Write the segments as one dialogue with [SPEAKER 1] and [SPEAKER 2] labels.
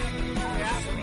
[SPEAKER 1] From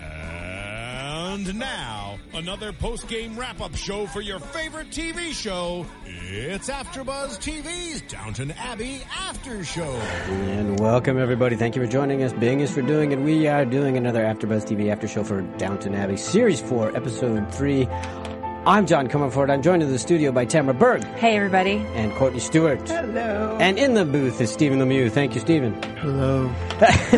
[SPEAKER 1] And now, another post-game wrap-up show for your favorite TV show. It's AfterBuzz TV's Downton Abbey After Show.
[SPEAKER 2] And welcome everybody. Thank you for joining us. Bing is for doing it. We are doing another AfterBuzz TV after show for Downton Abbey, series four, episode three. I'm John Comerford. I'm joined in the studio by Tamara Berg
[SPEAKER 3] Hey, everybody.
[SPEAKER 2] and Courtney Stewart. Hello. And in the booth is Stephen Lemieux. Thank you, Stephen. Hello. All right,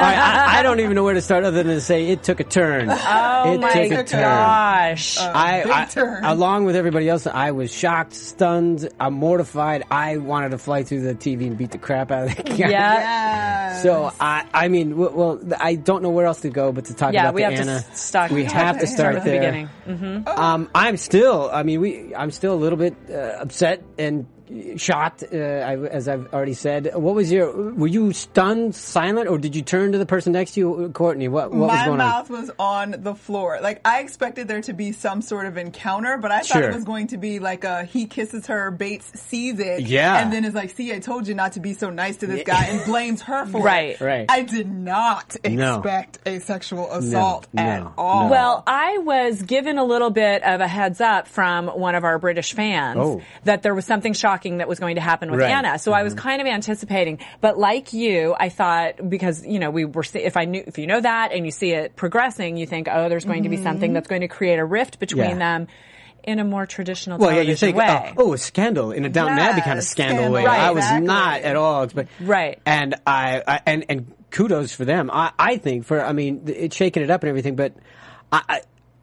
[SPEAKER 2] I, I don't even know where to start other than to say it took a turn.
[SPEAKER 3] Oh
[SPEAKER 2] it
[SPEAKER 3] my
[SPEAKER 2] took a turn.
[SPEAKER 3] gosh.
[SPEAKER 2] I,
[SPEAKER 4] Big
[SPEAKER 2] I-
[SPEAKER 4] turn.
[SPEAKER 2] along with everybody else, I was shocked, stunned, I'm mortified. I wanted to fly through the TV and beat the crap out of the guy.
[SPEAKER 3] yeah.
[SPEAKER 4] Yes.
[SPEAKER 2] So I, I mean, w- well, th- I don't know where else to go but to talk
[SPEAKER 3] Yeah,
[SPEAKER 2] about
[SPEAKER 3] we
[SPEAKER 2] the
[SPEAKER 3] have to
[SPEAKER 2] Anna.
[SPEAKER 3] s- stock-
[SPEAKER 2] we
[SPEAKER 3] talk
[SPEAKER 2] have
[SPEAKER 3] to-
[SPEAKER 2] to
[SPEAKER 3] start
[SPEAKER 2] start
[SPEAKER 3] at the
[SPEAKER 2] there.
[SPEAKER 3] beginning. Mm-hmm.
[SPEAKER 2] Um, I'm still, I mean, we, I'm still a little bit uh, upset and shocked, uh, I, as I've already said. What was your? Were you stunned, silent, or did you turn to the person next to you, Courtney? What, what was
[SPEAKER 4] my
[SPEAKER 2] going on?
[SPEAKER 4] mouth was on the floor. Like I expected there to be some sort of encounter, but I thought
[SPEAKER 2] Sure.
[SPEAKER 4] it was going to be like a he kisses her, Bates sees it,
[SPEAKER 2] Yeah.
[SPEAKER 4] and then is like, "See, I told you not to be so nice to this guy," and blames her for
[SPEAKER 3] Right.
[SPEAKER 4] it.
[SPEAKER 2] Right.
[SPEAKER 4] I did not
[SPEAKER 2] No.
[SPEAKER 4] expect a sexual assault
[SPEAKER 2] No,
[SPEAKER 4] at
[SPEAKER 2] no,
[SPEAKER 4] all.
[SPEAKER 2] no.
[SPEAKER 3] Well, I was given a little bit of a heads up from one of our British fans
[SPEAKER 2] Oh.
[SPEAKER 3] that there was something shocking that was going to happen with
[SPEAKER 2] Right. Mm-hmm.
[SPEAKER 3] Anna. So I was kind of anticipating. But like you, I thought because, you know, we were see- if I knew if you know that and you see it progressing, you think, "Oh, there's going to be something that's going to create a rift between
[SPEAKER 2] Yeah.
[SPEAKER 3] them." In a more traditional
[SPEAKER 2] Well, yeah,
[SPEAKER 3] television
[SPEAKER 2] you think, oh,
[SPEAKER 3] way.
[SPEAKER 2] oh, a scandal in a Downton Abbey kind of
[SPEAKER 4] Yes,
[SPEAKER 2] scandal,
[SPEAKER 4] scandal,
[SPEAKER 2] way.
[SPEAKER 4] right,
[SPEAKER 2] I was
[SPEAKER 4] exactly.
[SPEAKER 2] not at all expecting.
[SPEAKER 3] Right.
[SPEAKER 2] And I, I and and kudos for them. I, I think for I mean th- it's shaking it up and everything, but I. I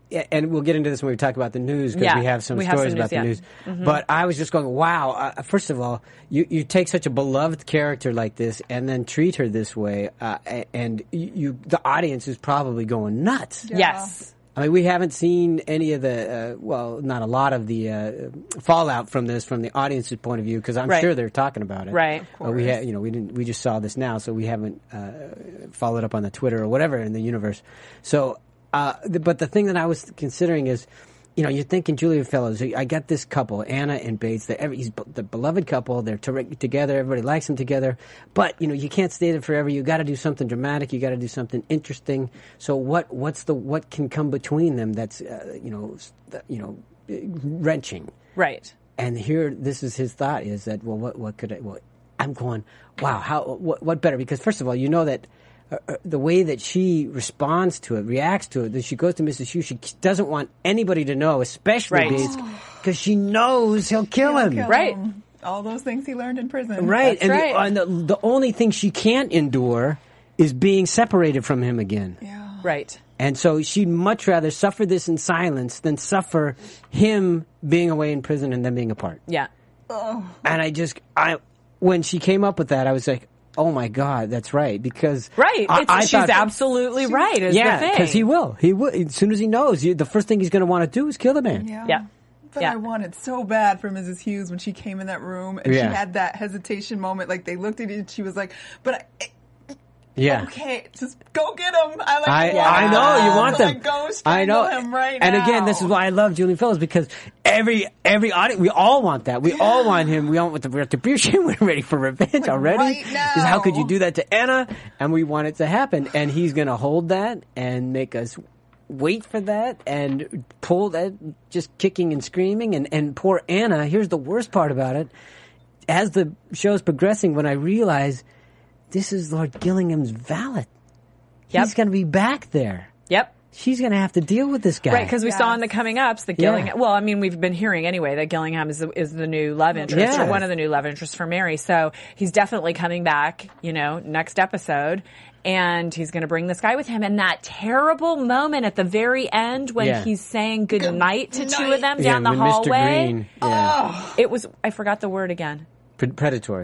[SPEAKER 2] yeah, and we'll get into this when we talk about the news because
[SPEAKER 3] Yeah,
[SPEAKER 2] we have some
[SPEAKER 3] we have
[SPEAKER 2] stories
[SPEAKER 3] some
[SPEAKER 2] about
[SPEAKER 3] news,
[SPEAKER 2] the
[SPEAKER 3] yeah. Mm-hmm.
[SPEAKER 2] news. But I was just going, wow! Uh, first of all, you, you take such a beloved character like this and then treat her this way, uh, a- and you, you the audience is probably going nuts.
[SPEAKER 3] Yes.
[SPEAKER 2] I mean, we haven't seen any of the, uh, well, not a lot of the uh, fallout from this from the audience's point of view because I'm
[SPEAKER 3] Right.
[SPEAKER 2] sure they're talking about it.
[SPEAKER 3] Right. Of
[SPEAKER 2] Uh, we ha- you know, we didn't. We just saw this now, so we haven't uh, followed up on the Twitter or whatever in the universe. So, uh, th- but the thing that I was considering is. You know, you're thinking Julia Fellows. I got this couple, Anna and Bates. They're every, he's b- the beloved couple. They're ter- together. Everybody likes them together. But you know, you can't stay there forever. You got to do something dramatic. You got to do something interesting. So what? What's the what can come between them? That's uh, you know, s- th- you know, wrenching.
[SPEAKER 3] Right.
[SPEAKER 2] And here, this is his thought: is that well, what what could I? Well, I'm going, wow, how what, what better? Because first of all, you know that uh, uh, the way that she responds to it, reacts to it, that she goes to Mrs. Hugh, she doesn't want anybody to know, especially
[SPEAKER 3] Right.
[SPEAKER 2] Bates, because she knows he'll kill him.
[SPEAKER 4] Kill
[SPEAKER 3] Right.
[SPEAKER 4] him. All those things he learned in prison.
[SPEAKER 2] Right,
[SPEAKER 3] That's
[SPEAKER 2] and,
[SPEAKER 3] right.
[SPEAKER 2] The, and the, the only thing she can't endure is being separated from him again.
[SPEAKER 4] Yeah.
[SPEAKER 3] Right.
[SPEAKER 2] And so she'd much rather suffer this in silence than suffer him being away in prison and them being apart.
[SPEAKER 3] Yeah.
[SPEAKER 2] And I just, I, when she came up with that, I was like, oh my God, that's right. Because.
[SPEAKER 3] Right.
[SPEAKER 2] I,
[SPEAKER 3] It's,
[SPEAKER 2] I
[SPEAKER 3] she's
[SPEAKER 2] thought-
[SPEAKER 3] absolutely right. Is the
[SPEAKER 2] Yeah,
[SPEAKER 3] thing.
[SPEAKER 2] because he will. He will. As soon as he knows, you, the first thing he's going to want to do is kill the man.
[SPEAKER 4] Yeah.
[SPEAKER 3] Yeah.
[SPEAKER 4] But
[SPEAKER 3] Yeah.
[SPEAKER 4] I wanted so bad for Mrs. Hughes when she came in that room and
[SPEAKER 2] Yeah.
[SPEAKER 4] she had that hesitation moment. Like they looked at it and she was like, but I,
[SPEAKER 2] Yeah.
[SPEAKER 4] okay, just go get him. I like,
[SPEAKER 2] I,
[SPEAKER 4] want
[SPEAKER 2] I
[SPEAKER 4] him.
[SPEAKER 2] know you want
[SPEAKER 4] So,
[SPEAKER 2] them.
[SPEAKER 4] Like, "Oh, go
[SPEAKER 2] I know
[SPEAKER 4] him right
[SPEAKER 2] And again,
[SPEAKER 4] now.
[SPEAKER 2] this is why I love Julian Fellows because every every audience, we all want that. We all want him. We all want the retribution. We're ready for revenge already.
[SPEAKER 4] right
[SPEAKER 2] Because how could you
[SPEAKER 4] now.
[SPEAKER 2] do that to Anna? And we want it to happen. And he's going to hold that and make us wait for that and pull that, just kicking and screaming. And, and poor Anna, here's the worst part about it. As the show's progressing, when I realize this is Lord Gillingham's valet,
[SPEAKER 3] Yep.
[SPEAKER 2] he's going to be back there.
[SPEAKER 3] Yep.
[SPEAKER 2] She's going to have to deal with this guy.
[SPEAKER 3] Right, because we saw in the coming ups that Gillingham.
[SPEAKER 2] Yeah.
[SPEAKER 3] Well, I mean, we've been hearing anyway that Gillingham is the, is the new love interest
[SPEAKER 2] Yeah.
[SPEAKER 3] or one of the new love interests for Mary. So he's definitely coming back. You know, next episode, and he's going to bring this guy with him. And that terrible moment at the very end when
[SPEAKER 2] Yeah.
[SPEAKER 3] he's saying good night to two of them
[SPEAKER 2] Yeah,
[SPEAKER 3] down the
[SPEAKER 2] when Mr.
[SPEAKER 3] hallway.
[SPEAKER 2] Green, yeah,
[SPEAKER 3] It was I forgot the word again.
[SPEAKER 2] pre- predatory.
[SPEAKER 3] Predatory.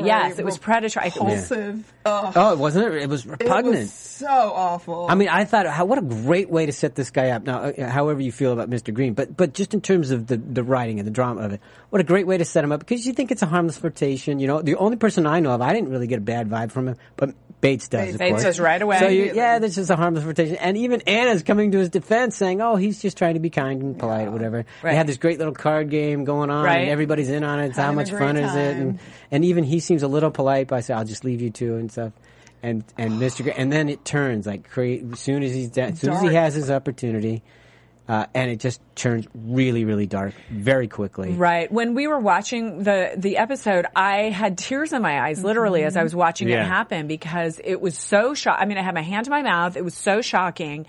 [SPEAKER 4] Predatory,
[SPEAKER 3] yes, it was predatory. I-
[SPEAKER 4] Repulsive. Ugh.
[SPEAKER 2] oh, it wasn't it? It was
[SPEAKER 4] It
[SPEAKER 2] repugnant.
[SPEAKER 4] was so awful.
[SPEAKER 2] I mean, I thought, how, what a great way to set this guy up. Now, uh, however you feel about Mr. Green, but but just in terms of the, the writing and the drama of it, what a great way to set him up because you think it's a harmless flirtation. You know, the only person I know of, I didn't really get a bad vibe from him, but Bates does. of
[SPEAKER 4] Bates
[SPEAKER 2] course.
[SPEAKER 3] does right away.
[SPEAKER 2] So you, yeah, this is a harmless flirtation, and even Anna's coming to his defense, saying, "Oh, he's just trying to be kind and polite, or whatever." They
[SPEAKER 3] Right.
[SPEAKER 2] had this great little card game going on,
[SPEAKER 3] Right.
[SPEAKER 2] and everybody's in on it. It's how
[SPEAKER 4] Having a
[SPEAKER 2] much
[SPEAKER 4] great
[SPEAKER 2] fun is it?
[SPEAKER 4] time.
[SPEAKER 2] And and even he seems a little polite by saying, "I'll just leave you two and stuff." And and Mr. Gr- and then it turns like cra as soon as he's done, as soon as he
[SPEAKER 4] Dark.
[SPEAKER 2] has his opportunity, uh, and it just turns really really dark very quickly.
[SPEAKER 3] Right. When we were watching the the episode, I had tears in my eyes literally as I was watching
[SPEAKER 2] Yeah.
[SPEAKER 3] it happen because it was so shock. I mean, I had my hand to my mouth. It was so shocking.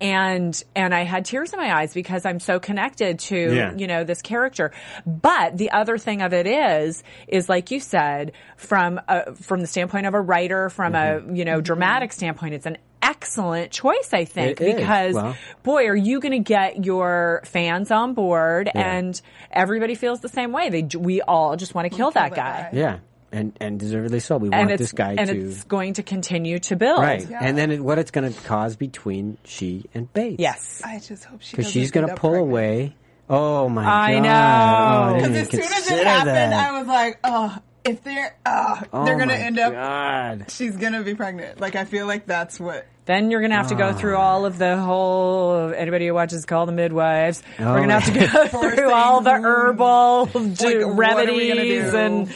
[SPEAKER 3] And and I had tears in my eyes because I'm so connected to
[SPEAKER 2] Yeah.
[SPEAKER 3] you know this character. But the other thing of it is is like you said from a, from the standpoint of a writer, from
[SPEAKER 2] Mm-hmm.
[SPEAKER 3] a you know dramatic standpoint, it's an excellent choice I think
[SPEAKER 2] It is.
[SPEAKER 3] because
[SPEAKER 2] Wow.
[SPEAKER 3] boy, are you going to get your fans on board?
[SPEAKER 2] Yeah.
[SPEAKER 3] And everybody feels the same way. They we all just want to kill that guy.
[SPEAKER 2] Yeah, and and deservedly so. We
[SPEAKER 3] And
[SPEAKER 2] want
[SPEAKER 3] it's
[SPEAKER 2] this guy
[SPEAKER 3] and
[SPEAKER 2] to
[SPEAKER 3] it's going to continue to build.
[SPEAKER 2] right, and then it, what it's going to cause between she and Bates?
[SPEAKER 3] Yes.
[SPEAKER 4] I just hope she
[SPEAKER 2] because
[SPEAKER 4] because
[SPEAKER 2] she's going to pull away. Oh my
[SPEAKER 3] I
[SPEAKER 2] god!
[SPEAKER 3] know.
[SPEAKER 2] Oh, I didn't
[SPEAKER 4] Because as
[SPEAKER 2] even
[SPEAKER 4] soon as
[SPEAKER 2] consider
[SPEAKER 4] it happened,
[SPEAKER 2] that.
[SPEAKER 4] I was like, oh, if they're, oh,
[SPEAKER 2] Oh
[SPEAKER 4] they're gonna
[SPEAKER 2] my
[SPEAKER 4] end up.
[SPEAKER 2] God.
[SPEAKER 4] She's gonna be pregnant. Like I feel like that's what.
[SPEAKER 3] Then you're going to have to
[SPEAKER 2] Ah.
[SPEAKER 3] go through all of the whole. Anybody who watches Call the Midwives,
[SPEAKER 2] Oh.
[SPEAKER 3] we're going to have to go
[SPEAKER 4] Poor
[SPEAKER 3] through all the
[SPEAKER 4] thing.
[SPEAKER 3] herbal do-
[SPEAKER 4] what are we gonna
[SPEAKER 3] remedies
[SPEAKER 4] do?
[SPEAKER 3] and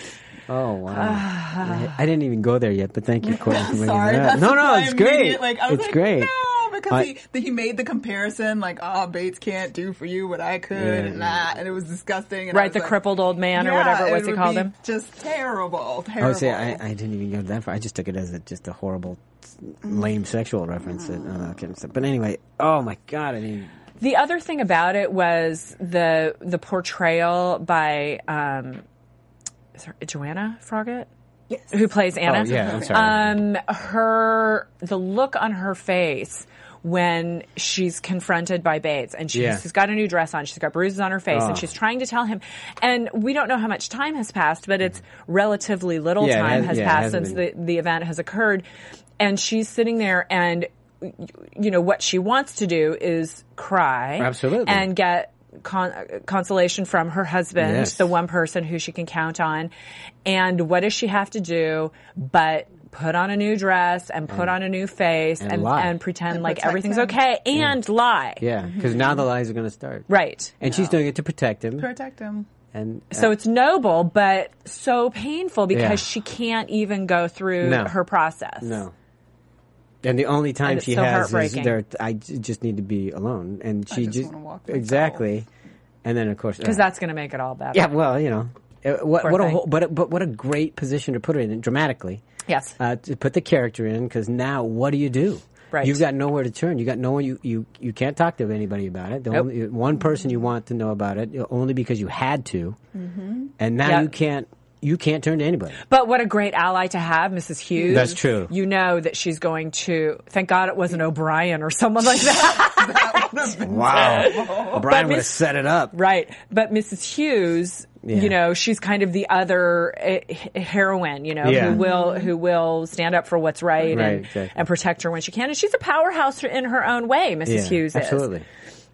[SPEAKER 2] Oh wow! I, I didn't even go there yet, but thank you, Corey. for bringing
[SPEAKER 4] Sorry,
[SPEAKER 2] it up.
[SPEAKER 4] that's
[SPEAKER 2] no, no,
[SPEAKER 4] my
[SPEAKER 2] it's great.
[SPEAKER 4] immediate- Like I was
[SPEAKER 2] it's
[SPEAKER 4] like,
[SPEAKER 2] great.
[SPEAKER 4] no, because
[SPEAKER 2] I-
[SPEAKER 4] he the, he made the comparison like, oh, Bates can't do for you what I could, and that, and it was disgusting. And I
[SPEAKER 3] right
[SPEAKER 4] was
[SPEAKER 3] the
[SPEAKER 4] like,
[SPEAKER 3] crippled old man or
[SPEAKER 4] yeah,
[SPEAKER 3] whatever it was he
[SPEAKER 4] would
[SPEAKER 3] called
[SPEAKER 4] be
[SPEAKER 3] him.
[SPEAKER 4] Just terrible, terrible.
[SPEAKER 2] Oh, see, I, I didn't even go that far. I just took it as a, just a horrible,
[SPEAKER 4] Mm-hmm.
[SPEAKER 2] lame sexual reference. That, oh, okay, so- but anyway, oh my god! I mean,
[SPEAKER 3] The other thing about it was the the portrayal by um, is her- Joanna Froggatt, yes. who plays Anna.
[SPEAKER 2] oh yeah, I'm sorry.
[SPEAKER 3] Um, her the look on her face when she's confronted by Bates and she's,
[SPEAKER 2] Yeah. Oh.
[SPEAKER 3] she's got a new dress on, she's got bruises on her face, and she's trying to tell him. And we don't know how much time has passed, but it's relatively little
[SPEAKER 2] Mm-hmm. Yeah, it
[SPEAKER 3] time
[SPEAKER 2] has-
[SPEAKER 3] has
[SPEAKER 2] yeah, it
[SPEAKER 3] passed
[SPEAKER 2] hasn't
[SPEAKER 3] since the,
[SPEAKER 2] been-
[SPEAKER 3] the event has occurred. And she's sitting there and y- you know what she wants to do is cry
[SPEAKER 2] Absolutely.
[SPEAKER 3] and get con- consolation from her husband
[SPEAKER 2] Yes.
[SPEAKER 3] the one person who she can count on and what does she have to do but put on a new dress and put on a new face
[SPEAKER 2] and
[SPEAKER 3] and, and,
[SPEAKER 2] lie.
[SPEAKER 3] pretend
[SPEAKER 4] And
[SPEAKER 3] like
[SPEAKER 4] protect
[SPEAKER 3] everything's
[SPEAKER 4] him.
[SPEAKER 3] okay and lie
[SPEAKER 2] yeah,
[SPEAKER 4] Mm-hmm.
[SPEAKER 2] because now the lies are going to start.
[SPEAKER 3] right
[SPEAKER 2] And she's doing it to protect him.
[SPEAKER 4] protect him.
[SPEAKER 2] And uh,
[SPEAKER 3] so it's noble but so painful because
[SPEAKER 2] Yeah.
[SPEAKER 3] she can't even go through
[SPEAKER 2] No.
[SPEAKER 3] her process
[SPEAKER 2] No. And the only time
[SPEAKER 3] it's
[SPEAKER 2] she
[SPEAKER 3] so
[SPEAKER 2] has is
[SPEAKER 3] heartbreaking.
[SPEAKER 2] there. I j- just need to be alone, and she
[SPEAKER 4] just
[SPEAKER 2] ju-
[SPEAKER 4] wanna walk myself.
[SPEAKER 2] exactly. And then of course, uh,
[SPEAKER 3] because that's going to make it all better
[SPEAKER 2] yeah. Well, you know, Uh, what,
[SPEAKER 3] Poor
[SPEAKER 2] what a
[SPEAKER 3] thing.
[SPEAKER 2] whole, but but what a great position to put her in dramatically.
[SPEAKER 3] Yes.
[SPEAKER 2] uh, to put the character in because now what do you do?
[SPEAKER 3] Right.
[SPEAKER 2] You've got nowhere to turn. You got no one. You, you, you can't talk to anybody about it. The
[SPEAKER 3] Nope.
[SPEAKER 2] only one person you want to know about it uh, only because you had to, and now
[SPEAKER 3] Mm-hmm. Yeah.
[SPEAKER 2] you can't you can't turn to anybody.
[SPEAKER 3] But what a great ally to have, Mrs. Hughes.
[SPEAKER 2] That's true.
[SPEAKER 3] You know that she's going to. Thank God it wasn't O'Brien or someone like that.
[SPEAKER 2] Wow, Brian would have set it up.
[SPEAKER 3] right. But Mrs. Hughes,
[SPEAKER 2] Yeah.
[SPEAKER 3] you know, she's kind of the other uh, he- heroine, you know,
[SPEAKER 2] Yeah.
[SPEAKER 3] who will who will stand up for what's right,
[SPEAKER 2] Right,
[SPEAKER 3] and,
[SPEAKER 2] exactly.
[SPEAKER 3] and protect her when she can. And she's a powerhouse in her own way, Mrs.
[SPEAKER 2] Yeah,
[SPEAKER 3] Hughes is.
[SPEAKER 2] absolutely.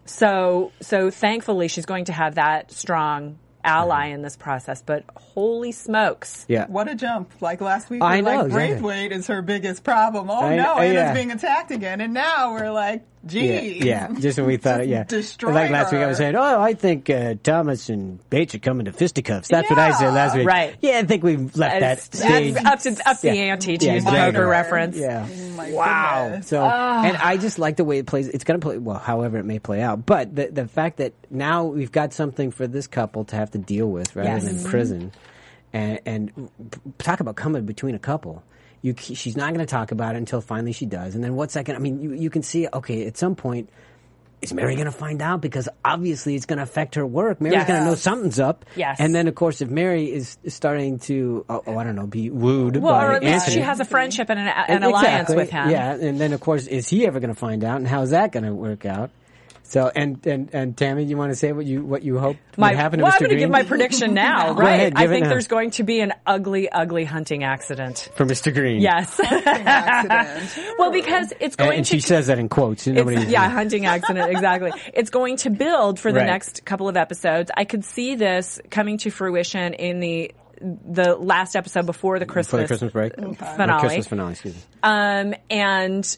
[SPEAKER 3] So so thankfully she's going to have that strong ally in this process. But holy smokes.
[SPEAKER 2] Yeah.
[SPEAKER 4] What a jump! Like last week,
[SPEAKER 2] I
[SPEAKER 4] we were
[SPEAKER 2] know,
[SPEAKER 4] like
[SPEAKER 2] exactly.
[SPEAKER 4] Braithwaite is her biggest problem. Oh
[SPEAKER 2] I-
[SPEAKER 4] no,
[SPEAKER 2] I-
[SPEAKER 4] Anna's
[SPEAKER 2] yeah.
[SPEAKER 4] being attacked again, and now we're like,
[SPEAKER 2] Yeah,
[SPEAKER 4] Geez.
[SPEAKER 2] yeah, just when we thought, yeah.
[SPEAKER 4] destroy
[SPEAKER 2] like last week, I was
[SPEAKER 4] her.
[SPEAKER 2] saying, "Oh, I think uh, Thomas and Bates are coming to fisticuffs." That's what I said
[SPEAKER 4] Yeah.
[SPEAKER 2] last week.
[SPEAKER 3] Right.
[SPEAKER 2] Yeah, I think we've left that
[SPEAKER 3] That's-
[SPEAKER 2] stage.
[SPEAKER 3] that's up to up
[SPEAKER 2] Yeah.
[SPEAKER 3] the ante to
[SPEAKER 2] Yeah,
[SPEAKER 3] use
[SPEAKER 2] exactly.
[SPEAKER 3] the poker reference.
[SPEAKER 2] Yeah.
[SPEAKER 4] Oh My
[SPEAKER 2] Wow.
[SPEAKER 4] goodness.
[SPEAKER 2] So,
[SPEAKER 3] Ah.
[SPEAKER 2] and I just like the way it plays. It's going to play well, however it may play out. But the the fact that now we've got something for this couple to have to deal with rather
[SPEAKER 3] Yes.
[SPEAKER 2] than prison, and and p- talk about coming between a couple. You, c- she's not going to talk about it until finally she does, and then what's that going? to I mean, you you can see okay at some point. Is Mary going to find out? Because obviously it's going to affect her work. Mary's
[SPEAKER 3] Yes.
[SPEAKER 2] going to know something's up.
[SPEAKER 3] Yes.
[SPEAKER 2] And then, of course, if Mary is starting to, oh, oh, I don't know, be wooed
[SPEAKER 3] Well,
[SPEAKER 2] by
[SPEAKER 3] or at least
[SPEAKER 2] Anthony,
[SPEAKER 3] she has a friendship and an, an
[SPEAKER 2] Exactly.
[SPEAKER 3] alliance with him.
[SPEAKER 2] Yeah, and then of course, is he ever going to find out, and how's that going to work out? So, and and and Tammy, you want to say what you what you hope
[SPEAKER 3] My,
[SPEAKER 2] would happen to
[SPEAKER 3] well,
[SPEAKER 2] Mr.
[SPEAKER 3] I'm going to
[SPEAKER 2] Green
[SPEAKER 3] give my prediction now, right?
[SPEAKER 2] ahead,
[SPEAKER 3] I
[SPEAKER 2] give it
[SPEAKER 3] think
[SPEAKER 2] now.
[SPEAKER 3] there's going to be an ugly, ugly hunting accident.
[SPEAKER 2] for Mr. Green?
[SPEAKER 3] Yes.
[SPEAKER 4] accident.
[SPEAKER 3] well, because it's
[SPEAKER 2] and,
[SPEAKER 3] going
[SPEAKER 2] and
[SPEAKER 3] to
[SPEAKER 2] she says that in quotes.
[SPEAKER 3] It's-
[SPEAKER 2] Nobody,
[SPEAKER 3] yeah, hunting accident. Exactly. It's going to build for the
[SPEAKER 2] Right.
[SPEAKER 3] next couple of episodes. I could see this coming to fruition in the the last episode before the
[SPEAKER 2] for
[SPEAKER 3] Christmas
[SPEAKER 2] the Christmas break Or
[SPEAKER 3] finale.
[SPEAKER 2] Christmas finale. Excuse me.
[SPEAKER 3] Um, and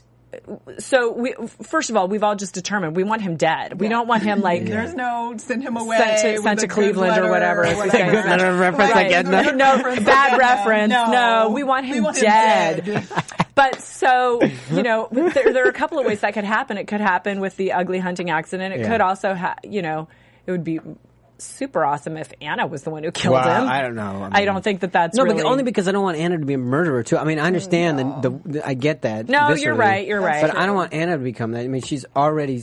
[SPEAKER 3] so we first of all, we've all just determined we want him dead. We don't want him like
[SPEAKER 4] There's no send him away.
[SPEAKER 3] Sent to-
[SPEAKER 4] with
[SPEAKER 3] sent
[SPEAKER 4] a
[SPEAKER 3] to
[SPEAKER 4] good
[SPEAKER 3] Cleveland or
[SPEAKER 4] letter
[SPEAKER 3] whatever it's
[SPEAKER 4] whatever.
[SPEAKER 3] saying. Good
[SPEAKER 2] letter reference, I get
[SPEAKER 4] there's
[SPEAKER 2] that.
[SPEAKER 3] No,
[SPEAKER 4] reference, I
[SPEAKER 3] bad
[SPEAKER 4] get that.
[SPEAKER 3] reference. No, we want him dead. But so, you know, there, there are a couple of ways that could happen. It could happen with the ugly hunting accident. It
[SPEAKER 2] Yeah.
[SPEAKER 3] could also, ha- you know, it would be super awesome if Anna was the one who killed
[SPEAKER 2] Well,
[SPEAKER 3] him.
[SPEAKER 2] I don't know. I
[SPEAKER 3] I,
[SPEAKER 2] mean-
[SPEAKER 3] don't think that that's
[SPEAKER 2] No,
[SPEAKER 3] really.
[SPEAKER 2] but only because I don't want Anna to be a murderer too. I mean, I understand the, the, the I get that.
[SPEAKER 3] No, you're
[SPEAKER 2] viscerally,
[SPEAKER 3] right, you're right.
[SPEAKER 2] But I don't want Anna to become that. I mean, she's already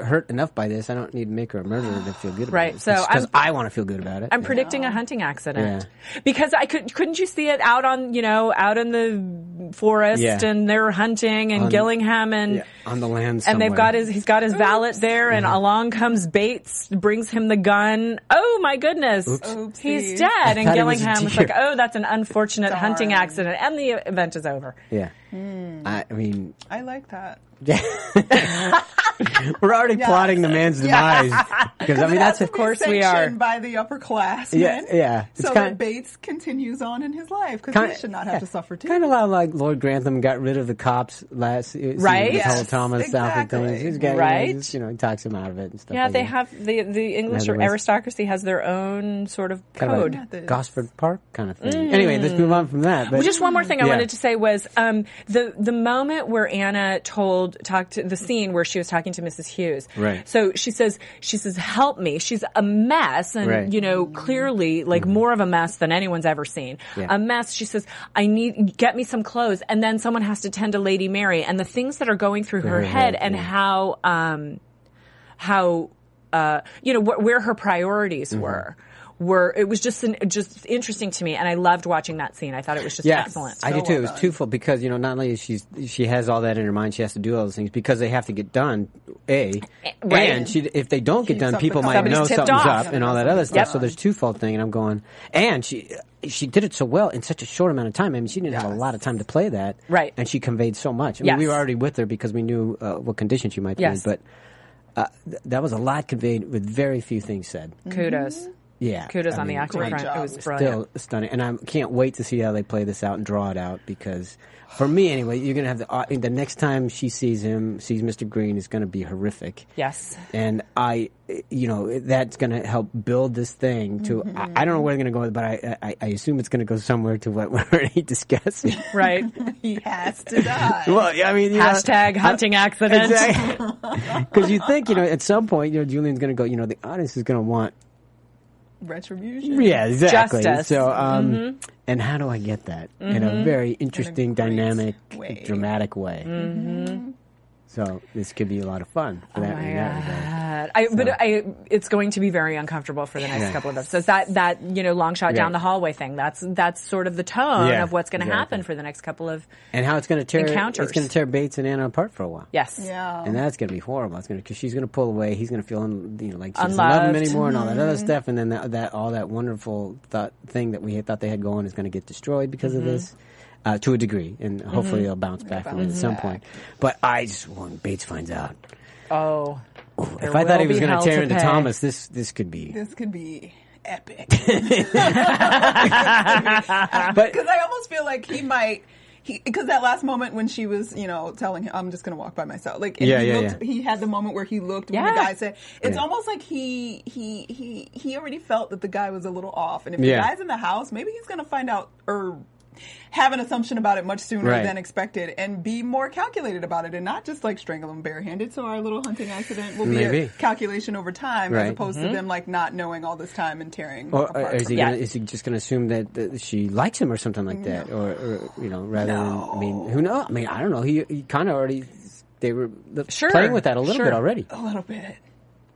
[SPEAKER 2] uh, hurt enough by this. I don't need to make her a murderer to feel good about
[SPEAKER 3] Right,
[SPEAKER 2] it.
[SPEAKER 3] so
[SPEAKER 2] because
[SPEAKER 3] I'm-
[SPEAKER 2] I want to feel good about it.
[SPEAKER 3] I'm
[SPEAKER 2] Yeah.
[SPEAKER 3] predicting a hunting accident because I could couldn't you see it out on you know out in the forest
[SPEAKER 2] Yeah.
[SPEAKER 3] and they're hunting and
[SPEAKER 2] On-
[SPEAKER 3] Gillingham and
[SPEAKER 2] Yeah, on the land
[SPEAKER 3] and
[SPEAKER 2] somewhere.
[SPEAKER 3] they've
[SPEAKER 2] Mm-hmm.
[SPEAKER 3] got his he's got his valet there and along comes Bates brings him the gun oh my goodness he's
[SPEAKER 4] Oopsie.
[SPEAKER 3] dead and
[SPEAKER 2] thought it was a
[SPEAKER 3] Gillingham was
[SPEAKER 2] deer.
[SPEAKER 3] like oh that's an unfortunate hunting
[SPEAKER 4] Darn.
[SPEAKER 3] accident and the event is over
[SPEAKER 2] Yeah. I, I mean,
[SPEAKER 4] I like that.
[SPEAKER 2] we're already plotting the man's demise. Because, I mean, that's,
[SPEAKER 4] of course
[SPEAKER 3] we are.
[SPEAKER 4] by the upperclassmen.
[SPEAKER 2] Yeah, yeah. It's
[SPEAKER 4] So
[SPEAKER 2] kind-
[SPEAKER 4] that Bates continues on in his life because
[SPEAKER 2] Kind-
[SPEAKER 4] he should not have to suffer too.
[SPEAKER 2] Kind of like Lord Grantham got rid of the cops last season with
[SPEAKER 3] Right?
[SPEAKER 2] The whole
[SPEAKER 4] Yes,
[SPEAKER 2] Thomas Alfred thing.
[SPEAKER 4] exactly.
[SPEAKER 2] He's got, You
[SPEAKER 3] Right?
[SPEAKER 2] know, just, you know, he talks him out of it and stuff.
[SPEAKER 3] yeah
[SPEAKER 2] like
[SPEAKER 3] they
[SPEAKER 2] that.
[SPEAKER 3] have the the English
[SPEAKER 2] Another list.
[SPEAKER 3] aristocracy has their own sort of
[SPEAKER 2] Kind of
[SPEAKER 3] code.
[SPEAKER 2] a Gosford Park kind of thing. Anyway, let's move on from that. But
[SPEAKER 3] Well, just one more thing I
[SPEAKER 2] Yeah.
[SPEAKER 3] wanted to say was um, the the moment where Anna told talked to the scene where she was talking to Mrs. Hughes.
[SPEAKER 2] Right.
[SPEAKER 3] So she says she says help me. She's a mess, and
[SPEAKER 2] Right. Mm-hmm.
[SPEAKER 3] you know clearly like more of a mess than anyone's ever seen.
[SPEAKER 2] Yeah.
[SPEAKER 3] A mess. She says I need get me some clothes, and then someone has to tend to Lady Mary and the things that are going through her,
[SPEAKER 2] her
[SPEAKER 3] head,
[SPEAKER 2] head,
[SPEAKER 3] and
[SPEAKER 2] yeah.
[SPEAKER 3] how um, how uh, you know wh- where her priorities
[SPEAKER 2] Mm-hmm.
[SPEAKER 3] were. Were it was just an, just interesting to me, and I loved watching that scene. I thought it was just
[SPEAKER 2] yeah,
[SPEAKER 3] excellent.
[SPEAKER 2] I do too. it was twofold because you know not only is she's she has all that in her mind, she has to do all those things because they have to get done. A
[SPEAKER 3] Eh, right.
[SPEAKER 2] and she, if they don't get
[SPEAKER 4] Keep
[SPEAKER 2] done,
[SPEAKER 4] something
[SPEAKER 2] people
[SPEAKER 4] up.
[SPEAKER 2] might
[SPEAKER 3] Somebody's
[SPEAKER 2] know
[SPEAKER 3] tipped
[SPEAKER 2] something's
[SPEAKER 3] off.
[SPEAKER 2] up and all that other stuff.
[SPEAKER 3] Yep.
[SPEAKER 2] So there's twofold thing, and I'm going. And she she did it so well in such a short amount of time. I mean, she didn't have a lot of time to play that,
[SPEAKER 3] Right.
[SPEAKER 2] And she conveyed so much. I mean,
[SPEAKER 3] Yes.
[SPEAKER 2] we were already with her because we knew uh, what condition she might be, in,
[SPEAKER 3] Yes.
[SPEAKER 2] but. Uh, th- that was a lot conveyed with very few things said.
[SPEAKER 3] Kudos.
[SPEAKER 2] Yeah,
[SPEAKER 3] Mm. Kudos
[SPEAKER 2] I
[SPEAKER 3] on
[SPEAKER 2] mean,
[SPEAKER 3] the acting
[SPEAKER 4] great
[SPEAKER 3] front.
[SPEAKER 4] job.
[SPEAKER 3] It was brilliant.
[SPEAKER 2] still stunning, and I can't wait to see how they play this out and draw it out because, for me anyway, you're gonna have the uh, the next time she sees him, sees Mr. Green, is gonna be horrific.
[SPEAKER 3] Yes.
[SPEAKER 2] and I, you know, that's gonna help build this thing to.
[SPEAKER 3] Mm-hmm.
[SPEAKER 2] I, I don't know where they're gonna go, with it, but I, I I assume it's gonna go somewhere to what we're already discussing.
[SPEAKER 3] Right.
[SPEAKER 4] He has to die.
[SPEAKER 2] well, yeah, I mean, you know,
[SPEAKER 3] Hashtag hunting accident.
[SPEAKER 2] Because you think, you know, at some point, you know, Julian's going to go, you know, the audience is going to want
[SPEAKER 4] Retribution.
[SPEAKER 2] Yeah, exactly.
[SPEAKER 3] Justice.
[SPEAKER 2] So, um, and how do I get that in a very interesting,
[SPEAKER 4] great
[SPEAKER 2] dynamic,
[SPEAKER 4] way.
[SPEAKER 2] dramatic way? Mm-hmm. So this could be a lot of fun for that. in that regard.
[SPEAKER 3] God. I, but I, it's going to be very uncomfortable for the next
[SPEAKER 2] Yeah.
[SPEAKER 3] couple of episodes. That that you know long shot down
[SPEAKER 2] Yeah.
[SPEAKER 3] the hallway thing. That's that's sort of the tone
[SPEAKER 2] Yeah,
[SPEAKER 3] of what's going to
[SPEAKER 2] exactly.
[SPEAKER 3] happen for the next couple of
[SPEAKER 2] And how it's going to tear
[SPEAKER 3] Encounters.
[SPEAKER 2] It's going to tear Bates and Anna apart for a while.
[SPEAKER 3] yes.
[SPEAKER 4] Yeah.
[SPEAKER 2] And that's going to be horrible. It's going to because she's going to pull away. He's going to feel un, you know, like she doesn't love him
[SPEAKER 3] Unloved.
[SPEAKER 2] anymore and all that other stuff. And then that, that all that wonderful thought, thing that we had thought they had going is going to get destroyed because of this, uh, to a degree. And hopefully they'll bounce back from it at some point. But I just when Bates finds out,
[SPEAKER 3] Oh.
[SPEAKER 2] if I thought he was
[SPEAKER 3] going to
[SPEAKER 2] tear into
[SPEAKER 3] pay.
[SPEAKER 2] Thomas, this this could be.
[SPEAKER 4] This could be epic. Because
[SPEAKER 2] But
[SPEAKER 4] I almost feel like he might. because that last moment when she was, you know, telling him, "I'm just going to walk by myself," like and
[SPEAKER 2] Yeah,
[SPEAKER 4] he
[SPEAKER 2] yeah,
[SPEAKER 4] looked,
[SPEAKER 2] yeah.
[SPEAKER 4] He had the moment where he looked when
[SPEAKER 3] Yeah.
[SPEAKER 4] the guy said, "It's
[SPEAKER 2] Yeah.
[SPEAKER 4] almost like he he he he already felt that the guy was a little off." And if
[SPEAKER 2] Yeah.
[SPEAKER 4] the guy's in the house, maybe he's going to find out or have an assumption about it much sooner
[SPEAKER 2] Right.
[SPEAKER 4] than expected and be more calculated about it and not just like strangle him barehanded. So our little hunting accident will be a
[SPEAKER 2] Maybe.
[SPEAKER 4] calculation over time
[SPEAKER 2] Right.
[SPEAKER 4] as opposed to them like not knowing all this time and tearing
[SPEAKER 2] Or, or
[SPEAKER 4] apart.
[SPEAKER 2] is he
[SPEAKER 3] Yeah.
[SPEAKER 2] gonna, is he just going to assume that, that she likes him or something like that, or, or you know, rather than I mean, who knows? I mean, I don't know. He, he kind of already they were the-
[SPEAKER 3] Sure,
[SPEAKER 2] playing with that a little
[SPEAKER 3] sure.
[SPEAKER 2] bit already.
[SPEAKER 4] a little bit.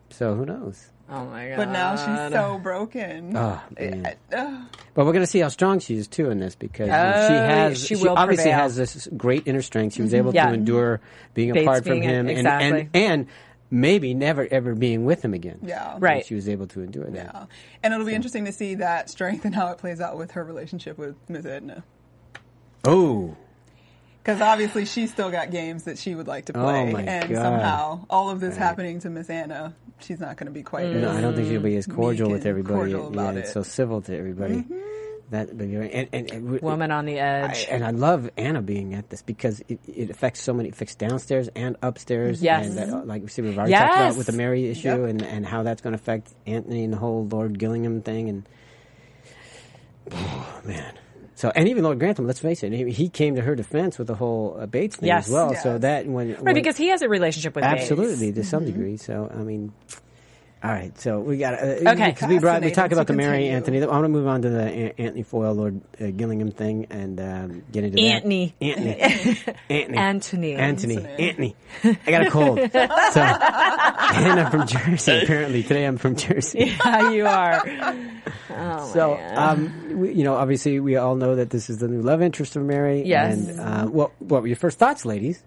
[SPEAKER 2] So who knows?
[SPEAKER 3] Oh my god!
[SPEAKER 4] But now she's so broken.
[SPEAKER 2] Oh,
[SPEAKER 3] Eh,
[SPEAKER 2] man.
[SPEAKER 4] Ugh.
[SPEAKER 2] But we're going to see how strong she is too in this because
[SPEAKER 3] Oh,
[SPEAKER 2] she has
[SPEAKER 3] she will
[SPEAKER 2] obviously
[SPEAKER 3] prevail. Mm-hmm.
[SPEAKER 2] has this great inner strength. She was able
[SPEAKER 3] Yeah.
[SPEAKER 2] to endure being
[SPEAKER 3] Bates
[SPEAKER 2] apart from
[SPEAKER 3] being
[SPEAKER 2] him
[SPEAKER 3] in- exactly.
[SPEAKER 2] and, and and maybe never ever being with him again.
[SPEAKER 4] Yeah.
[SPEAKER 2] And
[SPEAKER 3] Right.
[SPEAKER 2] She was able to endure that.
[SPEAKER 4] Yeah. Oh, And it'll be interesting to see that strength and how it plays out with her relationship with Ms. Edna.
[SPEAKER 2] Oh.
[SPEAKER 4] Because obviously she's still got games that she would like to play.
[SPEAKER 2] Oh my
[SPEAKER 4] and
[SPEAKER 2] God.
[SPEAKER 4] somehow all of this happening to Miss Anna, she's not going to be quite
[SPEAKER 2] No, I
[SPEAKER 4] as.
[SPEAKER 2] don't think she'll be as cordial
[SPEAKER 4] meek
[SPEAKER 2] with
[SPEAKER 4] and
[SPEAKER 2] everybody.
[SPEAKER 4] cordial
[SPEAKER 2] yeah,
[SPEAKER 4] about
[SPEAKER 2] it's
[SPEAKER 4] it.
[SPEAKER 2] so civil to everybody. That but you're- and and, and we-
[SPEAKER 3] Mm-hmm. woman on the edge.
[SPEAKER 2] and I love Anna being at this because it, it affects so many. It affects downstairs and upstairs.
[SPEAKER 3] Yes. Mm-hmm.
[SPEAKER 2] And uh, like we see, we've already talked about
[SPEAKER 3] Yes.
[SPEAKER 2] with the Mary issue and, and how that's going to affect Anthony and the whole Lord Gillingham thing. And oh, man. So and even Lord Grantham, let's face it, he, he came to her defense with the whole uh, Bates thing
[SPEAKER 3] Yes.
[SPEAKER 2] as well. So
[SPEAKER 4] Yes.
[SPEAKER 2] that when
[SPEAKER 3] right, because he has a relationship with Bates.
[SPEAKER 2] absolutely to
[SPEAKER 3] Mm-hmm.
[SPEAKER 2] some degree. So I mean, all right. So we got uh,
[SPEAKER 3] Okay.
[SPEAKER 2] Because we brought we
[SPEAKER 4] Fascinating
[SPEAKER 2] talked about
[SPEAKER 4] to
[SPEAKER 2] the Mary
[SPEAKER 4] continue.
[SPEAKER 2] Anthony. I want to move on to the An- Anthony Foyle Lord uh, Gillingham thing and um, get into that.
[SPEAKER 3] Antony.
[SPEAKER 2] Anthony. Anthony.
[SPEAKER 3] Antony.
[SPEAKER 2] Anthony. Anthony. I got a cold. so, and I'm from Jersey. Apparently today I'm from Jersey.
[SPEAKER 3] yeah, you are. Oh,
[SPEAKER 2] So, um, we, you know, obviously, we all know that this is the new love interest of Mary.
[SPEAKER 3] Yes.
[SPEAKER 2] And uh, what, what were your first thoughts, ladies?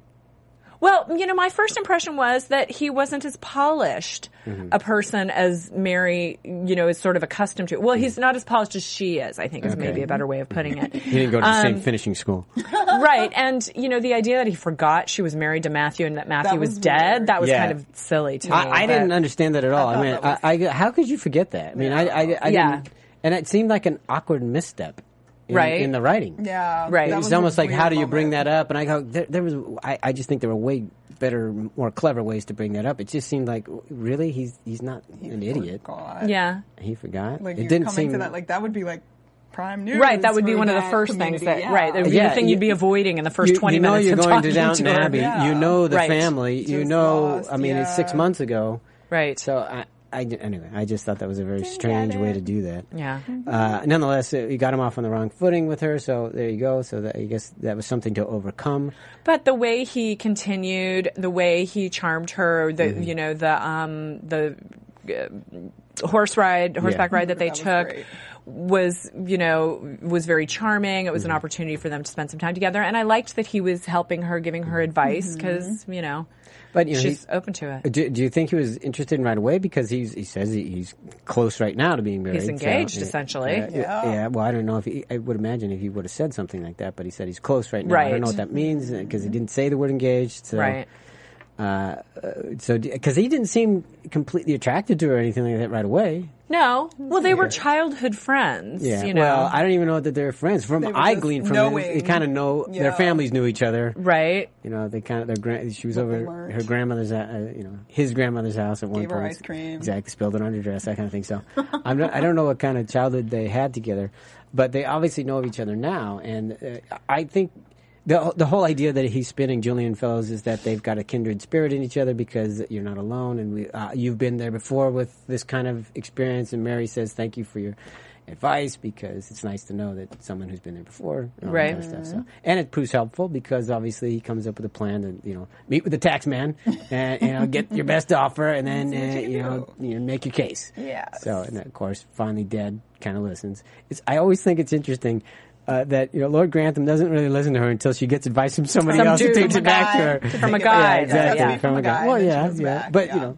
[SPEAKER 3] Well, you know, my first impression was that he wasn't as polished
[SPEAKER 2] Mm-hmm.
[SPEAKER 3] a person as Mary, you know, is sort of accustomed to. Well, he's not as polished as she is, I think is
[SPEAKER 2] Mm-hmm. Okay.
[SPEAKER 3] maybe a better way of putting it.
[SPEAKER 2] He didn't go to the
[SPEAKER 3] Um,
[SPEAKER 2] same finishing school.
[SPEAKER 3] right. And, you know, the idea that he forgot she was married to Matthew and that Matthew
[SPEAKER 4] That
[SPEAKER 3] was,
[SPEAKER 4] was
[SPEAKER 3] dead,
[SPEAKER 4] weird.
[SPEAKER 3] that was
[SPEAKER 2] Yeah.
[SPEAKER 3] kind of silly to me.
[SPEAKER 2] I, I
[SPEAKER 3] but-
[SPEAKER 2] didn't understand that at all. I, mean, I, I, how could you forget that? I mean, I, I, I
[SPEAKER 3] Yeah.
[SPEAKER 2] didn't, and it seemed like an awkward misstep, in,
[SPEAKER 3] Right.
[SPEAKER 2] in the writing.
[SPEAKER 4] Yeah.
[SPEAKER 3] Right.
[SPEAKER 4] that
[SPEAKER 3] It
[SPEAKER 2] It's
[SPEAKER 4] a
[SPEAKER 2] almost like,
[SPEAKER 4] weird
[SPEAKER 2] how do you bring
[SPEAKER 4] moment.
[SPEAKER 2] that up? And I go, there, there was, I, I just think there were way better, more clever ways to bring that up. It just seemed like, really, he's he's not an idiot.
[SPEAKER 4] Oh God.
[SPEAKER 3] Yeah.
[SPEAKER 2] He forgot.
[SPEAKER 4] Like,
[SPEAKER 2] it
[SPEAKER 4] you're
[SPEAKER 2] didn't
[SPEAKER 4] coming
[SPEAKER 2] seem
[SPEAKER 4] to that, like, that would be like prime news.
[SPEAKER 3] Right, that would be
[SPEAKER 4] for
[SPEAKER 3] one of the
[SPEAKER 4] that
[SPEAKER 3] first
[SPEAKER 4] community.
[SPEAKER 3] things that
[SPEAKER 4] Yeah.
[SPEAKER 3] right, that would be
[SPEAKER 2] Yeah,
[SPEAKER 3] the thing
[SPEAKER 2] you-
[SPEAKER 3] you'd be avoiding in the first
[SPEAKER 2] you,
[SPEAKER 3] twenty
[SPEAKER 2] you know
[SPEAKER 3] minutes
[SPEAKER 2] you're
[SPEAKER 3] of
[SPEAKER 2] going
[SPEAKER 3] talking
[SPEAKER 2] to Downton
[SPEAKER 3] her.
[SPEAKER 2] Abbey. You know the
[SPEAKER 3] Right.
[SPEAKER 2] family. you
[SPEAKER 4] Just
[SPEAKER 2] know.
[SPEAKER 4] lost,
[SPEAKER 2] I mean, it's six
[SPEAKER 4] yeah.
[SPEAKER 2] months ago.
[SPEAKER 3] Right.
[SPEAKER 2] So I, I anyway, I just thought that was a very strange way to do that.
[SPEAKER 3] Yeah.
[SPEAKER 2] Uh, nonetheless, uh, he got him off on the wrong footing with her. So there you go. So that, I guess that was something to overcome.
[SPEAKER 3] But the way he continued, the way he charmed her, the
[SPEAKER 2] Mm-hmm.
[SPEAKER 3] you know the um the uh, horse ride, horseback ride that they
[SPEAKER 4] That was
[SPEAKER 3] took was, you know was very charming. It was
[SPEAKER 2] Mm-hmm.
[SPEAKER 3] an opportunity for them to spend some time together, and I liked that he was helping her, giving her advice because you know
[SPEAKER 2] But you know,
[SPEAKER 3] she's
[SPEAKER 2] he-
[SPEAKER 3] open to it.
[SPEAKER 2] Uh, do, do you think he was interested in right away? Because he's, he says he, he's close right now to being married. so-
[SPEAKER 3] engaged, essentially.
[SPEAKER 2] uh, yeah. Well, I don't know if he, I would imagine if he would have said something like that, but he said he's close right now. I
[SPEAKER 3] Right.
[SPEAKER 2] don't know what that means because he didn't say the word engaged. So,
[SPEAKER 3] Right.
[SPEAKER 2] So because he didn't seem completely attracted to her or anything like that right away.
[SPEAKER 3] No. Well, they were childhood friends.
[SPEAKER 2] Yeah.
[SPEAKER 3] You know.
[SPEAKER 2] Well, I don't even know that they're friends. From
[SPEAKER 4] were
[SPEAKER 2] I
[SPEAKER 4] just
[SPEAKER 2] gleaned from them,
[SPEAKER 4] knowing.
[SPEAKER 2] they kind of know
[SPEAKER 4] Yeah.
[SPEAKER 2] their families knew each other.
[SPEAKER 3] right.
[SPEAKER 2] You know, they kind of their grand. She was
[SPEAKER 4] they
[SPEAKER 2] over
[SPEAKER 4] learned.
[SPEAKER 2] her grandmother's, uh, uh, you know, his grandmother's house at one
[SPEAKER 4] Gave her
[SPEAKER 2] point.
[SPEAKER 4] ice cream.
[SPEAKER 2] Exactly, spilled it on her dress, that kind of thing. So I'm not, I don't know what kind of childhood they had together, but they obviously know of each other now, and uh, I think. The, the whole idea that he's spinning Julian Fellows is that they've got a kindred spirit in each other because you're not alone and we, uh, you've been there before with this kind of experience. And Mary says, thank you for your advice because it's nice to know that someone who's been there before. and all that
[SPEAKER 3] Right.
[SPEAKER 2] kind of stuff, so. And it proves helpful because obviously he comes up with a plan to, you know, meet with the tax man and, you know, get your best offer and then, uh, you, know, you know, make your case.
[SPEAKER 4] Yes.
[SPEAKER 2] So, and of course, finally dead kind of listens. It's, I always think it's interesting. Uh, that you know, Lord Grantham doesn't really listen to her until she gets advice from somebody
[SPEAKER 3] Some
[SPEAKER 2] else who
[SPEAKER 3] dude,
[SPEAKER 2] takes
[SPEAKER 3] from
[SPEAKER 2] it
[SPEAKER 3] a
[SPEAKER 2] back
[SPEAKER 4] guy.
[SPEAKER 2] to her.
[SPEAKER 3] From a
[SPEAKER 4] Yeah,
[SPEAKER 3] guy.
[SPEAKER 2] yeah, exactly.
[SPEAKER 4] Yeah.
[SPEAKER 2] From a guy. Well,
[SPEAKER 4] and then she
[SPEAKER 2] yeah,
[SPEAKER 4] goes
[SPEAKER 2] yeah.
[SPEAKER 4] back,
[SPEAKER 2] But you
[SPEAKER 4] yeah.
[SPEAKER 2] know,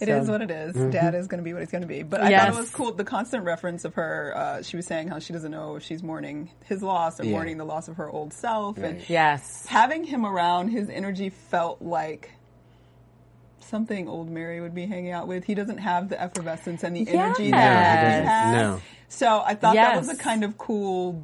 [SPEAKER 4] It is what it is. Dad is going to be what he's going to be. But I
[SPEAKER 3] Yes.
[SPEAKER 4] thought it was cool the constant reference of her. Uh, she was saying how she doesn't know if she's mourning his loss or
[SPEAKER 2] Yeah.
[SPEAKER 4] mourning the loss of her old self. And
[SPEAKER 3] Yes.
[SPEAKER 4] having him around, his energy felt like something old Mary would be hanging out with. He doesn't have the effervescence and the energy
[SPEAKER 3] No, he
[SPEAKER 4] that
[SPEAKER 2] doesn't.
[SPEAKER 4] he has.
[SPEAKER 2] No.
[SPEAKER 4] So I thought that was
[SPEAKER 3] Yes.
[SPEAKER 4] a kind of cool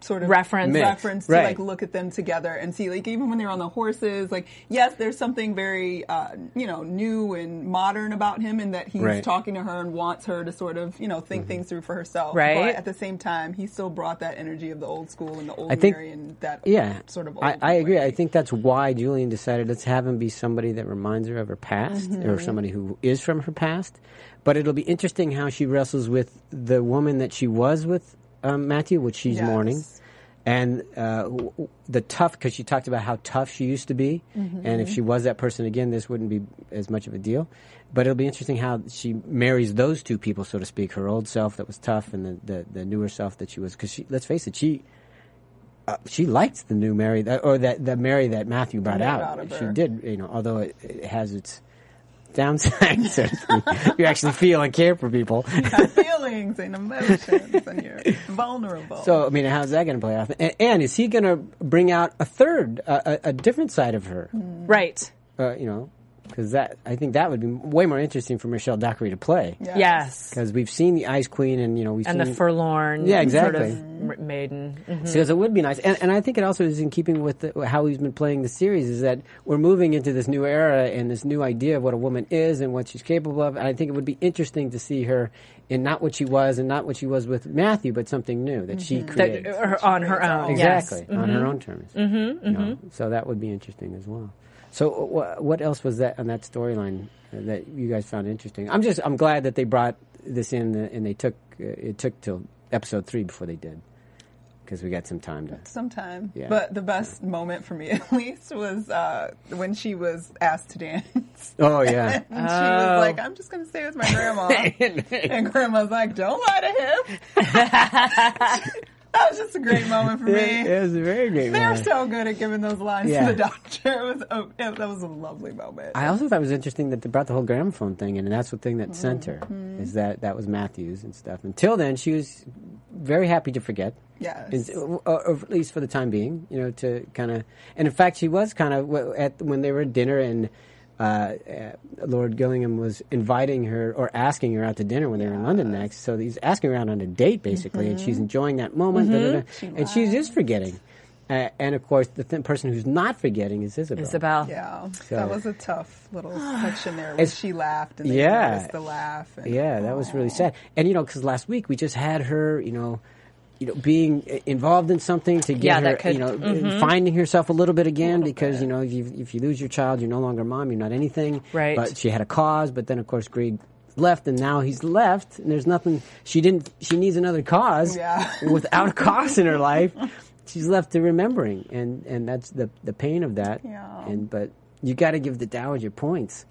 [SPEAKER 4] sort of
[SPEAKER 3] Reference.
[SPEAKER 2] Mix.
[SPEAKER 4] reference to
[SPEAKER 2] Right.
[SPEAKER 4] like look at them together and see like even when they were on the horses like yes there's something very uh, you know new and modern about him in that he's
[SPEAKER 2] Right. Mm-hmm.
[SPEAKER 4] talking to her and wants her to sort of you know think things through for herself
[SPEAKER 3] Right.
[SPEAKER 4] but at the same time he still brought that energy of the old school and the old
[SPEAKER 2] I think-
[SPEAKER 4] Mary and that
[SPEAKER 2] Yeah,
[SPEAKER 4] sort of old
[SPEAKER 2] I, I agree.
[SPEAKER 4] way.
[SPEAKER 2] I think that's why Julian decided let's have him be somebody that reminds her of her past, or
[SPEAKER 4] Mm-hmm.
[SPEAKER 2] somebody who is from her past. But it'll be interesting how she wrestles with the woman that she was with um, Matthew, which she's
[SPEAKER 4] Yes.
[SPEAKER 2] mourning, and uh, w- w- the tough because she talked about how tough she used to be,
[SPEAKER 4] Mm-hmm.
[SPEAKER 2] and if she was that person again, this wouldn't be as much of a deal. But it'll be interesting how she marries those two people, so to speak, her old self that was tough and the the, the newer self that she was. Because she, let's face it, she she liked the new Mary that, or that the Mary that Matthew brought
[SPEAKER 4] Made
[SPEAKER 2] out.
[SPEAKER 4] out of
[SPEAKER 2] she
[SPEAKER 4] her.
[SPEAKER 2] did, you know, although it, it has its downsides. so to speak. you actually feel and care for people.
[SPEAKER 4] Have feelings and emotions and you're vulnerable
[SPEAKER 2] So I mean, how's that going to play off? And, and is he going to bring out a third, a, a, a different side of her?
[SPEAKER 3] Right.
[SPEAKER 2] Uh, you know, because that I think that would be way more interesting for Michelle Dockery to play.
[SPEAKER 4] Yeah.
[SPEAKER 3] Yes.
[SPEAKER 2] Because we've seen the Ice Queen, and you know we've
[SPEAKER 3] And
[SPEAKER 2] seen
[SPEAKER 3] the forlorn
[SPEAKER 2] Yeah,
[SPEAKER 3] sort
[SPEAKER 2] exactly.
[SPEAKER 3] of m- maiden. Mhm.
[SPEAKER 2] Mm-hmm. Because it would be nice, and, and I think it also is in keeping with the, how he's been playing the series. Is that we're moving into this new era and this new idea of what a woman is and what she's capable of. And I think it would be interesting to see her in not what she was and not what she was with Matthew, but something new that she created
[SPEAKER 3] That, uh, her, on her own.
[SPEAKER 2] exactly
[SPEAKER 3] Yes.
[SPEAKER 2] on her own terms. Mm-hmm, So that would be interesting as well. So wh- what else was that on that storyline that you guys found interesting? I'm just I'm glad that they brought this in uh, and they took uh, it took till episode three before they did because we got some time to.
[SPEAKER 4] sometime.
[SPEAKER 2] Yeah.
[SPEAKER 4] But the best moment for me, at least, was uh, when she was asked to dance.
[SPEAKER 2] Oh yeah.
[SPEAKER 4] And she
[SPEAKER 2] Oh.
[SPEAKER 4] was like, I'm just going to stay with my grandma. and grandma's like, don't lie to him. that was just a great moment for
[SPEAKER 2] It, it
[SPEAKER 4] me.
[SPEAKER 2] was a very great
[SPEAKER 4] They're
[SPEAKER 2] moment.
[SPEAKER 4] so good at giving those lines
[SPEAKER 2] Yeah.
[SPEAKER 4] to the doctor. It was oh, yeah, that was a lovely moment.
[SPEAKER 2] I also thought it was interesting that they brought the whole gramophone thing in, and that's the thing that sent her is that that was Matthews and stuff. Until then, she was very happy to forget.
[SPEAKER 4] Yes.
[SPEAKER 2] Is- or, or at least for the time being, you know, to kind of. And in fact, she was kind of at when they were at dinner and. Uh, uh, Lord Gillingham was inviting her or asking her out to dinner when they were in London next. So he's asking her out on a date basically, and she's enjoying that moment. da, da, da, and Mm-hmm. she is forgetting. Uh, and of course, the th- person who's not forgetting is Isabel.
[SPEAKER 3] Isabel.
[SPEAKER 4] yeah,
[SPEAKER 2] So-
[SPEAKER 4] that was a tough little section there. Where
[SPEAKER 2] It's-
[SPEAKER 4] she laughed and they
[SPEAKER 2] Yeah.
[SPEAKER 4] noticed the laugh. And, Oh,
[SPEAKER 2] Yeah, that was really sad. And you know, because last week we just had her, you know, you know, being i- involved in something to get
[SPEAKER 3] Yeah,
[SPEAKER 2] her,
[SPEAKER 3] that could- Mm-hmm.
[SPEAKER 2] you know, uh, finding herself a little bit again because you know, if you, if you lose your child, you're no longer a mom, you're not anything.
[SPEAKER 3] Right.
[SPEAKER 2] But she had a cause, but then of course Greg left, and now he's left, and there's nothing. She didn't. She needs another cause.
[SPEAKER 4] Yeah.
[SPEAKER 2] without a cause in her life, she's left to remembering, and and that's the the pain of that.
[SPEAKER 4] Yeah.
[SPEAKER 2] And but you got to give the dowager points.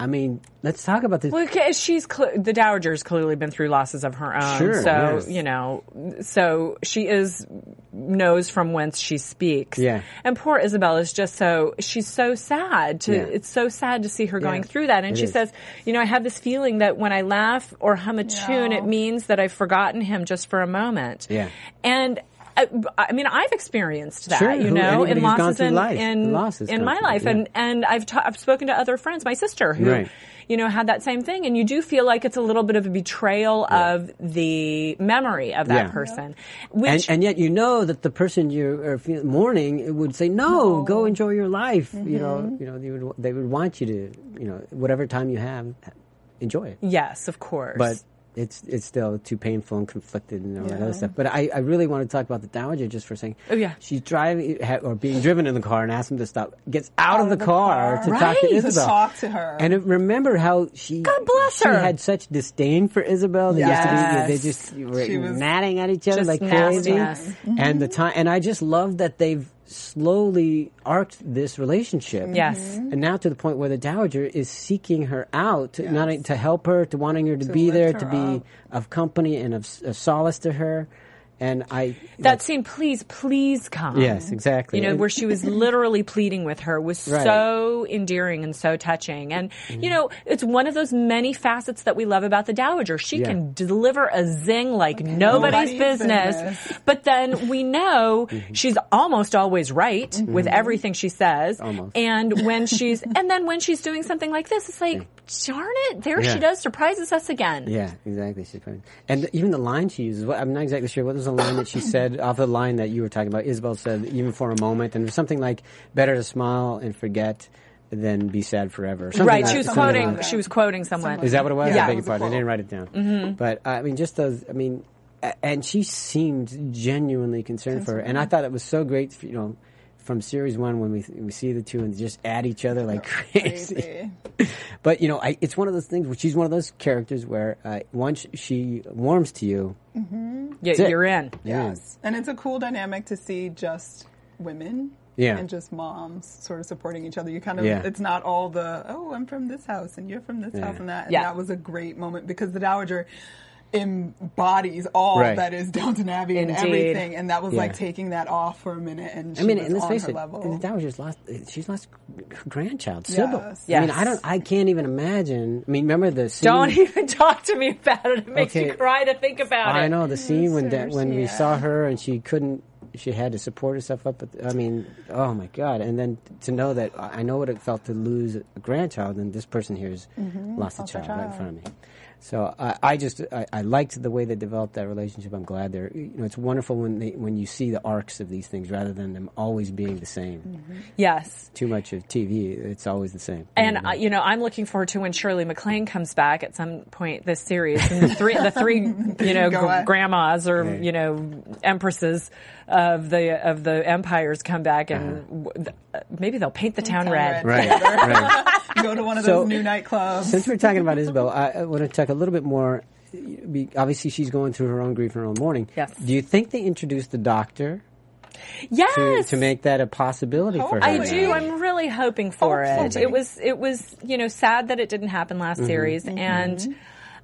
[SPEAKER 2] I mean, let's talk about this.
[SPEAKER 3] Well, 'cause she's cl- the dowager's clearly been through losses of her own,
[SPEAKER 2] Sure,
[SPEAKER 3] so
[SPEAKER 2] yes.
[SPEAKER 3] you know, so she is knows from whence she speaks.
[SPEAKER 2] Yeah.
[SPEAKER 3] and poor Isabel is just so she's so sad. To
[SPEAKER 2] Yeah.
[SPEAKER 3] it's so sad to see her going
[SPEAKER 2] Yeah,
[SPEAKER 3] through that, and
[SPEAKER 2] it
[SPEAKER 3] she
[SPEAKER 2] is.
[SPEAKER 3] says, you know, I have this feeling that when I laugh or hum a tune, it means that I've forgotten him just for a moment.
[SPEAKER 2] Yeah.
[SPEAKER 3] and. I, I mean, I've experienced that,
[SPEAKER 2] Sure,
[SPEAKER 3] you
[SPEAKER 2] who-
[SPEAKER 3] know,
[SPEAKER 2] anybody
[SPEAKER 3] in
[SPEAKER 2] who's gone
[SPEAKER 3] losses
[SPEAKER 2] through
[SPEAKER 3] in,
[SPEAKER 2] life,
[SPEAKER 3] in,
[SPEAKER 2] losses
[SPEAKER 3] in
[SPEAKER 2] gone
[SPEAKER 3] my
[SPEAKER 2] through,
[SPEAKER 3] life,
[SPEAKER 2] yeah.
[SPEAKER 3] and and I've ta- I've spoken to other friends, my sister who
[SPEAKER 2] Right.
[SPEAKER 3] you know had that same thing, and you do feel like it's a little bit of a betrayal of the memory of that
[SPEAKER 2] Yeah.
[SPEAKER 3] person, which
[SPEAKER 2] and, and yet you know that the person you are feel- mourning would say, "No, go enjoy your life." You know, you know they would they would want you to, you know, whatever time you have, enjoy it.
[SPEAKER 3] yes, of course,
[SPEAKER 2] But it's it's still too painful and conflicted and all that other stuff. But I, I really want to talk about the dowager just for a second.
[SPEAKER 3] Oh, yeah.
[SPEAKER 2] she's driving ha- or being driven in the car and asks him to stop. Gets out, of the, car,
[SPEAKER 4] car.
[SPEAKER 2] to talk to
[SPEAKER 3] Right. To
[SPEAKER 2] Isabel.
[SPEAKER 4] talk to her.
[SPEAKER 2] And it- remember how she
[SPEAKER 3] God bless
[SPEAKER 2] she
[SPEAKER 3] her.
[SPEAKER 2] had such disdain for Isabel. They
[SPEAKER 3] Yes.
[SPEAKER 2] used to be, they just were
[SPEAKER 4] She was
[SPEAKER 2] natting at each other
[SPEAKER 3] just
[SPEAKER 2] like crazy.
[SPEAKER 3] nastiness.
[SPEAKER 2] And the time, and I just love that they've slowly arced this relationship.
[SPEAKER 3] Yes. Mhm.
[SPEAKER 2] and now to the point where the dowager is seeking her out, to, not to help her, to wanting her to, be
[SPEAKER 4] lift
[SPEAKER 2] there,
[SPEAKER 4] her
[SPEAKER 2] to be
[SPEAKER 4] up.
[SPEAKER 2] of company and of, of solace to her. And I
[SPEAKER 3] that scene, please, please come,
[SPEAKER 2] yes, exactly.
[SPEAKER 3] You know,
[SPEAKER 2] And-
[SPEAKER 3] where she was literally pleading with her was
[SPEAKER 2] Right. Mm-hmm.
[SPEAKER 3] so endearing and so touching. And, you know, it's one of those many facets that we love about the Dowager. She
[SPEAKER 2] Yeah.
[SPEAKER 3] can deliver a zing like nobody's,
[SPEAKER 4] nobody's
[SPEAKER 3] business,
[SPEAKER 4] business.
[SPEAKER 3] But then we know
[SPEAKER 2] Mm-hmm.
[SPEAKER 3] she's almost always right with everything she says.
[SPEAKER 2] Almost.
[SPEAKER 3] And when she's, and then when she's doing something like this, it's like, darn it, there
[SPEAKER 2] Yeah.
[SPEAKER 3] she does, surprises us again.
[SPEAKER 2] Yeah, exactly. She's pregnant. And even the line she uses, what- I'm not exactly sure what was the line that she said off the line that you were talking about. Isabel said, even for a moment, and it was something like, better to smile and forget than be sad forever. or something
[SPEAKER 3] Right,
[SPEAKER 2] like-
[SPEAKER 3] she was
[SPEAKER 2] something along
[SPEAKER 3] quoting.
[SPEAKER 2] that.
[SPEAKER 3] She was quoting someone.
[SPEAKER 2] Is that what it was?
[SPEAKER 3] Yeah.
[SPEAKER 2] I beg your
[SPEAKER 3] It was a
[SPEAKER 2] pardon. I didn't write it down. But uh, I mean, just those. I mean, a- and she seemed genuinely concerned for her, and I thought it was so great. You know, from series one when we we see the two and just at each other like crazy.
[SPEAKER 4] Crazy.
[SPEAKER 2] But you know, I, it's one of those things. where She's one of those characters where uh, once she warms to you,
[SPEAKER 3] Yeah,
[SPEAKER 2] it.
[SPEAKER 3] you're in.
[SPEAKER 2] yeah,
[SPEAKER 4] Yes. And it's a cool dynamic to see just women.
[SPEAKER 2] Yeah.
[SPEAKER 4] And just moms sort of supporting each other. You kind of,
[SPEAKER 2] Yeah.
[SPEAKER 4] it's not all the, oh, I'm from this house and you're from this house and that. And
[SPEAKER 3] Yeah.
[SPEAKER 4] that was a great moment because the Dowager embodies all
[SPEAKER 2] Right.
[SPEAKER 4] that is Downton Abbey and
[SPEAKER 3] Indeed.
[SPEAKER 4] everything. And that was like
[SPEAKER 2] Yeah.
[SPEAKER 4] taking that off for a minute and she
[SPEAKER 2] I mean,
[SPEAKER 4] was
[SPEAKER 2] and let's
[SPEAKER 4] on
[SPEAKER 2] face
[SPEAKER 4] her
[SPEAKER 2] it,
[SPEAKER 4] level.
[SPEAKER 2] the Dowager's lost. She's lost her grandchild, Sybil.
[SPEAKER 4] Yes.
[SPEAKER 2] I mean,
[SPEAKER 3] Yes.
[SPEAKER 2] I don't. I can't even imagine. I mean, remember the scene?
[SPEAKER 3] Don't even talk to me about it. It makes
[SPEAKER 2] Okay.
[SPEAKER 3] you cry to think about
[SPEAKER 2] I
[SPEAKER 3] it.
[SPEAKER 2] know the scene when da- when we
[SPEAKER 4] yeah.
[SPEAKER 2] saw her and she couldn't. She had to support herself up. At the, I mean, oh my god! And then to know that I I know what it felt to lose a grandchild, and this person here has Mm-hmm. lost a child, right in front of me. So I, I just I, I liked the way they developed that relationship. I'm glad they're you know it's wonderful when they when you see the arcs of these things rather than them always being the same.
[SPEAKER 3] Yes.
[SPEAKER 2] Too much of TV, it's always the same.
[SPEAKER 3] And uh, you know, I'm looking forward to when Shirley MacLaine comes back at some point this series. And the three, the three, you know,
[SPEAKER 4] Go
[SPEAKER 3] gr-
[SPEAKER 4] at-
[SPEAKER 3] grandmas or you know, empresses of the of the empires come back, and w th- uh, maybe they'll paint the town red.
[SPEAKER 2] Uh-huh. right, right.
[SPEAKER 4] Go to one of
[SPEAKER 2] So-
[SPEAKER 4] those new nightclubs.
[SPEAKER 2] Since we're talking about Isabel, I, I want to talk a little bit more. be- Obviously, she's going through her own grief and her own mourning.
[SPEAKER 3] Yes.
[SPEAKER 2] Do you think they introduced the doctor
[SPEAKER 3] Yes,
[SPEAKER 2] to, to make that a possibility for her?
[SPEAKER 3] I
[SPEAKER 2] now?
[SPEAKER 3] do. I'm really hoping for it.
[SPEAKER 4] Hopefully.
[SPEAKER 3] It was it was you know sad that it didn't happen last
[SPEAKER 2] Mm-hmm.
[SPEAKER 3] series, and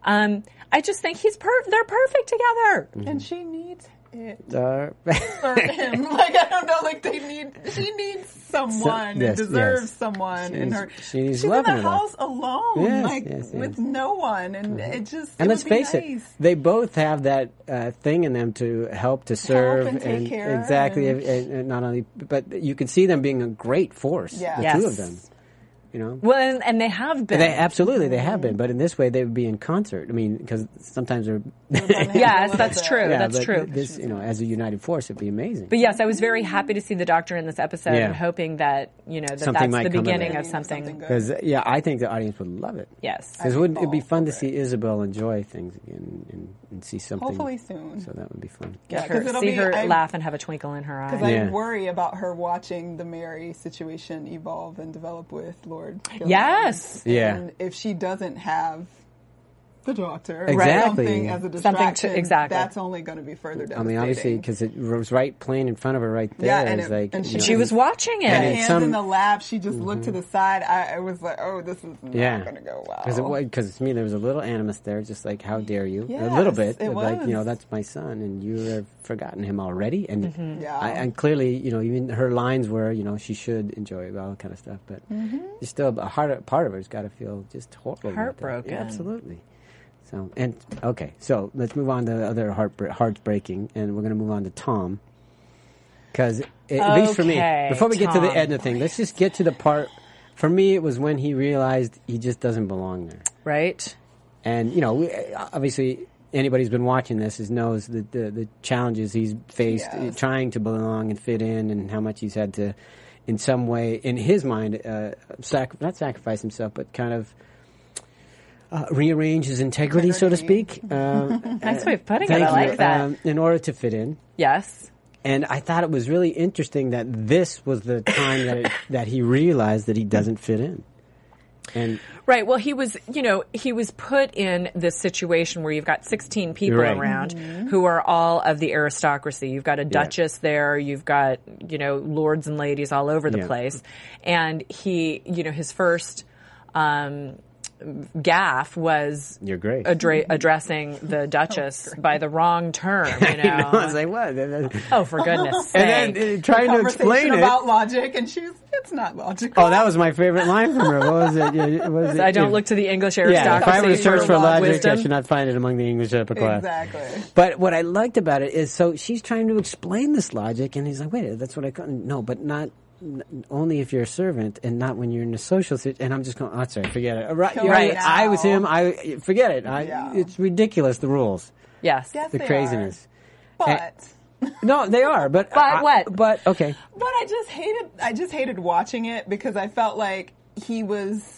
[SPEAKER 3] um, I just think he's per- they're perfect together.
[SPEAKER 4] And she needs it.
[SPEAKER 2] Uh,
[SPEAKER 4] for him. Like I don't know. Like they need. She needs someone. and
[SPEAKER 2] yes,
[SPEAKER 4] deserves
[SPEAKER 2] yes.
[SPEAKER 4] someone in
[SPEAKER 2] She's-
[SPEAKER 4] her.
[SPEAKER 2] she needs
[SPEAKER 4] she's
[SPEAKER 2] love
[SPEAKER 4] in
[SPEAKER 2] in
[SPEAKER 4] the
[SPEAKER 2] her life.
[SPEAKER 4] house alone,
[SPEAKER 2] Yes,
[SPEAKER 4] like
[SPEAKER 2] yes,
[SPEAKER 4] with
[SPEAKER 2] yes.
[SPEAKER 4] no one, and it just.
[SPEAKER 2] and
[SPEAKER 4] it
[SPEAKER 2] let's
[SPEAKER 4] would be
[SPEAKER 2] face it,
[SPEAKER 4] nice.
[SPEAKER 2] they both have that uh, thing in them to help, to serve,
[SPEAKER 4] and take care
[SPEAKER 2] exactly,
[SPEAKER 4] and-
[SPEAKER 2] and, and not only, but you can see them being a great force.
[SPEAKER 4] Yeah.
[SPEAKER 2] The
[SPEAKER 3] Yes.
[SPEAKER 2] two of them. You know.
[SPEAKER 3] Well, and, and they have been.
[SPEAKER 2] They absolutely they have been, but in this way they would be in concert. I mean, because sometimes they're
[SPEAKER 3] yes, that's true.
[SPEAKER 2] Yeah,
[SPEAKER 3] that's
[SPEAKER 2] but
[SPEAKER 3] true.
[SPEAKER 2] This, you know, as a united force, it'd be amazing.
[SPEAKER 3] But yes, I was very happy to see the doctor in this episode
[SPEAKER 2] Yeah.
[SPEAKER 3] and hoping that, you know, that
[SPEAKER 2] Something might
[SPEAKER 3] that's
[SPEAKER 2] come
[SPEAKER 3] the
[SPEAKER 2] of it.
[SPEAKER 3] beginning of,
[SPEAKER 4] Beginning of
[SPEAKER 3] something.
[SPEAKER 4] something good.
[SPEAKER 2] because yeah, I think the audience would love it.
[SPEAKER 3] Yes.
[SPEAKER 2] because wouldn't it be
[SPEAKER 4] all
[SPEAKER 2] fun to see Isabel enjoy things again and, and see something?
[SPEAKER 4] Hopefully soon.
[SPEAKER 2] So that would be fun.
[SPEAKER 4] Yeah,
[SPEAKER 3] Her-
[SPEAKER 4] 'cause it'll
[SPEAKER 3] see
[SPEAKER 4] be-
[SPEAKER 3] her
[SPEAKER 4] I-
[SPEAKER 3] laugh and have a twinkle in her eye.
[SPEAKER 4] Because
[SPEAKER 2] Yeah.
[SPEAKER 4] I worry about her watching the Mary situation evolve and develop with Lord. Gillian.
[SPEAKER 3] Yes.
[SPEAKER 2] Yeah.
[SPEAKER 4] And if she doesn't have the doctor, or
[SPEAKER 2] Exactly.
[SPEAKER 4] something as a
[SPEAKER 3] Something to-
[SPEAKER 4] distraction,
[SPEAKER 3] exactly.
[SPEAKER 4] that's only going to be further
[SPEAKER 2] I
[SPEAKER 4] down.
[SPEAKER 2] mean, obviously, because it was right playing in front of her right there.
[SPEAKER 4] Yeah, and
[SPEAKER 2] It's
[SPEAKER 4] it-
[SPEAKER 2] like,
[SPEAKER 4] and
[SPEAKER 2] you
[SPEAKER 4] she-
[SPEAKER 2] know,
[SPEAKER 3] She was watching it.
[SPEAKER 2] And
[SPEAKER 4] Her
[SPEAKER 2] it's
[SPEAKER 4] hands
[SPEAKER 2] some- Mm-hmm.
[SPEAKER 4] in the lap. She just looked to the side. I, I was like, "Oh, this is not
[SPEAKER 2] yeah,
[SPEAKER 4] going to go well."
[SPEAKER 2] Because to me, there was a little animus there, just like, how dare you? a little bit.
[SPEAKER 4] Yes, it
[SPEAKER 2] of Like, you know,
[SPEAKER 4] was.
[SPEAKER 2] that's my son, and you have forgotten him already. And
[SPEAKER 4] Yeah.
[SPEAKER 2] I, and clearly, you know, even her lines were, you know, she should enjoy it, all that kind of stuff. But
[SPEAKER 4] Mm-hmm.
[SPEAKER 2] there's still a heart, part of her's got to feel just horrible. about that.
[SPEAKER 3] Heartbroken.
[SPEAKER 2] Yeah, absolutely. So, and okay, so let's move on to other heart, hearts breaking, and we're going to move on to Tom. Because at least for me,
[SPEAKER 3] Okay,
[SPEAKER 2] before we get to the
[SPEAKER 3] Tom.
[SPEAKER 2] end of the thing, let's just get to the part. For me, it was when he realized he just doesn't belong there.
[SPEAKER 3] Right?
[SPEAKER 2] And you know, we, obviously, anybody who's been watching this is knows the the, the challenges he's faced uh
[SPEAKER 4] Yes.
[SPEAKER 2] trying to belong and fit in, and how much he's had to, in some way, in his mind, uh, sac- not sacrifice himself, but kind of. Uh, rearrange his integrity, so to speak. Um,
[SPEAKER 3] Nice way of putting it.
[SPEAKER 2] thank
[SPEAKER 3] I
[SPEAKER 2] you,
[SPEAKER 3] like that.
[SPEAKER 2] Um, in order to fit in,
[SPEAKER 3] yes.
[SPEAKER 2] and I thought it was really interesting that this was the time that it, that he realized that he doesn't fit in. And
[SPEAKER 3] Right. Well, he was, you know, he was put in this situation where you've got 16 people
[SPEAKER 2] Right.
[SPEAKER 3] around who are all of the aristocracy. You've got a duchess there. You've got, you know, lords and ladies all over the
[SPEAKER 2] Yeah.
[SPEAKER 3] place. And he, you know, his first, um, gaff was
[SPEAKER 2] You're great.
[SPEAKER 3] addre- addressing the duchess by the wrong term, you know.
[SPEAKER 2] I was like, what?
[SPEAKER 3] oh, for goodness sake.
[SPEAKER 2] and then uh, trying to
[SPEAKER 4] conversation
[SPEAKER 2] explain it.
[SPEAKER 4] about logic, and she's it's not logical.
[SPEAKER 2] Oh, that was my favorite line from her. What was it? Yeah, what was it?
[SPEAKER 3] I don't look to the English
[SPEAKER 2] Yeah, if
[SPEAKER 3] aristocracy
[SPEAKER 2] I were to search for
[SPEAKER 3] for
[SPEAKER 2] logic, I
[SPEAKER 3] wisdom.
[SPEAKER 2] should not find it among the English upper class.
[SPEAKER 4] exactly.
[SPEAKER 2] But what I liked about it is, so she's trying to explain this logic, and he's like, "Wait, that's what I couldn't." No, but not n- only if you're a servant and not when you're in a social situation. And I'm just going, oh, sorry, forget it. Right,
[SPEAKER 4] Come
[SPEAKER 2] you're right.
[SPEAKER 4] on
[SPEAKER 2] I was
[SPEAKER 4] now.
[SPEAKER 2] him. I forget it. I,
[SPEAKER 4] Yeah.
[SPEAKER 2] It's ridiculous the rules,
[SPEAKER 3] Yes.
[SPEAKER 4] Yes.
[SPEAKER 2] the
[SPEAKER 4] They are.
[SPEAKER 2] craziness.
[SPEAKER 4] But
[SPEAKER 2] No, they are, but
[SPEAKER 3] But
[SPEAKER 2] I-
[SPEAKER 3] what?
[SPEAKER 2] But okay,
[SPEAKER 4] but I just hated I just hated watching it because I felt like he was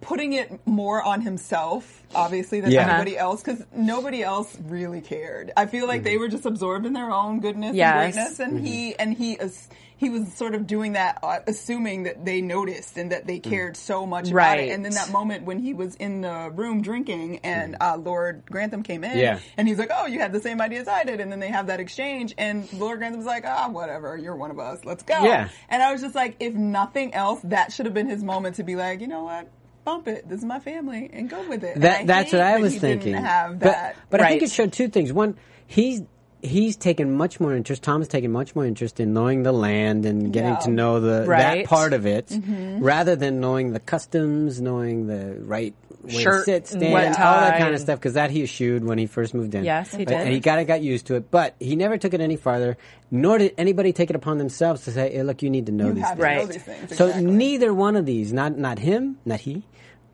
[SPEAKER 4] putting it more on himself, obviously, than
[SPEAKER 2] Yeah.
[SPEAKER 4] anybody else because nobody else really cared. I feel like they were just absorbed in their own goodness
[SPEAKER 3] Yes.
[SPEAKER 4] and greatness, and he and he as- he was sort of doing that, uh, assuming that they noticed and that they cared so much about
[SPEAKER 3] Right.
[SPEAKER 4] it. And then that moment when he was in the room drinking and uh, Lord Grantham came in,
[SPEAKER 2] Mm-hmm. Yeah.
[SPEAKER 4] and he's like, "Oh, you had the same idea as I did," and then they have that exchange, and Lord Grantham's like, "Ah, whatever, you're one of us, let's go."
[SPEAKER 2] Yeah.
[SPEAKER 4] And I was just like, if nothing else, that should have been his moment to be like, you know what, bump it, this is my family, and go with it. And
[SPEAKER 2] that, that's
[SPEAKER 4] hate
[SPEAKER 2] what I
[SPEAKER 4] that
[SPEAKER 2] was
[SPEAKER 4] he
[SPEAKER 2] thinking.
[SPEAKER 4] Didn't have
[SPEAKER 2] But-
[SPEAKER 4] that.
[SPEAKER 2] But, I think
[SPEAKER 3] Right.
[SPEAKER 2] it showed two things. One, he's he's taken much more interest. Tom's taken much more interest in knowing the land and getting
[SPEAKER 4] Yeah. Mm-hmm.
[SPEAKER 2] to know the
[SPEAKER 3] Right.
[SPEAKER 2] that part of it, rather than knowing the customs, knowing the right way
[SPEAKER 3] Shirt
[SPEAKER 2] to sit,
[SPEAKER 3] and
[SPEAKER 2] stand,
[SPEAKER 3] what
[SPEAKER 2] all that
[SPEAKER 3] tie
[SPEAKER 2] kind of
[SPEAKER 3] and-
[SPEAKER 2] stuff. Because that he eschewed when he first moved in.
[SPEAKER 3] Yes, he
[SPEAKER 2] But-
[SPEAKER 3] did.
[SPEAKER 2] And he kind of got used to it, but he never took it any farther. Nor did anybody take it upon themselves to say, "Hey, look, you need to know
[SPEAKER 4] you
[SPEAKER 2] these
[SPEAKER 4] have
[SPEAKER 2] things."
[SPEAKER 4] to know
[SPEAKER 3] Right.
[SPEAKER 4] these things.
[SPEAKER 2] So
[SPEAKER 4] exactly.
[SPEAKER 2] neither one of these, not not him, not he,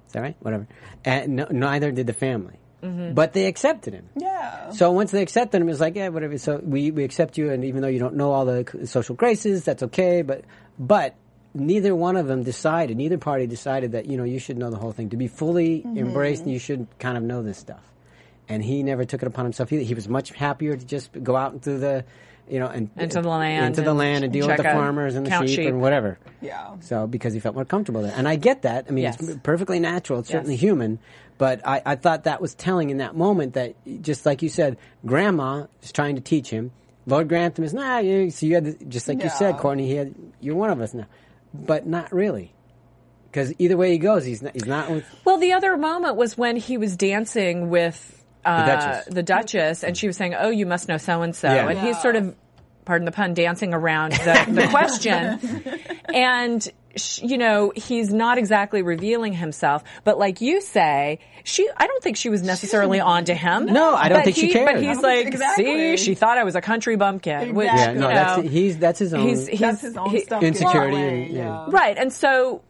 [SPEAKER 2] is that right? Whatever. And no, neither did the family,
[SPEAKER 4] Mm-hmm.
[SPEAKER 2] but they accepted him.
[SPEAKER 4] yeah.
[SPEAKER 2] So once they accepted him, it's like yeah, whatever. So we, we accept you, and even though you don't know all the c- social graces, that's okay. But but neither one of them decided, neither party decided that you know you should know the whole thing to be fully
[SPEAKER 4] Mm-hmm.
[SPEAKER 2] embraced. You should kind of know this stuff. And he never took it upon himself either. He was much happier to just go out into the, you know, and
[SPEAKER 3] Into the land
[SPEAKER 2] into the
[SPEAKER 3] and
[SPEAKER 2] land, and deal with the
[SPEAKER 3] check out-
[SPEAKER 2] farmers and the
[SPEAKER 3] count
[SPEAKER 2] sheep,
[SPEAKER 3] sheep.
[SPEAKER 2] and whatever.
[SPEAKER 4] Yeah.
[SPEAKER 2] So because he felt more comfortable there, and I get that. I mean, it's
[SPEAKER 3] Yes.
[SPEAKER 2] perfectly natural. It's certainly
[SPEAKER 3] Yes.
[SPEAKER 2] human, but I, I thought that was telling in that moment that just like you said, Grandma is trying to teach him. Lord Grantham is nah. You, so you had to, just like you said,
[SPEAKER 4] Yeah.
[SPEAKER 2] Courtney. He had, you're one of us now, but not really, because either way he goes, he's not. He's not with,
[SPEAKER 3] Well, the other moment was when he was dancing with uh,
[SPEAKER 2] The Duchess.
[SPEAKER 3] Duchess, and she was saying, "Oh, you must know so and so,"
[SPEAKER 2] Yeah.
[SPEAKER 3] and he's
[SPEAKER 4] Yeah.
[SPEAKER 3] sort of, pardon the pun, dancing around the, the question, and. sh you know, he's not exactly revealing himself, but like you say, she, I don't think she was necessarily onto him.
[SPEAKER 2] No, I don't
[SPEAKER 3] But
[SPEAKER 2] think she
[SPEAKER 3] he-
[SPEAKER 2] cared.
[SPEAKER 3] But he's
[SPEAKER 4] I don't think-
[SPEAKER 3] like, see,
[SPEAKER 4] exactly.
[SPEAKER 3] she thought I was a country bumpkin. Which,
[SPEAKER 2] yeah,
[SPEAKER 4] Exactly.
[SPEAKER 2] no,
[SPEAKER 3] you
[SPEAKER 2] that's
[SPEAKER 3] know,
[SPEAKER 2] he's that's his own.
[SPEAKER 3] he's, he's,
[SPEAKER 4] That's his own
[SPEAKER 3] he-
[SPEAKER 4] stuff.
[SPEAKER 2] insecurity
[SPEAKER 4] getting away,
[SPEAKER 2] and- yeah.
[SPEAKER 4] yeah.
[SPEAKER 3] Right. And so,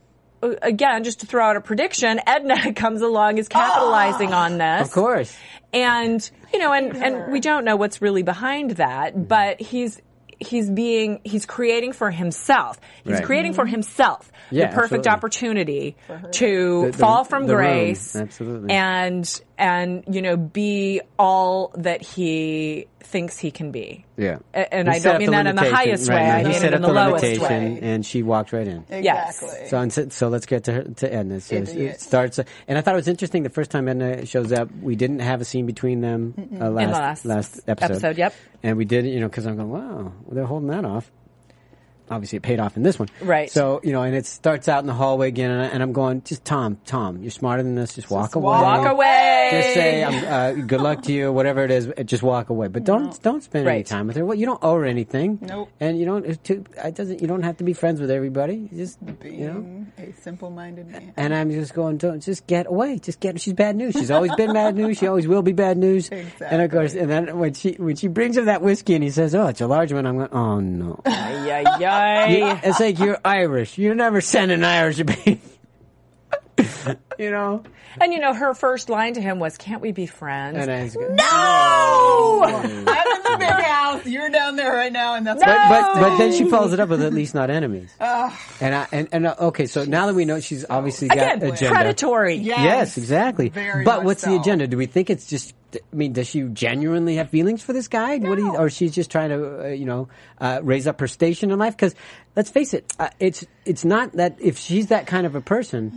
[SPEAKER 3] uh, again, just to throw out a prediction, Edna comes along, is capitalizing on this.
[SPEAKER 2] of course.
[SPEAKER 3] And, you know, and, and we don't know what's really behind
[SPEAKER 2] Mm-hmm.
[SPEAKER 3] that, but he's, he's being, he's creating for himself. He's
[SPEAKER 2] Right.
[SPEAKER 3] creating for himself
[SPEAKER 2] Yeah,
[SPEAKER 3] the perfect
[SPEAKER 2] absolutely.
[SPEAKER 3] opportunity to
[SPEAKER 2] The- the-
[SPEAKER 3] fall from
[SPEAKER 2] the room.
[SPEAKER 3] grace.
[SPEAKER 2] Absolutely.
[SPEAKER 3] And, and, you know, be all that he thinks he can be.
[SPEAKER 2] Yeah,
[SPEAKER 3] A- And
[SPEAKER 2] He
[SPEAKER 3] I
[SPEAKER 2] set
[SPEAKER 3] don't
[SPEAKER 2] up
[SPEAKER 3] mean that in the
[SPEAKER 2] limitation,
[SPEAKER 3] highest
[SPEAKER 2] right,
[SPEAKER 3] way.
[SPEAKER 2] no,
[SPEAKER 3] I
[SPEAKER 2] he
[SPEAKER 3] mean
[SPEAKER 2] set
[SPEAKER 3] it in
[SPEAKER 2] up
[SPEAKER 3] the lowest
[SPEAKER 2] limitation,
[SPEAKER 3] way.
[SPEAKER 2] and she walked right in.
[SPEAKER 3] Yes.
[SPEAKER 4] Exactly.
[SPEAKER 2] So, and so, so let's get to her, to Edna. So it
[SPEAKER 4] Idiot.
[SPEAKER 2] starts, and I thought it was interesting. The first time Edna shows up, we didn't have a scene between them uh, last,
[SPEAKER 3] the last
[SPEAKER 2] last episode.
[SPEAKER 3] episode, yep.
[SPEAKER 2] And we did, you know, because I'm going, wow, they're holding that off. Obviously, it paid off in this one,
[SPEAKER 3] Right.
[SPEAKER 2] So you know, and it starts out in the hallway again, and, I, and I'm going, just Tom, Tom, you're smarter than this. Just walk away.
[SPEAKER 3] Walk away.
[SPEAKER 2] Just say um, uh, good luck to you, whatever it is. uh, Just walk away, but don't don't spend any
[SPEAKER 3] Right.
[SPEAKER 2] time with her. Well, you don't owe her anything.
[SPEAKER 4] Nope.
[SPEAKER 2] And you don't. It, too, it doesn't. You don't have to be friends with everybody. You Just
[SPEAKER 4] Being
[SPEAKER 2] you know.
[SPEAKER 4] a simple-minded man.
[SPEAKER 2] And I'm just going, don't just get away, just get. She's bad news. She's always been bad news. She always will be bad news. And of course, and then when she when she brings him that whiskey and he says, "Oh, it's a large one," I'm going, "Oh no."
[SPEAKER 3] Ay, ay, ay.
[SPEAKER 2] it's like you're Irish. You never send an Irish to be. you know.
[SPEAKER 3] And you know, her first line to him was, "Can't we be friends?" Oh,
[SPEAKER 2] And uh, I "Oh." was going,
[SPEAKER 3] no.
[SPEAKER 4] I'm in the big house. You're down there right now, and that's
[SPEAKER 3] No!
[SPEAKER 4] what
[SPEAKER 2] but but then she follows it up with at least not enemies. and I and, and uh, okay, so now that we know she's obviously got
[SPEAKER 3] Again,
[SPEAKER 2] agenda.
[SPEAKER 3] predatory.
[SPEAKER 4] Yes.
[SPEAKER 2] Yes, exactly.
[SPEAKER 4] Very
[SPEAKER 2] but
[SPEAKER 4] much
[SPEAKER 2] what's the
[SPEAKER 4] so.
[SPEAKER 2] agenda? Do we think it's just? I mean, does she genuinely have feelings for this guy? What do you, or she's just trying to, uh, you know, uh, raise up her station in life? Because let's face it, uh, it's it's not that if she's that kind of a person,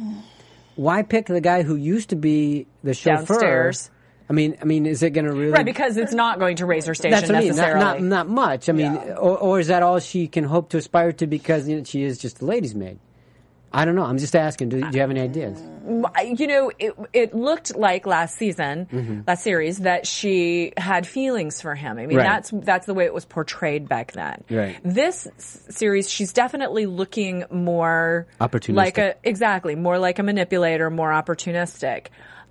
[SPEAKER 2] why pick the guy who used to be the chauffeur?
[SPEAKER 3] Downstairs.
[SPEAKER 2] I mean, I mean, is it going to really
[SPEAKER 3] Right, because it's not going to raise her station
[SPEAKER 2] that's what I mean. Not,
[SPEAKER 3] necessarily.
[SPEAKER 2] not, not much. I mean,
[SPEAKER 4] Yeah.
[SPEAKER 2] or, or is that all she can hope to aspire to because you know, she is just a lady's maid? I don't know. I'm just asking. Do, do you have any ideas?
[SPEAKER 3] I- you know, it, it looked like last season,
[SPEAKER 2] Mm-hmm.
[SPEAKER 3] last series, that she had feelings for him. I mean,
[SPEAKER 2] Right.
[SPEAKER 3] that's that's the way it was portrayed back then.
[SPEAKER 2] Right.
[SPEAKER 3] This s- series, she's definitely looking more
[SPEAKER 2] Opportunistic.
[SPEAKER 3] like a exactly more like a manipulator, more opportunistic.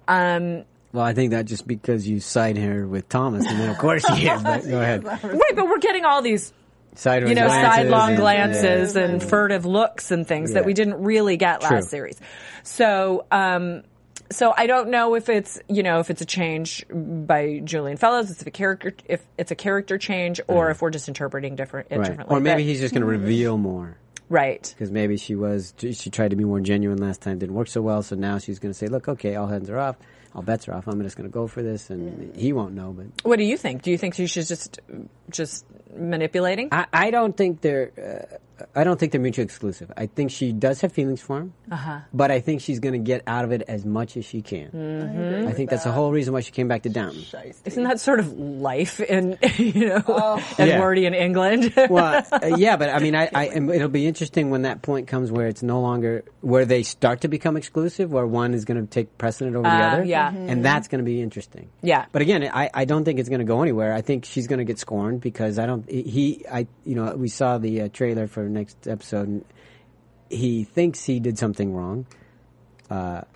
[SPEAKER 3] Um,
[SPEAKER 2] Well, I think that just because you side her with Thomas, and then of course she is. But go ahead.
[SPEAKER 3] right, but we're getting all these
[SPEAKER 2] Sideways
[SPEAKER 3] you know,
[SPEAKER 2] glances
[SPEAKER 3] sidelong
[SPEAKER 2] and-
[SPEAKER 3] glances and furtive looks and things that
[SPEAKER 2] Yeah.
[SPEAKER 3] we didn't really get
[SPEAKER 2] True.
[SPEAKER 3] last series. So, um, so I don't know if it's you know if it's a change by Julian Fellows, it's a character if it's a character change, or if we're just interpreting different it
[SPEAKER 2] Right.
[SPEAKER 3] differently.
[SPEAKER 2] Or maybe
[SPEAKER 3] But-
[SPEAKER 2] he's just going to reveal more.
[SPEAKER 3] right.
[SPEAKER 2] Because maybe she was, she tried to be more genuine last time, didn't work so well, so now she's going to say, look, okay, all hands are off, all bets are off, I'm just going to go for this, and he won't know, but
[SPEAKER 3] What do you think? Do you think she's just just manipulating?
[SPEAKER 2] I, I don't think they're uh, I don't think they're mutually exclusive. I think she does have feelings for him, but I think she's going to get out of it as much as she can. Mm-hmm. I, think that's the whole reason why she came back to Downton.
[SPEAKER 3] Isn't that sort of life in you know Edwardian England?
[SPEAKER 2] Oh. well, uh, yeah, but I mean, I, I and it'll be interesting when that point comes where it's no longer where they start to become exclusive, where one is going to take precedent over the
[SPEAKER 3] Ah,
[SPEAKER 2] other.
[SPEAKER 3] yeah. Mhm.
[SPEAKER 2] and that's going to be interesting.
[SPEAKER 3] Yeah.
[SPEAKER 2] but again, I, I don't think it's going to go anywhere. I think she's going to get scorned because I don't he I you know we saw the uh, trailer for next episode. and He thinks he did something wrong.
[SPEAKER 3] well,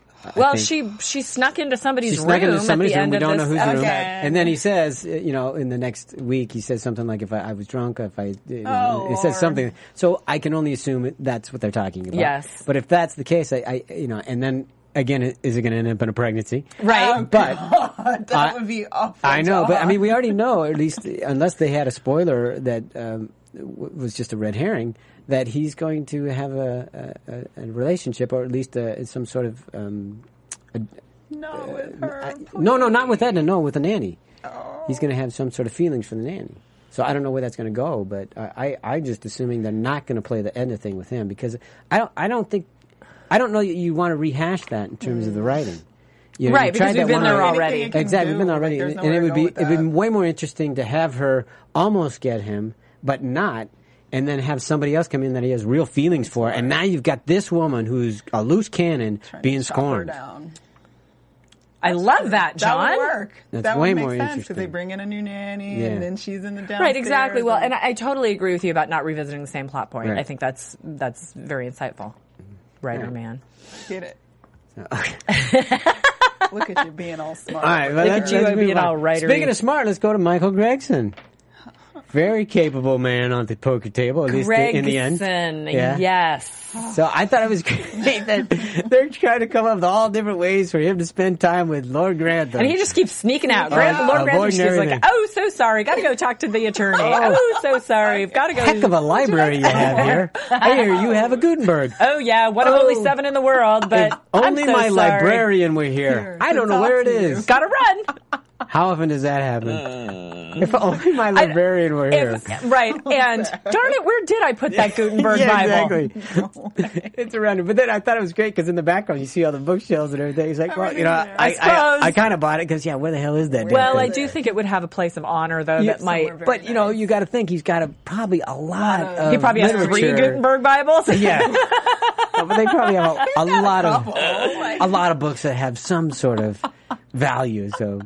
[SPEAKER 2] think-
[SPEAKER 3] she she snuck into somebody's
[SPEAKER 2] She's
[SPEAKER 3] room
[SPEAKER 2] snuck into somebody's
[SPEAKER 3] at the
[SPEAKER 2] room.
[SPEAKER 3] end
[SPEAKER 2] We
[SPEAKER 3] of
[SPEAKER 2] don't know
[SPEAKER 3] this
[SPEAKER 2] who's in the room.
[SPEAKER 4] Okay.
[SPEAKER 2] And then he says, uh, you know, in the next week, he says something like, "If I, I was drunk, if I," you know,
[SPEAKER 4] Oh,
[SPEAKER 2] it says
[SPEAKER 4] Lord.
[SPEAKER 2] something. So I can only assume it, that's what they're talking about.
[SPEAKER 3] Yes.
[SPEAKER 2] But if that's the case, I, I you know, and then again, i- is it going to end up in a pregnancy? Um,
[SPEAKER 3] Right.
[SPEAKER 4] Oh,
[SPEAKER 2] But
[SPEAKER 4] God, that
[SPEAKER 2] I-
[SPEAKER 4] would be awful.
[SPEAKER 2] I know, but I
[SPEAKER 4] dog.
[SPEAKER 2] mean, we already know, at least unless they had a spoiler that um, w- was just a red herring, that he's going to have a, a, a- a relationship or at least a, some sort of. Um,
[SPEAKER 4] no, with her.
[SPEAKER 2] Uh, no, no, not with Edna. No, with the nanny.
[SPEAKER 4] Oh.
[SPEAKER 2] He's going to have some sort of feelings for the nanny. So I don't know where that's going to go, but I, I, I'm just assuming they're not going to play the Edna thing with him because I don't, I don't think, I don't know that you want to rehash that in terms of the writing. You know,
[SPEAKER 3] Right,
[SPEAKER 2] you
[SPEAKER 3] because
[SPEAKER 2] tried that
[SPEAKER 3] we've been
[SPEAKER 2] one
[SPEAKER 3] there
[SPEAKER 2] already.
[SPEAKER 3] already.
[SPEAKER 4] Anything you can
[SPEAKER 2] Exactly,
[SPEAKER 4] do,
[SPEAKER 2] we've been there
[SPEAKER 4] like,
[SPEAKER 2] already,
[SPEAKER 4] there's
[SPEAKER 2] and
[SPEAKER 4] nowhere
[SPEAKER 2] it
[SPEAKER 4] to
[SPEAKER 2] would
[SPEAKER 4] go
[SPEAKER 2] be
[SPEAKER 4] with
[SPEAKER 2] it'd be
[SPEAKER 4] that.
[SPEAKER 2] way more interesting to have her almost get him, but not, and then have somebody else come in that he has real feelings for, and now you've got this woman who's a loose cannon being
[SPEAKER 4] Chop her
[SPEAKER 2] scorned.
[SPEAKER 4] down.
[SPEAKER 3] I love that, John.
[SPEAKER 4] That would work.
[SPEAKER 2] That's
[SPEAKER 4] that would
[SPEAKER 2] way
[SPEAKER 4] make
[SPEAKER 2] more
[SPEAKER 4] sense
[SPEAKER 2] interesting.
[SPEAKER 4] they bring in a new nanny
[SPEAKER 2] Yeah.
[SPEAKER 4] and then she's in the downstairs.
[SPEAKER 3] Right, exactly. Well, and
[SPEAKER 4] I,
[SPEAKER 3] I, I totally agree with you about not revisiting the same plot point.
[SPEAKER 2] Right.
[SPEAKER 3] I think that's that's very insightful. Writer
[SPEAKER 2] Yeah.
[SPEAKER 3] man.
[SPEAKER 4] get it. Look at you being all smart.
[SPEAKER 2] All right, well,
[SPEAKER 3] at
[SPEAKER 2] that's,
[SPEAKER 3] you
[SPEAKER 2] that's
[SPEAKER 3] being
[SPEAKER 2] move on.
[SPEAKER 3] all writery.
[SPEAKER 2] Speaking of smart, let's go to Michael Gregson. Very capable man on the poker table, at least
[SPEAKER 3] Gregson,
[SPEAKER 2] in the end. Yeah.
[SPEAKER 3] yes.
[SPEAKER 2] So I thought it was great that they're trying to come up with all different ways for him to spend time with Lord Grantham.
[SPEAKER 3] And he just keeps sneaking out. Grand,
[SPEAKER 2] Uh,
[SPEAKER 3] Lord Grantham
[SPEAKER 2] avoiding
[SPEAKER 3] just keeps like,
[SPEAKER 2] everything.
[SPEAKER 3] oh, so sorry. Got to go talk to the attorney. Oh, so sorry. I've got to go.
[SPEAKER 2] Heck of a library you have here. Here, you have a Gutenberg.
[SPEAKER 3] Oh, yeah. One of only seven in the world, but
[SPEAKER 2] If only
[SPEAKER 3] I'm so
[SPEAKER 2] my
[SPEAKER 3] sorry.
[SPEAKER 2] librarian were here. I
[SPEAKER 4] to
[SPEAKER 2] don't know
[SPEAKER 4] talk
[SPEAKER 2] where it
[SPEAKER 4] to you.
[SPEAKER 2] is.
[SPEAKER 3] Got to run.
[SPEAKER 2] How often does that happen? if only my librarian were here.
[SPEAKER 3] If- right. And darn it, where did I put that Gutenberg
[SPEAKER 2] yeah,
[SPEAKER 3] Bible?
[SPEAKER 2] Exactly. it's around it. But then I thought it was great because in the background you see all the bookshelves and everything. It's like, well, you know,
[SPEAKER 4] Everything's
[SPEAKER 2] I,
[SPEAKER 3] there. I
[SPEAKER 2] I,
[SPEAKER 3] suppose.
[SPEAKER 2] I kind of bought it because, yeah, where the hell is that?
[SPEAKER 3] Well, I
[SPEAKER 2] damn thing?
[SPEAKER 3] do think it would have a place of honor, though,
[SPEAKER 2] You-
[SPEAKER 3] that might.
[SPEAKER 4] Somewhere very
[SPEAKER 2] But, you know, you got to think he's got a, probably a lot of.
[SPEAKER 3] He probably has three
[SPEAKER 2] literature.
[SPEAKER 3] Gutenberg Bibles.
[SPEAKER 2] Yeah. No, but they probably have a, a lot of
[SPEAKER 4] Like,
[SPEAKER 2] a lot of books that have some sort of value. So,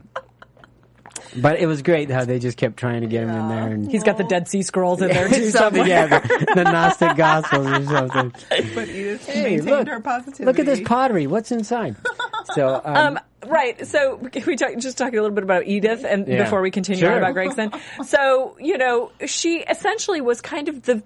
[SPEAKER 2] but it was great how they just kept trying to get him in there and
[SPEAKER 3] He's got the Dead Sea Scrolls in there too.
[SPEAKER 2] something.
[SPEAKER 3] somewhere.
[SPEAKER 2] Yeah, the, the Gnostic Gospels or something.
[SPEAKER 4] but Edith
[SPEAKER 2] Hey,
[SPEAKER 4] maintained her positivity.
[SPEAKER 2] Look at this pottery. What's inside? So, um,
[SPEAKER 3] Um, right. So can we talk, just talking a little bit about Edith, and
[SPEAKER 2] Yeah.
[SPEAKER 3] before we continue
[SPEAKER 2] Sure.
[SPEAKER 3] on about Gregson. So you know, she essentially was kind of the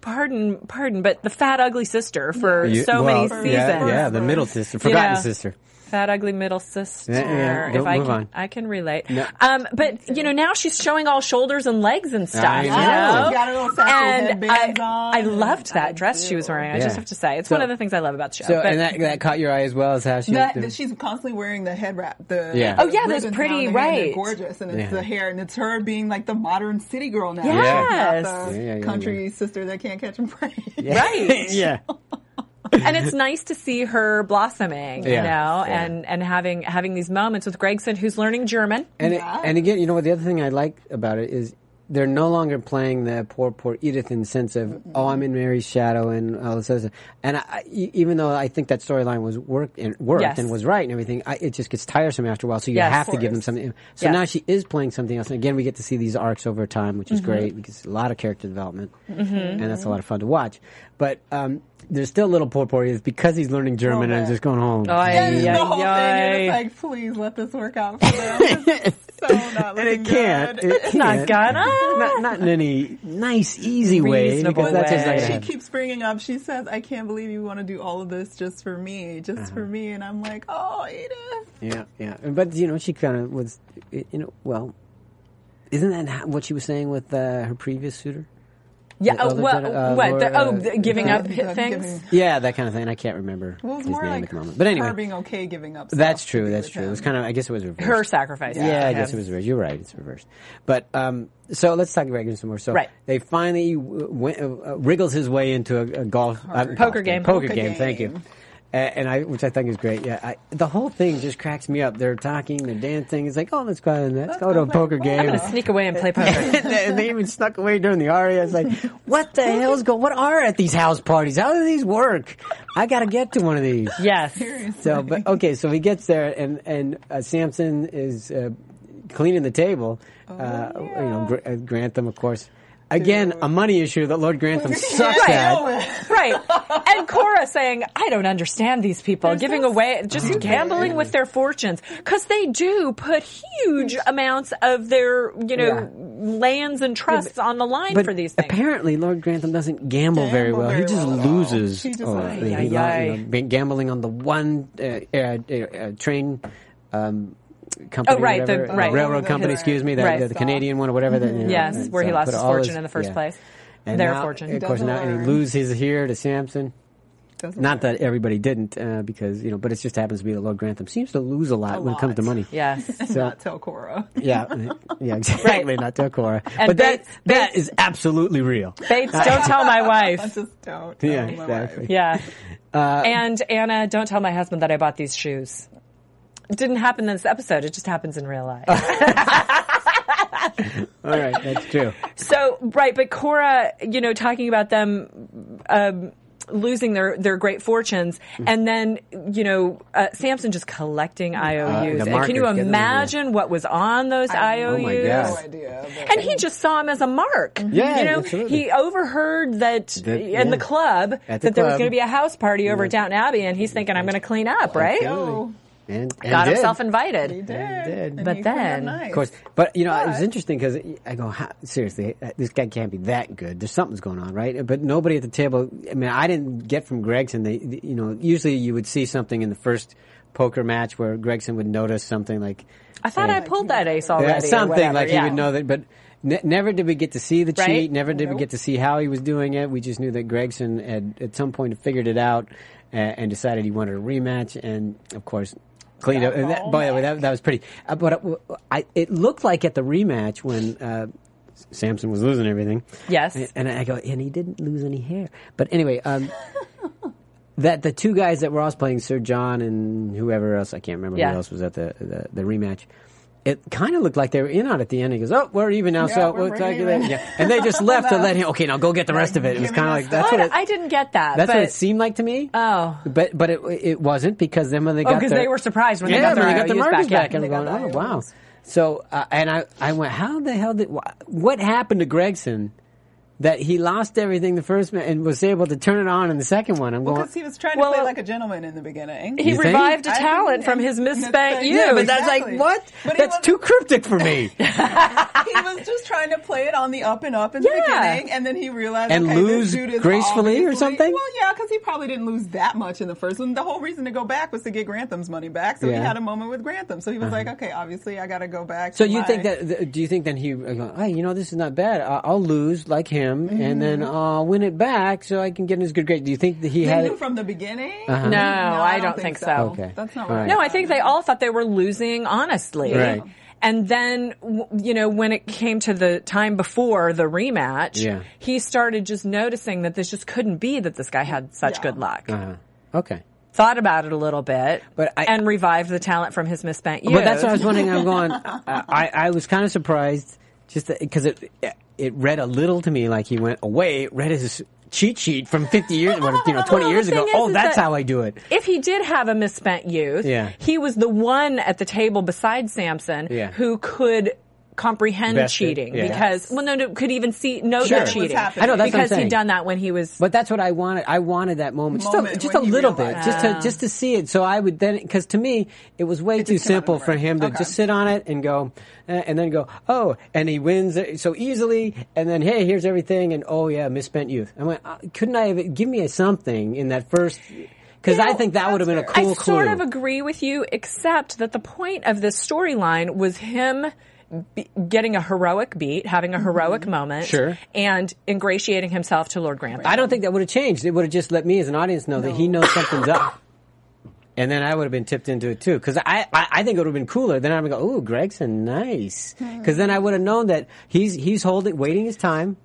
[SPEAKER 3] pardon, pardon, but the fat ugly sister for
[SPEAKER 2] you-
[SPEAKER 3] so many
[SPEAKER 2] well,
[SPEAKER 3] seasons.
[SPEAKER 2] Yeah, yeah, the middle sister, forgotten
[SPEAKER 3] Yeah.
[SPEAKER 2] sister.
[SPEAKER 3] Fat ugly middle sister.
[SPEAKER 2] Yeah, yeah,
[SPEAKER 3] if
[SPEAKER 2] don't
[SPEAKER 3] I
[SPEAKER 2] move
[SPEAKER 3] can,
[SPEAKER 2] on.
[SPEAKER 3] I can relate. Um, but you know, now she's showing all shoulders and legs and stuff.
[SPEAKER 2] I
[SPEAKER 3] you
[SPEAKER 2] know.
[SPEAKER 3] know?
[SPEAKER 4] She's got her little
[SPEAKER 3] and
[SPEAKER 4] sexy
[SPEAKER 3] I,
[SPEAKER 4] headbands on.
[SPEAKER 3] I loved that dress she was wearing. I just
[SPEAKER 2] Yeah.
[SPEAKER 3] have to say, it's
[SPEAKER 2] So-
[SPEAKER 3] one of the things I love about the show.
[SPEAKER 2] So,
[SPEAKER 3] But-
[SPEAKER 2] and that, that caught your eye as well as how she.
[SPEAKER 4] That, that she's constantly wearing the head wrap. The
[SPEAKER 2] Yeah.
[SPEAKER 3] Oh, yeah, those
[SPEAKER 4] ribbons
[SPEAKER 3] pretty-
[SPEAKER 4] around the head, they're
[SPEAKER 3] right.
[SPEAKER 4] Gorgeous, and it's
[SPEAKER 2] Yeah.
[SPEAKER 4] the hair, and it's her being like the modern city girl now.
[SPEAKER 3] Yes.
[SPEAKER 4] Not the
[SPEAKER 2] Yeah, yeah, yeah,
[SPEAKER 4] country sister that can't catch a break.
[SPEAKER 3] right.
[SPEAKER 2] yeah.
[SPEAKER 3] and it's nice to see her blossoming, you
[SPEAKER 2] Yeah,
[SPEAKER 3] know,
[SPEAKER 2] yeah.
[SPEAKER 3] and and having having these moments with Gregson, who's learning German.
[SPEAKER 2] And, it, and again, you know what? The other thing I like about it is they're no longer playing the poor, poor Edith in the sense of, oh, I'm in Mary's shadow and all this other stuff. And I, I- e- even though I think that storyline was worked and worked
[SPEAKER 3] Yes.
[SPEAKER 2] and was right and everything, I, it just gets tiresome after a while. So you
[SPEAKER 3] Yes,
[SPEAKER 2] have
[SPEAKER 3] of
[SPEAKER 2] to give them
[SPEAKER 3] course.
[SPEAKER 2] something. So
[SPEAKER 3] Yes.
[SPEAKER 2] now she is playing something else. And again, we get to see these arcs over time, which is
[SPEAKER 3] Mm-hmm.
[SPEAKER 2] great. We get to see a lot of character development. And that's a lot of fun to watch. But, um, there's still a little poor, poor Edith because he's learning German and
[SPEAKER 4] bit.
[SPEAKER 3] Oh,
[SPEAKER 2] just going home.
[SPEAKER 3] Ay,
[SPEAKER 4] And
[SPEAKER 3] ay,
[SPEAKER 4] the whole thing,
[SPEAKER 3] ay.
[SPEAKER 4] and it's like, please let this work out for them. so
[SPEAKER 2] and
[SPEAKER 4] not looking
[SPEAKER 2] it can't.
[SPEAKER 4] good.
[SPEAKER 2] It
[SPEAKER 3] not
[SPEAKER 2] can't.
[SPEAKER 3] gonna.
[SPEAKER 2] Not, not in any nice, easy way.
[SPEAKER 3] Reasonable
[SPEAKER 2] Because that's just not
[SPEAKER 3] way.
[SPEAKER 2] gonna
[SPEAKER 4] she
[SPEAKER 2] happen.
[SPEAKER 4] keeps bringing up. She says, "I can't believe you want to do all of this just for me, just
[SPEAKER 2] Uh-huh.
[SPEAKER 4] for me." And I'm like, "Oh, Edith."
[SPEAKER 2] Yeah, yeah. But you know, she kind of was, you know, well, isn't that ho- what she was saying with uh, her previous suitor?
[SPEAKER 3] Yeah.
[SPEAKER 2] The
[SPEAKER 3] Oh,
[SPEAKER 2] other
[SPEAKER 3] what?
[SPEAKER 2] gen- uh,
[SPEAKER 3] what? the,
[SPEAKER 2] Laura-
[SPEAKER 3] oh, the giving up
[SPEAKER 4] Yeah,
[SPEAKER 3] hit things.
[SPEAKER 4] giving-
[SPEAKER 2] Yeah, that kind of thing. I can't remember
[SPEAKER 4] Well, it's
[SPEAKER 2] his
[SPEAKER 4] more
[SPEAKER 2] name
[SPEAKER 4] like
[SPEAKER 2] at the moment. But anyway,
[SPEAKER 4] her being okay giving up.
[SPEAKER 2] that's
[SPEAKER 4] stuff to
[SPEAKER 2] true.
[SPEAKER 4] be
[SPEAKER 2] That's
[SPEAKER 4] with
[SPEAKER 2] true. It
[SPEAKER 4] him.
[SPEAKER 2] was kind of. I guess it was reversed.
[SPEAKER 3] Her sacrifice.
[SPEAKER 2] Yeah, I
[SPEAKER 3] to
[SPEAKER 2] guess it
[SPEAKER 3] him.
[SPEAKER 2] was reversed. You're right. It's reversed. But um, so let's talk about Reagan some more. So
[SPEAKER 3] Right.
[SPEAKER 2] they finally w- went, uh, uh, wriggles his way into a, a golf uh, poker,
[SPEAKER 3] game.
[SPEAKER 2] Poker,
[SPEAKER 3] Poker
[SPEAKER 2] game. Thank you.
[SPEAKER 4] game.
[SPEAKER 2] Uh, and I, which I think is great. Yeah, I, the whole thing just cracks me up. They're talking, they're dancing. It's like, oh, let's go and let's go to a
[SPEAKER 4] go play
[SPEAKER 2] poker game.
[SPEAKER 3] I'm gonna sneak away and play poker.
[SPEAKER 2] and, they, and they even snuck away during the aria. It's like, what the hell's going? What are at these house parties? How do these work? I got to get to one of these.
[SPEAKER 3] yes.
[SPEAKER 2] So, but okay, so he gets there, and and uh, Samson is uh, cleaning the table.
[SPEAKER 4] Oh,
[SPEAKER 2] uh, You know, Gr- uh, Grantham, of course. Again, a money issue that Lord Grantham sucks
[SPEAKER 4] Right.
[SPEAKER 2] at.
[SPEAKER 4] Oh,
[SPEAKER 3] Right. And Cora saying, I don't understand these people giving away,
[SPEAKER 2] Mm-hmm.
[SPEAKER 3] just gambling with their fortunes. Cause they do put huge amounts of their, you know,
[SPEAKER 2] Yeah.
[SPEAKER 3] lands and trusts on the line
[SPEAKER 2] But
[SPEAKER 3] for these things.
[SPEAKER 2] apparently, Lord Grantham doesn't gamble very
[SPEAKER 4] Gamble
[SPEAKER 2] well. he
[SPEAKER 4] very
[SPEAKER 2] just
[SPEAKER 4] well at all.
[SPEAKER 2] loses. Oh,
[SPEAKER 4] He just-
[SPEAKER 2] all-
[SPEAKER 4] Ay,
[SPEAKER 2] he
[SPEAKER 3] ay,
[SPEAKER 2] lo-
[SPEAKER 3] ay.
[SPEAKER 2] you know, been gambling on the one uh, uh, uh, uh, train um, company,
[SPEAKER 3] Oh, right, the-
[SPEAKER 2] whatever, uh,
[SPEAKER 3] right.
[SPEAKER 2] railroad
[SPEAKER 4] The-
[SPEAKER 2] company.
[SPEAKER 4] the-
[SPEAKER 2] excuse me, the,
[SPEAKER 3] right.
[SPEAKER 2] the, the Canadian one or whatever. that, you know,
[SPEAKER 3] Yes,
[SPEAKER 2] and
[SPEAKER 3] where he
[SPEAKER 2] so
[SPEAKER 3] lost
[SPEAKER 2] put
[SPEAKER 3] his
[SPEAKER 2] all
[SPEAKER 3] fortune in the first place.
[SPEAKER 2] And
[SPEAKER 3] Their
[SPEAKER 2] now-
[SPEAKER 3] fortune.
[SPEAKER 2] Of course,
[SPEAKER 4] Doesn't
[SPEAKER 2] now he
[SPEAKER 4] learn.
[SPEAKER 2] loses here to Samson.
[SPEAKER 4] Doesn't
[SPEAKER 2] Not
[SPEAKER 4] matter.
[SPEAKER 2] that everybody didn't, uh, because you know, but it just happens to be that Lord Grantham seems to lose a lot
[SPEAKER 4] A
[SPEAKER 2] when it comes to
[SPEAKER 4] lot.
[SPEAKER 2] money.
[SPEAKER 3] yes.
[SPEAKER 2] So,
[SPEAKER 4] Not tell Cora.
[SPEAKER 2] yeah, uh, yeah, exactly. Not to Cora,
[SPEAKER 3] And
[SPEAKER 2] but that
[SPEAKER 3] Bates-
[SPEAKER 2] that is absolutely real.
[SPEAKER 3] Bates, don't tell my
[SPEAKER 4] Oh, I
[SPEAKER 3] wife.
[SPEAKER 4] just don't. tell
[SPEAKER 2] Yeah,
[SPEAKER 4] my wife.
[SPEAKER 2] exactly.
[SPEAKER 3] Yeah.
[SPEAKER 2] Uh,
[SPEAKER 3] and Anna, don't tell my husband that I bought these shoes. It didn't happen in this episode. It just happens in real life.
[SPEAKER 2] All right, that's true.
[SPEAKER 3] So right, but Cora, you know, talking about them um, losing their their great fortunes,
[SPEAKER 2] Mm-hmm.
[SPEAKER 3] and then you know, uh, Samson just collecting IOUs.
[SPEAKER 2] Uh, the
[SPEAKER 3] and can
[SPEAKER 2] markers, get
[SPEAKER 3] you
[SPEAKER 2] them in there.
[SPEAKER 3] imagine what was on those
[SPEAKER 4] Oh
[SPEAKER 3] IOUs?
[SPEAKER 2] my
[SPEAKER 4] No
[SPEAKER 2] God.
[SPEAKER 4] idea. but-
[SPEAKER 3] And he just saw him as a mark.
[SPEAKER 2] Yeah,
[SPEAKER 3] you know,
[SPEAKER 2] absolutely.
[SPEAKER 3] he overheard that,
[SPEAKER 2] That-
[SPEAKER 3] in
[SPEAKER 2] yeah.
[SPEAKER 3] the club
[SPEAKER 2] At the
[SPEAKER 3] that there was
[SPEAKER 2] club.
[SPEAKER 3] going to be a house party over at Downton Abbey, and he's thinking, "I'm going to clean up." Right? Oh.
[SPEAKER 2] Absolutely. And, and
[SPEAKER 3] Got
[SPEAKER 2] did.
[SPEAKER 3] himself
[SPEAKER 4] He
[SPEAKER 3] invited.
[SPEAKER 4] did.
[SPEAKER 2] did.
[SPEAKER 4] and
[SPEAKER 3] But
[SPEAKER 4] he cleaned up
[SPEAKER 3] then-
[SPEAKER 4] nice.
[SPEAKER 2] Of course, but you know it was
[SPEAKER 4] But-
[SPEAKER 2] interesting because I go how, seriously, uh, this guy can't be that good. There's something's going on, right? But nobody at the table. I mean, I didn't get from Gregson. They, they- you know, usually you would see something in the first poker match where Gregson would notice something like
[SPEAKER 3] I thought I pulled that ace
[SPEAKER 2] Yeah,
[SPEAKER 3] already. or
[SPEAKER 2] something
[SPEAKER 3] whatever,
[SPEAKER 2] like
[SPEAKER 3] yeah.
[SPEAKER 2] he would know that. But ne- never did we get to see the
[SPEAKER 3] Right?
[SPEAKER 2] cheat. Never did we
[SPEAKER 4] Nope.
[SPEAKER 2] get to see how he was doing it. We just knew that Gregson had at some point figured it out uh, and decided he wanted a rematch. And of course. Cleaned up. And that, by the way, that, that was pretty. Uh, but uh, I, it looked like at the rematch when uh, Samson was losing everything.
[SPEAKER 3] Yes.
[SPEAKER 2] And, and I go, and he didn't lose any hair. But anyway, um, that the two guys that were also playing, Sir John and whoever else, I can't remember
[SPEAKER 3] Yeah.
[SPEAKER 2] who else was at the the, the rematch. It kind of looked like they were in on it at the end. He goes, "Oh, we're even now."
[SPEAKER 4] Yeah,
[SPEAKER 2] so
[SPEAKER 4] we're
[SPEAKER 2] we'll talk to
[SPEAKER 4] even.
[SPEAKER 2] that. Yeah. And they just left to let him. Okay, now go get the rest of it. It
[SPEAKER 4] give
[SPEAKER 2] was
[SPEAKER 4] me
[SPEAKER 2] kind of
[SPEAKER 4] my
[SPEAKER 2] like that's
[SPEAKER 3] But
[SPEAKER 2] what it,
[SPEAKER 3] I didn't get that.
[SPEAKER 2] that's
[SPEAKER 3] but,
[SPEAKER 2] what it seemed like to me.
[SPEAKER 3] Oh.
[SPEAKER 2] but but it it wasn't because then when they got
[SPEAKER 3] 'cause
[SPEAKER 2] their-
[SPEAKER 3] they were surprised when they
[SPEAKER 2] Yeah,
[SPEAKER 3] got their
[SPEAKER 2] when they got the
[SPEAKER 3] IOUs
[SPEAKER 2] markers
[SPEAKER 3] back, yeah.
[SPEAKER 2] back, and
[SPEAKER 3] They
[SPEAKER 2] I'm
[SPEAKER 3] got
[SPEAKER 2] going,
[SPEAKER 3] the
[SPEAKER 2] "Oh wow."
[SPEAKER 4] IOUs.
[SPEAKER 2] So uh, and I I went, "How the hell did wha- what happened to Gregson?" That he lost everything the first ma- and was able to turn it on in the second one. I'm going,
[SPEAKER 4] because he was trying to
[SPEAKER 3] Well,
[SPEAKER 4] play
[SPEAKER 3] uh,
[SPEAKER 4] like a gentleman in the beginning.
[SPEAKER 3] He
[SPEAKER 2] You think?
[SPEAKER 3] revived a
[SPEAKER 4] I
[SPEAKER 3] talent
[SPEAKER 4] think-
[SPEAKER 3] from his misspent
[SPEAKER 4] Misspent-
[SPEAKER 3] youth.
[SPEAKER 4] yeah,
[SPEAKER 2] but that's like
[SPEAKER 4] Exactly.
[SPEAKER 2] what?
[SPEAKER 4] But he
[SPEAKER 2] that's
[SPEAKER 4] was-
[SPEAKER 2] too cryptic for me.
[SPEAKER 4] he was just trying to play it on the up and up in the
[SPEAKER 3] Yeah.
[SPEAKER 4] beginning, and then he realized
[SPEAKER 2] And
[SPEAKER 4] okay,
[SPEAKER 2] lose
[SPEAKER 4] this dude is
[SPEAKER 2] gracefully or
[SPEAKER 4] obviously-
[SPEAKER 2] something?
[SPEAKER 4] Well, yeah, because he probably didn't lose that much in the first one. The whole reason to go back was to get Grantham's money back, so he
[SPEAKER 2] Yeah. Uh-huh.
[SPEAKER 4] had a moment with Grantham. So he was like, okay, obviously I got to go back.
[SPEAKER 2] So
[SPEAKER 4] to
[SPEAKER 2] you
[SPEAKER 4] my-
[SPEAKER 2] think that? th- Do you think then he? uh, Hey, you know this is not bad. I- I'll lose like him, and then
[SPEAKER 3] Mm-hmm.
[SPEAKER 2] I'll win it back, so I can get in his good grade. Do you think that he
[SPEAKER 4] they
[SPEAKER 2] had?
[SPEAKER 4] knew
[SPEAKER 2] it- Uh-huh.
[SPEAKER 4] from the beginning?
[SPEAKER 3] No, I don't think so.
[SPEAKER 2] Okay.
[SPEAKER 4] That's not
[SPEAKER 2] All
[SPEAKER 4] what
[SPEAKER 2] right.
[SPEAKER 3] No, I think they all thought they were losing honestly.
[SPEAKER 2] Right.
[SPEAKER 3] And then, w- you know, when it came to the time before the rematch,
[SPEAKER 2] Yeah.
[SPEAKER 3] he started just noticing that this just couldn't be that this guy had such
[SPEAKER 4] Yeah.
[SPEAKER 3] good luck.
[SPEAKER 2] Uh-huh. Okay.
[SPEAKER 3] Thought about it a little bit,
[SPEAKER 2] But I-
[SPEAKER 3] and revived the talent from his misspent youth.
[SPEAKER 2] But that's what I was wondering. I'm going. I, I, I was kind of surprised, just because it it read a little to me like he went away, read his cheat sheet from 50 years, what, you know, 20
[SPEAKER 3] Well, the
[SPEAKER 2] years ago.
[SPEAKER 3] thing is,
[SPEAKER 2] oh,
[SPEAKER 3] is
[SPEAKER 2] that's
[SPEAKER 3] that-
[SPEAKER 2] how I do it.
[SPEAKER 3] if he did have a misspent youth,
[SPEAKER 2] Yeah.
[SPEAKER 3] he was the one at the table beside Samson
[SPEAKER 2] Yeah.
[SPEAKER 3] who could comprehend
[SPEAKER 2] Best thing,
[SPEAKER 3] cheating
[SPEAKER 2] yeah.
[SPEAKER 3] because well no, no could even see know
[SPEAKER 2] Sure.
[SPEAKER 3] the cheating
[SPEAKER 4] I know, that's what I'm
[SPEAKER 3] because
[SPEAKER 2] saying.
[SPEAKER 3] he'd done that when he was
[SPEAKER 2] But that's what I wanted. I wanted that moment,
[SPEAKER 4] Moment
[SPEAKER 2] just a, just a
[SPEAKER 4] when you
[SPEAKER 2] little bit,
[SPEAKER 4] realize.
[SPEAKER 2] just to just to see it. So I would then, because to me, it was way too
[SPEAKER 4] just came out of
[SPEAKER 2] simple for
[SPEAKER 4] nowhere.
[SPEAKER 2] him to
[SPEAKER 4] Okay.
[SPEAKER 2] just sit on it and go, eh, and then go, oh, and he wins it so easily, and then hey, here's everything, and oh yeah, misspent youth. I went, uh, couldn't I have give me a something in that first? Because
[SPEAKER 3] You
[SPEAKER 2] I
[SPEAKER 3] know,
[SPEAKER 2] think that would have been a
[SPEAKER 4] fair.
[SPEAKER 2] cool
[SPEAKER 3] I sort
[SPEAKER 2] clue.
[SPEAKER 3] of agree with you, except that the point of this storyline was him be- getting a heroic beat, having a heroic moment,
[SPEAKER 2] Mm-hmm. Sure.
[SPEAKER 3] and ingratiating himself to Lord Grantham.
[SPEAKER 2] I don't think that would have changed. It would have just let me as an audience know that he knows something's up. And then I would have been tipped into it too. Cause I, I, I think it would have been cooler. Then I'm gonna go, ooh, Gregson, nice.
[SPEAKER 3] Hmm.
[SPEAKER 2] Cause then I would have known that he's, he's holding, waiting his time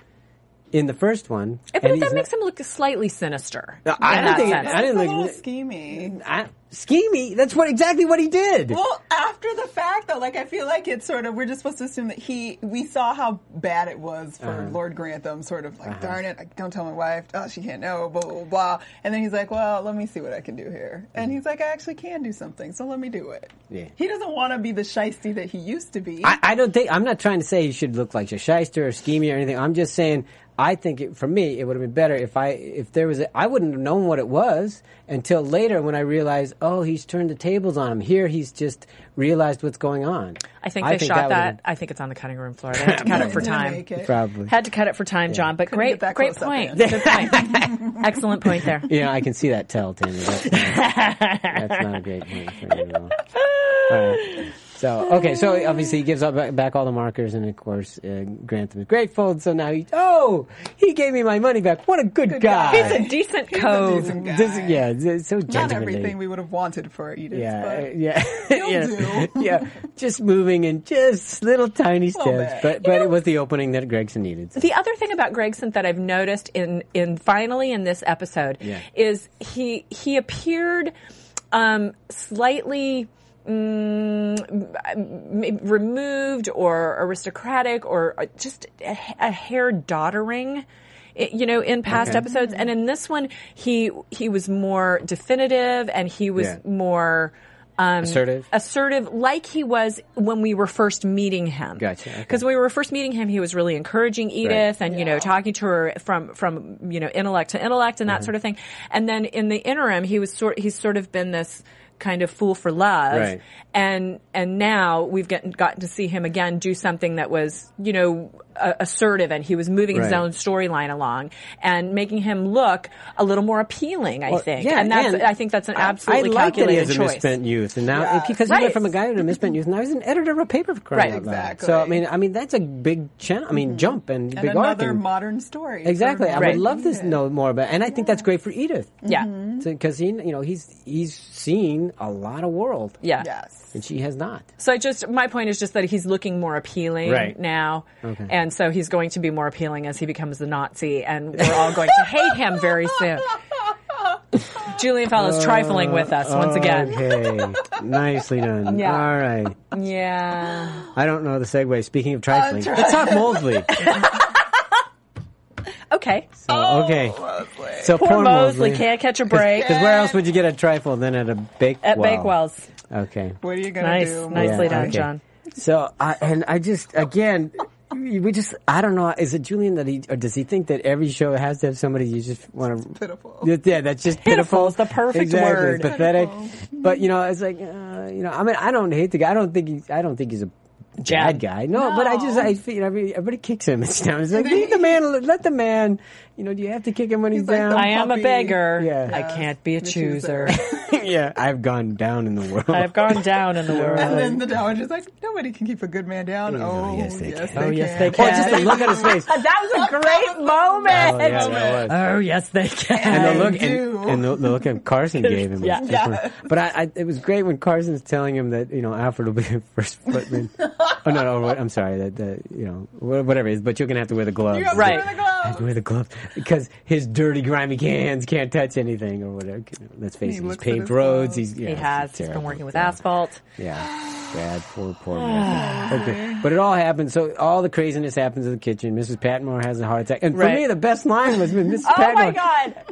[SPEAKER 2] in the first one.
[SPEAKER 3] But
[SPEAKER 2] and he's
[SPEAKER 3] that makes
[SPEAKER 2] not-
[SPEAKER 3] him look slightly sinister.
[SPEAKER 2] No, I
[SPEAKER 3] in
[SPEAKER 2] don't
[SPEAKER 3] that
[SPEAKER 2] think it-
[SPEAKER 3] sense.
[SPEAKER 2] I didn't
[SPEAKER 4] It's
[SPEAKER 2] like-
[SPEAKER 4] a little schemey.
[SPEAKER 2] I, schemey, that's what, exactly what he did.
[SPEAKER 4] Well, after the fact, though, like I feel like it's sort of we're just supposed to assume that he. We saw how bad it was for
[SPEAKER 2] Uh-huh.
[SPEAKER 4] Lord Grantham, sort of like, darn it, I don't tell my wife. Oh, she can't know. Blah, blah blah blah. And then he's like, well, let me see what I can do here. And he's like, I actually can do something, so let me do it.
[SPEAKER 2] Yeah.
[SPEAKER 4] He doesn't want to be the shisty that he used to be.
[SPEAKER 2] I, I don't think I'm not trying to say he should look like a shyster or schemey or anything. I'm just saying I think it, for me it would have been better if I if there was a, I wouldn't have known what it was until later when I realized oh he's turned the tables on him. Here he's just realized what's going on.
[SPEAKER 3] I think they shot
[SPEAKER 2] would've
[SPEAKER 3] that.
[SPEAKER 2] been-
[SPEAKER 3] I think it's on the cutting room floor. They had to cut it for
[SPEAKER 4] Didn't
[SPEAKER 3] time.
[SPEAKER 4] make it.
[SPEAKER 2] probably.
[SPEAKER 3] Had to cut it for time, John. But
[SPEAKER 4] get that
[SPEAKER 3] great, great
[SPEAKER 4] close up
[SPEAKER 3] point.
[SPEAKER 4] in.
[SPEAKER 3] Good point. Excellent point there.
[SPEAKER 2] You know I can see that tell, Tammy. That's, not- that's not a great point for me at all. All right. So okay, so obviously he gives up back, back all the markers, and of course uh, Grantham is grateful. So now he oh he gave me my money back. What a good,
[SPEAKER 4] guy.
[SPEAKER 2] guy.
[SPEAKER 3] He's a decent
[SPEAKER 4] He's a
[SPEAKER 3] cove.
[SPEAKER 4] decent guy.
[SPEAKER 2] This, yeah, th- so
[SPEAKER 4] Not
[SPEAKER 2] gentlemanly.
[SPEAKER 4] everything we would have wanted for Edith,
[SPEAKER 2] yeah,
[SPEAKER 4] but
[SPEAKER 2] uh, yeah, yeah,
[SPEAKER 4] do.
[SPEAKER 2] yeah. Just moving in just little tiny
[SPEAKER 4] Little
[SPEAKER 2] steps,
[SPEAKER 4] bit.
[SPEAKER 2] but but it was the opening that Gregson needed.
[SPEAKER 3] The other thing about Gregson that I've noticed in in finally in this episode
[SPEAKER 2] Yeah.
[SPEAKER 3] is he he appeared um, slightly mm, m- removed or aristocratic or just a, a hair doddering. i- You know, in past
[SPEAKER 2] Okay.
[SPEAKER 3] episodes, and in this one, he he was more definitive, and he was
[SPEAKER 2] Yeah.
[SPEAKER 3] more um,
[SPEAKER 2] Assertive?
[SPEAKER 3] assertive, like he was when we were first meeting him.
[SPEAKER 2] Gotcha, okay.
[SPEAKER 3] Because when we were first meeting him, he was really encouraging Edith,
[SPEAKER 2] Right.
[SPEAKER 3] and you know talking to her from from you know intellect to intellect
[SPEAKER 2] Mm-hmm.
[SPEAKER 3] and that sort of thing and then in the interim he was sort he's sort of been this kind of fool for love
[SPEAKER 2] Right.
[SPEAKER 3] and and now we've gotten gotten to see him again do something that was you know a- assertive and he was moving his
[SPEAKER 2] Right.
[SPEAKER 3] own storyline along and making him look a little more appealing i
[SPEAKER 2] Well,
[SPEAKER 3] think and that's i think that's an
[SPEAKER 2] I-
[SPEAKER 3] absolutely
[SPEAKER 2] I like that he
[SPEAKER 3] calculated
[SPEAKER 2] has a
[SPEAKER 3] choice
[SPEAKER 2] misspent youth, and now
[SPEAKER 4] Yeah.
[SPEAKER 2] because he
[SPEAKER 3] Right.
[SPEAKER 2] went from a guy to a misspent youth, now he's an editor of a paper for crying
[SPEAKER 3] Right. Mm-hmm.
[SPEAKER 2] out loud.
[SPEAKER 4] Exactly.
[SPEAKER 2] So I mean, I mean that's a big chan- I mean jump and,
[SPEAKER 4] and
[SPEAKER 2] big arc.
[SPEAKER 4] another
[SPEAKER 2] and-
[SPEAKER 4] modern story. for
[SPEAKER 2] Exactly, I
[SPEAKER 3] Right.
[SPEAKER 2] would love to
[SPEAKER 4] Edith.
[SPEAKER 2] know more about, and I think that's great for Edith.
[SPEAKER 3] yeah
[SPEAKER 2] because he, you know, he's he's seen a lot of world,
[SPEAKER 3] yeah
[SPEAKER 4] Yes.
[SPEAKER 2] and she has not.
[SPEAKER 3] So I just my point is just that he's looking more appealing
[SPEAKER 2] Right.
[SPEAKER 3] now, and so he's going to be more appealing as he becomes the Nazi, and we're all going to hate him very soon. Julian Fell is trifling with us once again.
[SPEAKER 2] Uh, Okay, nicely done.
[SPEAKER 3] Yeah.
[SPEAKER 2] All right.
[SPEAKER 3] Yeah,
[SPEAKER 2] I don't know the segue. Speaking of trifling,
[SPEAKER 4] tri-
[SPEAKER 2] let's talk Mosley.
[SPEAKER 3] okay.
[SPEAKER 2] So, okay. So
[SPEAKER 3] Poor Mosley can't catch a break
[SPEAKER 2] Because where else would you get a trifle than at a bake
[SPEAKER 3] at
[SPEAKER 2] well?
[SPEAKER 3] Bakewell's.
[SPEAKER 2] Okay.
[SPEAKER 4] What are you going to
[SPEAKER 3] Nice,
[SPEAKER 4] do?
[SPEAKER 3] nicely
[SPEAKER 2] Yeah,
[SPEAKER 3] done,
[SPEAKER 2] okay.
[SPEAKER 3] John.
[SPEAKER 2] So I and I just again. We just, I don't know, is it Julian that he, or does he think that every show has to have somebody you just want to
[SPEAKER 4] Pitiful.
[SPEAKER 2] Yeah, Yeah, that's just pitiful.
[SPEAKER 3] is the perfect
[SPEAKER 2] exactly.
[SPEAKER 3] word.
[SPEAKER 2] Pathetic. But you know, it's like uh, you know, I mean, I don't hate the guy. I don't think he's. I don't think he's a
[SPEAKER 3] Jab.
[SPEAKER 2] bad guy. No, but I just, I feel, you know, everybody, everybody kicks him. It's down. It's like leave the man. Let the man. You know, do you have to kick him when he's,
[SPEAKER 4] like
[SPEAKER 2] down?
[SPEAKER 4] the-
[SPEAKER 3] I am a
[SPEAKER 4] Puppy.
[SPEAKER 3] beggar.
[SPEAKER 2] Yeah.
[SPEAKER 3] I can't be a chooser.
[SPEAKER 2] yeah, I've gone down in the world.
[SPEAKER 3] I've gone down in the
[SPEAKER 4] And
[SPEAKER 3] world.
[SPEAKER 4] then the dowager's like, nobody can keep a good man down. Oh, yes, they can.
[SPEAKER 2] Oh, yes, they can. Or just the look on his face.
[SPEAKER 3] That was a great moment.
[SPEAKER 2] Oh, yeah, that was.
[SPEAKER 3] Oh yes, they can.
[SPEAKER 2] and the
[SPEAKER 4] I
[SPEAKER 2] look
[SPEAKER 4] do.
[SPEAKER 2] and, and the, the look at Carson gave him. was
[SPEAKER 3] Yeah.
[SPEAKER 2] just
[SPEAKER 3] Yeah.
[SPEAKER 2] one- But I, I, it was great when Carson's telling him that you know Alfred will be the first footman. oh no, no, what- I'm sorry. That, that you know wha- whatever it is, but you're gonna have to wear the gloves.
[SPEAKER 4] You have
[SPEAKER 3] Right.
[SPEAKER 4] to wear the
[SPEAKER 2] I have
[SPEAKER 4] gloves.
[SPEAKER 2] to wear the gloves because his dirty, grimy hands can't touch anything or whatever. You know, Let's face
[SPEAKER 4] He
[SPEAKER 2] it, he's
[SPEAKER 4] looks at
[SPEAKER 2] paved
[SPEAKER 4] his
[SPEAKER 2] roads.
[SPEAKER 4] gloves.
[SPEAKER 2] He's yeah,
[SPEAKER 3] He
[SPEAKER 2] it's
[SPEAKER 3] has. He's been
[SPEAKER 2] terrible.
[SPEAKER 3] working with
[SPEAKER 2] Yeah.
[SPEAKER 3] asphalt.
[SPEAKER 2] Yeah. Bad, poor, poor man. okay. But it all happens. So all the craziness happens in the kitchen. Mrs. Patmore has a heart attack. And for
[SPEAKER 3] Right.
[SPEAKER 2] me, the best line was when Mrs.
[SPEAKER 3] Oh
[SPEAKER 2] Patmore
[SPEAKER 3] my God!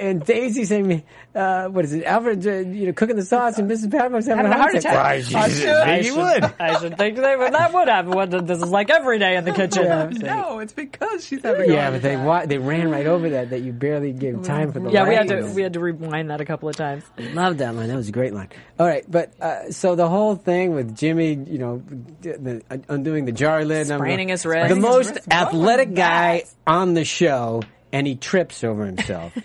[SPEAKER 2] and Daisy saying, uh, "What is it? Alfred, uh, you know, cooking the sauce, and Mrs. Patmore's having,
[SPEAKER 3] Having a heart attack.
[SPEAKER 2] Right.
[SPEAKER 3] I
[SPEAKER 4] I should.
[SPEAKER 2] You would.
[SPEAKER 3] I should think they would. That would happen. What, this is like every day in the kitchen.
[SPEAKER 2] Yeah, I'm saying-
[SPEAKER 4] No, it's because she's having.
[SPEAKER 2] yeah,
[SPEAKER 4] a
[SPEAKER 2] but they wa- they ran right over that. That you barely gave time for the.
[SPEAKER 3] Mm-hmm. Yeah, we had to
[SPEAKER 2] lines.
[SPEAKER 3] we had to rewind that a couple of times.
[SPEAKER 2] Love that line. That was a great line. All right, but uh, so the whole thing with Jimmy, you know, d- the, uh, undoing the jar lid, and I'm going-
[SPEAKER 3] Spraining his wrist.
[SPEAKER 2] the
[SPEAKER 3] Spraining
[SPEAKER 4] his
[SPEAKER 2] most
[SPEAKER 4] wrist. What
[SPEAKER 2] athletic
[SPEAKER 4] was
[SPEAKER 2] guy
[SPEAKER 4] that?
[SPEAKER 2] on the show, and he trips over himself.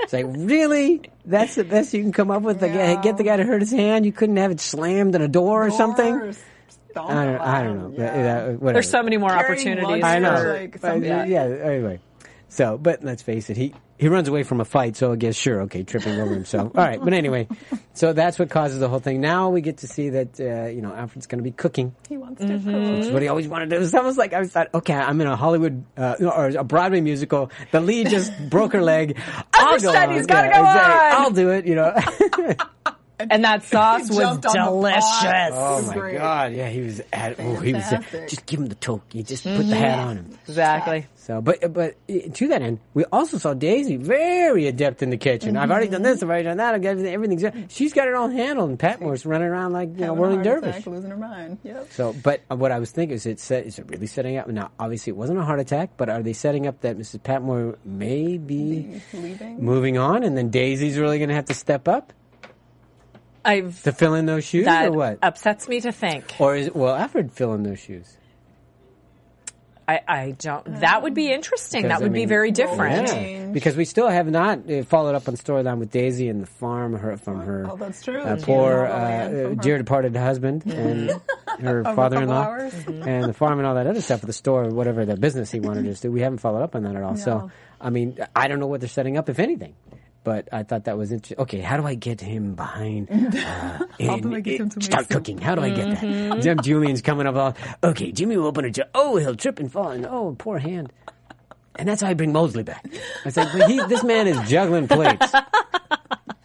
[SPEAKER 2] it's like really, that's the best you can come up with. The guy,
[SPEAKER 4] Yeah.
[SPEAKER 2] get the guy to hurt his hand. You couldn't have it slammed in a door or something. I don't, I don't know. But, uh, whatever.
[SPEAKER 3] There's so many more
[SPEAKER 4] Carrying
[SPEAKER 3] opportunities.
[SPEAKER 4] luggage
[SPEAKER 2] I know.
[SPEAKER 4] or, like,
[SPEAKER 2] But,
[SPEAKER 4] something.
[SPEAKER 2] yeah. Anyway, so but let's face it, he he runs away from a fight, so I guess sure, okay, tripping over himself. All right, but anyway, so that's what causes the whole thing. Now we get to see that uh, you know Alfred's going to be cooking.
[SPEAKER 4] He wants to
[SPEAKER 2] Mm-hmm.
[SPEAKER 4] cook.
[SPEAKER 2] It's what he always wanted to do. It's almost like I thought, okay, I'm in a Hollywood uh, or a Broadway musical. The lead just broke her leg. I'll go
[SPEAKER 3] Understudy's
[SPEAKER 2] on.
[SPEAKER 3] gotta go
[SPEAKER 2] exactly.
[SPEAKER 3] on.
[SPEAKER 2] I'll do it. You know.
[SPEAKER 3] And that sauce
[SPEAKER 4] He
[SPEAKER 3] was
[SPEAKER 4] jumped on the
[SPEAKER 3] delicious.
[SPEAKER 4] box.
[SPEAKER 2] Oh
[SPEAKER 4] was
[SPEAKER 2] my
[SPEAKER 4] great.
[SPEAKER 2] God! Yeah, he was. At, oh, he was.
[SPEAKER 4] Fantastic. Mm-hmm.
[SPEAKER 2] Just give him the toque. You just put the hat on him.
[SPEAKER 3] Exactly.
[SPEAKER 2] So, but but to that end, we also saw Daisy very adept in the kitchen. I've already done this. I've already done that. I've got everything. Everything's she's got it all handled, and Patmore's running around like you know,
[SPEAKER 4] Having a
[SPEAKER 2] whirling
[SPEAKER 4] heart
[SPEAKER 2] dervish.
[SPEAKER 4] attack, losing her mind. Yep.
[SPEAKER 2] So, but uh, what I was thinking is, it set, is it really setting up? Now, obviously, it wasn't a heart attack, but are they setting up that Mrs. Patmore may be
[SPEAKER 4] Leaving.
[SPEAKER 2] moving on, and then Daisy's really going to have to step up
[SPEAKER 3] I've
[SPEAKER 2] to fill in those shoes,
[SPEAKER 3] that
[SPEAKER 2] or what?
[SPEAKER 3] upsets me to think.
[SPEAKER 2] or is will Alfred fill in those shoes?
[SPEAKER 3] I, I don't. That would be interesting.
[SPEAKER 2] Because,
[SPEAKER 3] That would
[SPEAKER 2] I
[SPEAKER 3] be
[SPEAKER 2] mean,
[SPEAKER 3] very different.
[SPEAKER 2] Yeah, because we still have not uh, followed up on storyline with Daisy and the farm her, from her
[SPEAKER 4] Oh, that's true.
[SPEAKER 2] uh,
[SPEAKER 4] She
[SPEAKER 2] poor
[SPEAKER 4] had a lot of land
[SPEAKER 2] uh,
[SPEAKER 4] from her.
[SPEAKER 2] dear departed husband and her
[SPEAKER 4] couple
[SPEAKER 2] father-in-law
[SPEAKER 4] hours.
[SPEAKER 2] and the farm and all that other stuff, the store or whatever the business he wanted us to do. We haven't followed up on that at all. So
[SPEAKER 4] No.
[SPEAKER 2] I mean, I don't know what they're setting up, if anything. But I thought that was interesting. Okay, how do I get him behind? Uh, and
[SPEAKER 4] do I get
[SPEAKER 2] it-
[SPEAKER 4] him to make
[SPEAKER 2] start
[SPEAKER 4] soup? Mm-hmm.
[SPEAKER 2] cooking. How do I get that? Jim Julian's coming up. All, okay, Jimmy will open a jar. Oh, he'll trip and fall. And oh, poor hand. And that's how I bring Mosley back. I said, but he, this man is juggling plates. to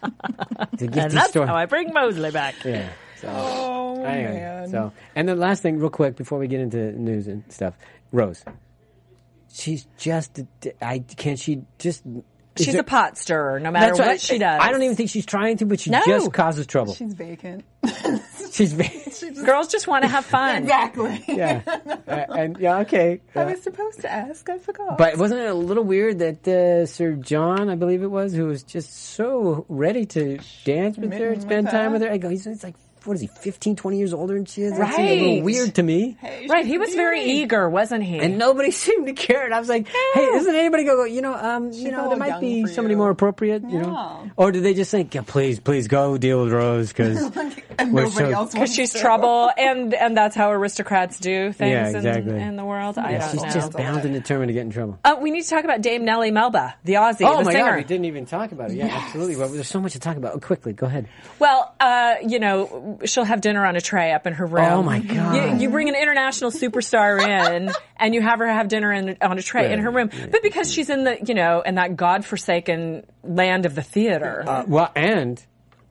[SPEAKER 2] get
[SPEAKER 3] And
[SPEAKER 2] this
[SPEAKER 3] that's
[SPEAKER 2] story.
[SPEAKER 3] how I bring Mosley back.
[SPEAKER 2] yeah. So,
[SPEAKER 4] Oh
[SPEAKER 2] anyway,
[SPEAKER 4] man.
[SPEAKER 2] so and the last thing, real quick, before we get into news and stuff, Rose. She's just. I can't. She just. is
[SPEAKER 3] She's
[SPEAKER 2] there-
[SPEAKER 3] a pot stirrer, no matter what
[SPEAKER 2] I-
[SPEAKER 3] she does.
[SPEAKER 2] I don't even think she's trying to, but she
[SPEAKER 3] No.
[SPEAKER 2] just causes trouble.
[SPEAKER 4] She's vacant.
[SPEAKER 2] She's. very
[SPEAKER 3] Girls just want to have fun.
[SPEAKER 4] exactly.
[SPEAKER 2] yeah. Uh, and yeah. Okay.
[SPEAKER 4] I
[SPEAKER 2] Yeah.
[SPEAKER 4] was supposed to ask. I forgot.
[SPEAKER 2] But wasn't it a little weird that uh, Sir John, I believe it was, who was just so ready to dance with her,
[SPEAKER 4] Smitten
[SPEAKER 2] spend
[SPEAKER 4] with
[SPEAKER 2] time
[SPEAKER 4] her.
[SPEAKER 2] with her? I go, he's, he's like, what is he, 15, 20 years older and shit? That seems a
[SPEAKER 3] Right.
[SPEAKER 2] little weird to me.
[SPEAKER 3] Right, he was very eager, wasn't he?
[SPEAKER 2] And nobody seemed to care. And I was like, hey, isn't anybody going to go, you know, um, you
[SPEAKER 4] a
[SPEAKER 2] know, there
[SPEAKER 4] little
[SPEAKER 2] might
[SPEAKER 4] young
[SPEAKER 2] be
[SPEAKER 4] for
[SPEAKER 2] somebody
[SPEAKER 4] you.
[SPEAKER 2] more appropriate, you know?
[SPEAKER 4] Yeah.
[SPEAKER 2] Or did they just think, yeah, please, please go deal with Rose because
[SPEAKER 4] and
[SPEAKER 2] we're
[SPEAKER 4] nobody
[SPEAKER 2] so-
[SPEAKER 4] else
[SPEAKER 3] Because
[SPEAKER 4] wants
[SPEAKER 3] she's
[SPEAKER 4] to.
[SPEAKER 3] trouble, and and that's how aristocrats do things
[SPEAKER 2] Yeah, exactly.
[SPEAKER 3] in, in the world. I don't
[SPEAKER 2] she's
[SPEAKER 3] know.
[SPEAKER 2] just bound and determined to get in trouble.
[SPEAKER 3] Uh, we need to talk about Dame Nellie Melba, the Aussie,
[SPEAKER 2] Oh
[SPEAKER 3] the
[SPEAKER 2] my
[SPEAKER 3] singer.
[SPEAKER 2] God, we didn't even talk about it. Yeah, absolutely. Well, there's so much to talk about. Oh, quickly, go ahead.
[SPEAKER 3] Well, uh, you know, she'll have dinner on a tray up in her room.
[SPEAKER 2] Oh, my God.
[SPEAKER 3] You, you bring an international superstar in, and you have her have dinner in, on a tray in her room. But because she's in the, you know, in that godforsaken land of the theater,
[SPEAKER 2] Uh, well, and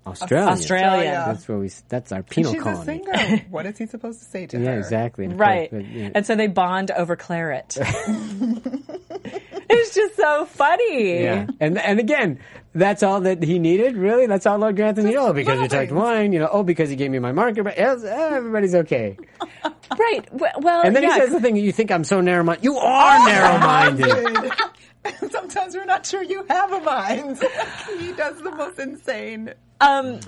[SPEAKER 2] Australia.
[SPEAKER 3] Australia.
[SPEAKER 4] Australia.
[SPEAKER 2] That's where we. That's our penal
[SPEAKER 4] She's a
[SPEAKER 2] colony.
[SPEAKER 4] singer. What is he supposed to say to her?
[SPEAKER 2] Yeah, exactly. And of
[SPEAKER 3] Right.
[SPEAKER 2] course, but, yeah.
[SPEAKER 3] And so they bond over claret. it's just so funny.
[SPEAKER 2] Yeah. and and again, that's all that he needed. Really, that's all Lord Grantham needed. Oh, because he
[SPEAKER 4] little
[SPEAKER 2] talked
[SPEAKER 4] things.
[SPEAKER 2] wine. You know, oh, because he gave me my marker. But else, eh, everybody's okay.
[SPEAKER 3] Right. W- Well,
[SPEAKER 2] And then
[SPEAKER 3] Oh, yeah,
[SPEAKER 2] he
[SPEAKER 3] um,
[SPEAKER 2] says the thing. You think I'm so narrow-minded? You are narrow-minded.
[SPEAKER 4] Sometimes we're not sure you have a mind. he does the most insane.
[SPEAKER 2] "Oh,
[SPEAKER 3] um,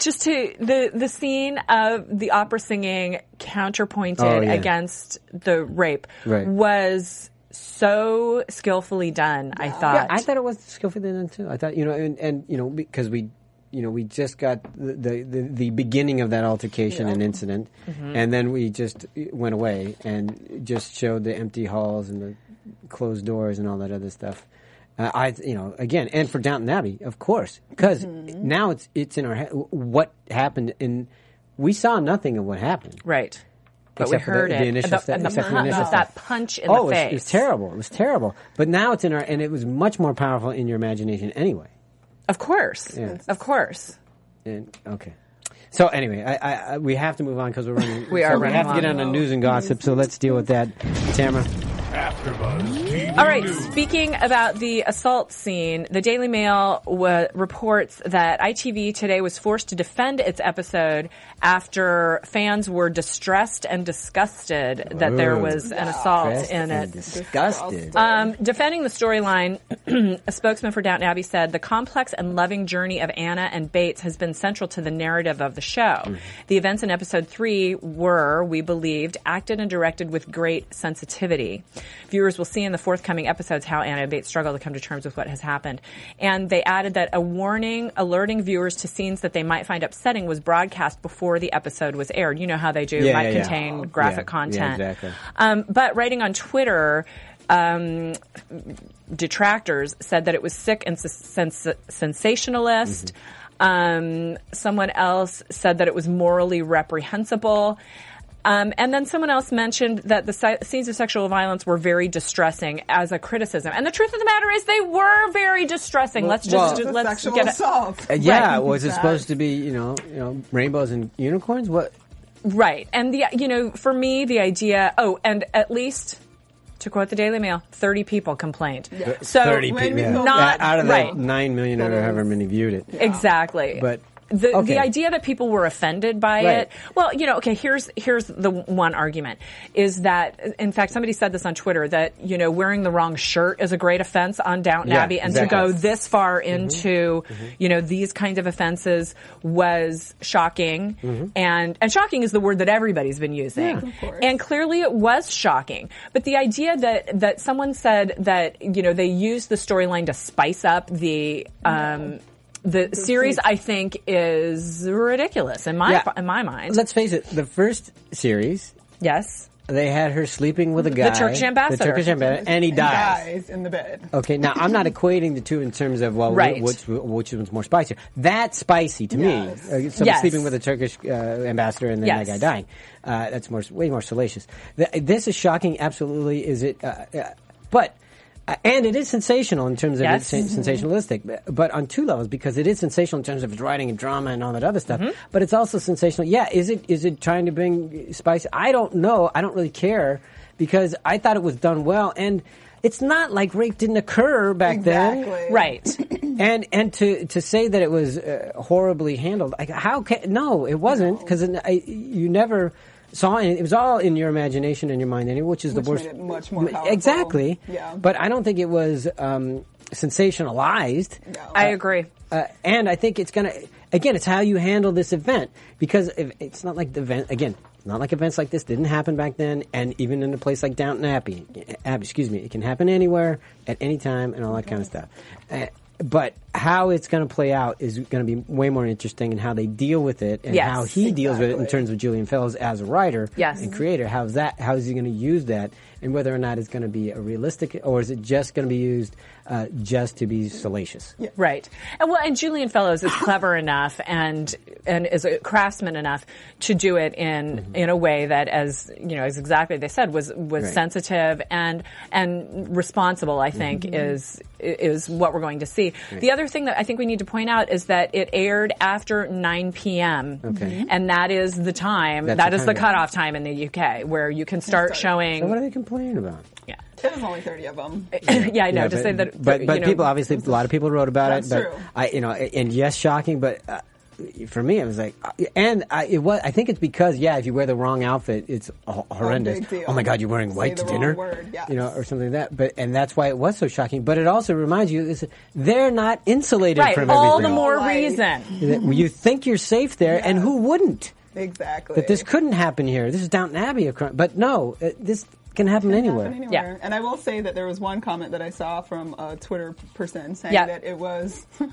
[SPEAKER 3] just to the the scene of the opera singing counterpointed
[SPEAKER 2] Oh, yeah.
[SPEAKER 3] against the rape
[SPEAKER 2] Right.
[SPEAKER 3] was so skillfully done. I thought.
[SPEAKER 2] I thought it was skillfully done too. I thought you know, and, and you know, because we, you know, we just got the the, the, the beginning of that altercation and incident, and then we just went away and just showed the empty halls and the closed doors and all that other stuff. Uh, I, you know, again, and for Downton Abbey, of course, because now it's it's in our head what happened, and we saw nothing of what happened.
[SPEAKER 3] right. But
[SPEAKER 2] Except
[SPEAKER 3] we
[SPEAKER 2] for the-
[SPEAKER 3] heard
[SPEAKER 2] the
[SPEAKER 3] it.
[SPEAKER 2] initial
[SPEAKER 3] and the,
[SPEAKER 2] step-
[SPEAKER 3] and the
[SPEAKER 2] except for the
[SPEAKER 3] punch,
[SPEAKER 2] initial
[SPEAKER 3] that
[SPEAKER 2] step.
[SPEAKER 3] punch in
[SPEAKER 2] oh, it
[SPEAKER 3] the face.
[SPEAKER 2] was, it was terrible. It was terrible. But now it's in our, and it was much more powerful in your imagination anyway.
[SPEAKER 3] Of course. Of course.
[SPEAKER 2] And okay. So anyway, I, I, I we have to move on because we're running.
[SPEAKER 3] We
[SPEAKER 2] so
[SPEAKER 3] are
[SPEAKER 2] We
[SPEAKER 3] running
[SPEAKER 2] have to get
[SPEAKER 3] long.
[SPEAKER 2] on to news and gossip. So let's deal with that, Tamara.
[SPEAKER 3] All right. Speaking about the assault scene, the Daily Mail wa reports that ITV today was forced to defend its episode after fans were distressed and disgusted that there was an assault in it.
[SPEAKER 2] Disgusted.
[SPEAKER 3] Um, defending the storyline, a spokesman for Downton Abbey said the complex and loving journey of Anna and Bates has been central to the narrative of the show. The events in episode three were, we believed, acted and directed with great sensitivity. Viewers will see in the forthcoming episodes how Anna and Bates struggle to come to terms with what has happened. And they added that a warning alerting viewers to scenes that they might find upsetting was broadcast before the episode was aired. You know how they do; it
[SPEAKER 2] Yeah,
[SPEAKER 3] might
[SPEAKER 2] yeah, yeah.
[SPEAKER 3] contain
[SPEAKER 2] Yeah.
[SPEAKER 3] graphic
[SPEAKER 2] Yeah,
[SPEAKER 3] content.
[SPEAKER 2] exactly.
[SPEAKER 3] Um, but writing on Twitter, um, detractors said that it was sick and sens- sens-
[SPEAKER 2] Mm-hmm.
[SPEAKER 3] sensationalist. Um, someone else said that it was morally reprehensible. Um, and then someone else mentioned that the se- scenes of sexual violence were very distressing as a criticism. And the truth of the matter is, they were very distressing. let's
[SPEAKER 2] well-
[SPEAKER 3] just
[SPEAKER 2] It's
[SPEAKER 4] It's a
[SPEAKER 3] let's
[SPEAKER 4] sexual
[SPEAKER 3] get it
[SPEAKER 4] assault.
[SPEAKER 2] Uh, yeah,
[SPEAKER 3] Right.
[SPEAKER 2] was it
[SPEAKER 4] Bad.
[SPEAKER 2] supposed to be you know you know rainbows and unicorns? What?
[SPEAKER 3] right. And the you know, for me, the idea. Oh, and at least to quote the Daily Mail, thirty people complained. So
[SPEAKER 2] Thirty
[SPEAKER 4] When
[SPEAKER 2] people.
[SPEAKER 4] we
[SPEAKER 2] Yeah.
[SPEAKER 4] go-
[SPEAKER 3] Not-
[SPEAKER 2] out of
[SPEAKER 3] right.
[SPEAKER 2] the nine million or however many viewed it.
[SPEAKER 3] Exactly.
[SPEAKER 2] But-
[SPEAKER 3] the
[SPEAKER 2] okay.
[SPEAKER 3] the idea that people were offended by
[SPEAKER 2] Right.
[SPEAKER 3] it. Well, you know, okay, here's here's the one argument is that in fact somebody said this on Twitter that, you know, wearing the wrong shirt is a great offense on Downton
[SPEAKER 2] Yeah,
[SPEAKER 3] Abbey and
[SPEAKER 2] exactly.
[SPEAKER 3] to go this far into, you know, these kinds of offenses was shocking and and shocking is the word that everybody's been using. And clearly it was shocking. But the idea that that someone said that, you know, they used the storyline to spice up the um the series I think is ridiculous in my
[SPEAKER 2] Yeah.
[SPEAKER 3] in my mind.
[SPEAKER 2] Let's face it. The first series,
[SPEAKER 3] yes.
[SPEAKER 2] they had her sleeping with a guy,
[SPEAKER 3] Turkish
[SPEAKER 2] the
[SPEAKER 3] ambassador.
[SPEAKER 2] Turkish ambassador, and he dies.
[SPEAKER 4] Guys in the bed.
[SPEAKER 2] Okay, now I'm not equating the two in terms of well, wh-
[SPEAKER 3] Right.
[SPEAKER 2] which which one's more spicy. That's spicy to
[SPEAKER 4] Yes.
[SPEAKER 2] me. Uh, somebody
[SPEAKER 3] Yes.
[SPEAKER 2] sleeping with a Turkish uh, ambassador and then
[SPEAKER 3] Yes.
[SPEAKER 2] that guy dying. Uh, that's more way more salacious. Th- this is shocking. Absolutely, is it? Uh, uh, but. Uh, and it is sensational in terms of
[SPEAKER 3] Yes.
[SPEAKER 2] its sen- sensationalistic, but- but on two levels because it is sensational in terms of its writing and drama and all that other stuff. But it's also sensational. Yeah, is it is it trying to bring spice? I don't know. I don't really care because I thought it was done well, and it's not like rape didn't occur back
[SPEAKER 4] Exactly.
[SPEAKER 3] Right.
[SPEAKER 2] then. And and to to say that it was uh, horribly handled, like how can no, it wasn't because you never. Saw it. It was all in your imagination and your mind, anyway, which is
[SPEAKER 4] Which
[SPEAKER 2] the worst.
[SPEAKER 4] made it much more powerful.
[SPEAKER 2] Exactly.
[SPEAKER 4] Yeah.
[SPEAKER 2] But I don't think it was um, sensationalized.
[SPEAKER 3] I agree.
[SPEAKER 2] Uh, and I think it's gonna again. It's how you handle this event because if, it's not like the event again. Not like events like this didn't happen back then, and even in a place like Downton Abbey, Abbey excuse me, it can happen anywhere at any time and all that kind of stuff. Uh, but how it's going to play out is going to be way more interesting, and how they deal with it, and
[SPEAKER 3] Yes.
[SPEAKER 2] how he deals with it in terms of Julian Fellows as a writer
[SPEAKER 3] Yes.
[SPEAKER 2] and creator. How's that? How is he going to use that, and whether or not it's going to be a realistic, or is it just going to be used uh, just to be salacious?
[SPEAKER 3] Right. And well, and Julian Fellows is clever enough and and is a craftsman enough to do it in in a way that, as you know, as exactly they said, was was
[SPEAKER 2] Mm-hmm. Right.
[SPEAKER 3] sensitive and and responsible. I think
[SPEAKER 2] Mm-hmm.
[SPEAKER 3] is is what we're going to see. The other thing that I think we need to point out is that it aired after 9 p.m.
[SPEAKER 2] Okay.
[SPEAKER 3] Mm-hmm. and that is the time.
[SPEAKER 2] That's
[SPEAKER 3] that
[SPEAKER 2] the
[SPEAKER 3] is the
[SPEAKER 2] time, yeah.
[SPEAKER 3] cutoff time in the UK where you can start showing.
[SPEAKER 2] So what are they complaining about?
[SPEAKER 3] yeah.
[SPEAKER 4] There was only 30 of them.
[SPEAKER 3] yeah, I know.
[SPEAKER 2] Yeah,
[SPEAKER 3] to
[SPEAKER 2] but,
[SPEAKER 3] say that,
[SPEAKER 2] but, but
[SPEAKER 3] you know,
[SPEAKER 2] people obviously a lot of people wrote about
[SPEAKER 4] That's
[SPEAKER 2] it. But
[SPEAKER 4] true.
[SPEAKER 2] I, you know, and yes, shocking, but. Uh, for me, it was like, uh, and I, it was. I think it's because, yeah, if you wear the wrong outfit, it's ho- horrendous.
[SPEAKER 4] big deal.
[SPEAKER 2] Oh my God, you're wearing
[SPEAKER 4] Say
[SPEAKER 2] white
[SPEAKER 4] the
[SPEAKER 2] to
[SPEAKER 4] wrong
[SPEAKER 2] dinner,
[SPEAKER 4] word, yes.
[SPEAKER 2] you know, or something like that. But and that's why it was so shocking. But it also reminds you, is they're not insulated
[SPEAKER 3] right.
[SPEAKER 2] from
[SPEAKER 3] All the
[SPEAKER 2] everything.
[SPEAKER 3] more
[SPEAKER 4] Like-
[SPEAKER 3] reason.
[SPEAKER 2] more, you think you're safe there, and who wouldn't?
[SPEAKER 4] Exactly.
[SPEAKER 2] That this couldn't happen here. This is Downton Abbey, of crime. but no, it, this can happen anywhere.
[SPEAKER 4] happen
[SPEAKER 3] Yeah.
[SPEAKER 4] anywhere. And I will say that there was one comment that I saw from a Twitter person saying
[SPEAKER 3] Yeah.
[SPEAKER 4] that it was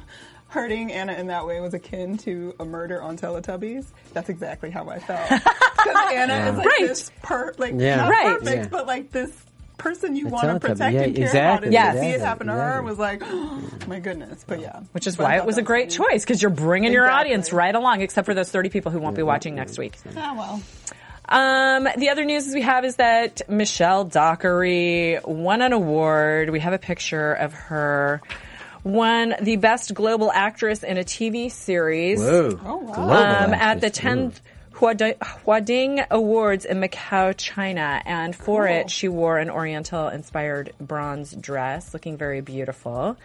[SPEAKER 4] hurting Anna in that way was akin to a murder on Teletubbies. That's exactly how I felt. Because Anna is like
[SPEAKER 3] Right.
[SPEAKER 4] this per like
[SPEAKER 2] Yeah.
[SPEAKER 4] not
[SPEAKER 3] Right.
[SPEAKER 4] perfect,
[SPEAKER 2] Yeah.
[SPEAKER 4] but like this person you
[SPEAKER 2] A
[SPEAKER 4] want to
[SPEAKER 2] Teletubby,
[SPEAKER 4] protect
[SPEAKER 2] yeah,
[SPEAKER 4] and care about.
[SPEAKER 2] exactly,
[SPEAKER 4] And
[SPEAKER 3] Yes.
[SPEAKER 4] to see it
[SPEAKER 2] exactly,
[SPEAKER 4] happen to her
[SPEAKER 2] exactly.
[SPEAKER 4] was like, oh my goodness. But yeah,
[SPEAKER 3] which is
[SPEAKER 4] But I
[SPEAKER 3] why it
[SPEAKER 4] thought
[SPEAKER 3] was a
[SPEAKER 4] that
[SPEAKER 3] great
[SPEAKER 4] funny.
[SPEAKER 3] choice because you're bringing your
[SPEAKER 4] Exactly.
[SPEAKER 3] audience right along, except for those 30 people who won't be watching next week.
[SPEAKER 4] Ah, well.
[SPEAKER 3] Um, the other news we have is that Michelle Dockery won an award. We have a picture of her. Won the Best Global Actress in a TV series
[SPEAKER 2] Whoa.
[SPEAKER 4] Oh, wow.
[SPEAKER 2] Global
[SPEAKER 3] um, at the
[SPEAKER 2] actress. Ooh.
[SPEAKER 3] 10th Huadi- Huading Awards in Macau, China, and for
[SPEAKER 2] Oh.
[SPEAKER 3] it she wore an Oriental inspired bronze dress, looking very beautiful,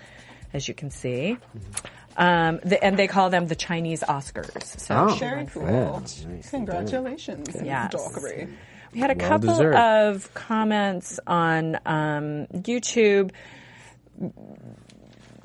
[SPEAKER 3] as you can see.
[SPEAKER 2] Mm-hmm.
[SPEAKER 3] Um, the, and they call them the Chinese Oscars. So
[SPEAKER 2] Oh.
[SPEAKER 3] she
[SPEAKER 4] Very
[SPEAKER 3] went for
[SPEAKER 4] cool. Congratulations, Ms.
[SPEAKER 3] Yes.
[SPEAKER 4] Dockery.
[SPEAKER 3] We had a
[SPEAKER 2] Well
[SPEAKER 3] couple
[SPEAKER 2] deserved.
[SPEAKER 3] of comments on um, YouTube.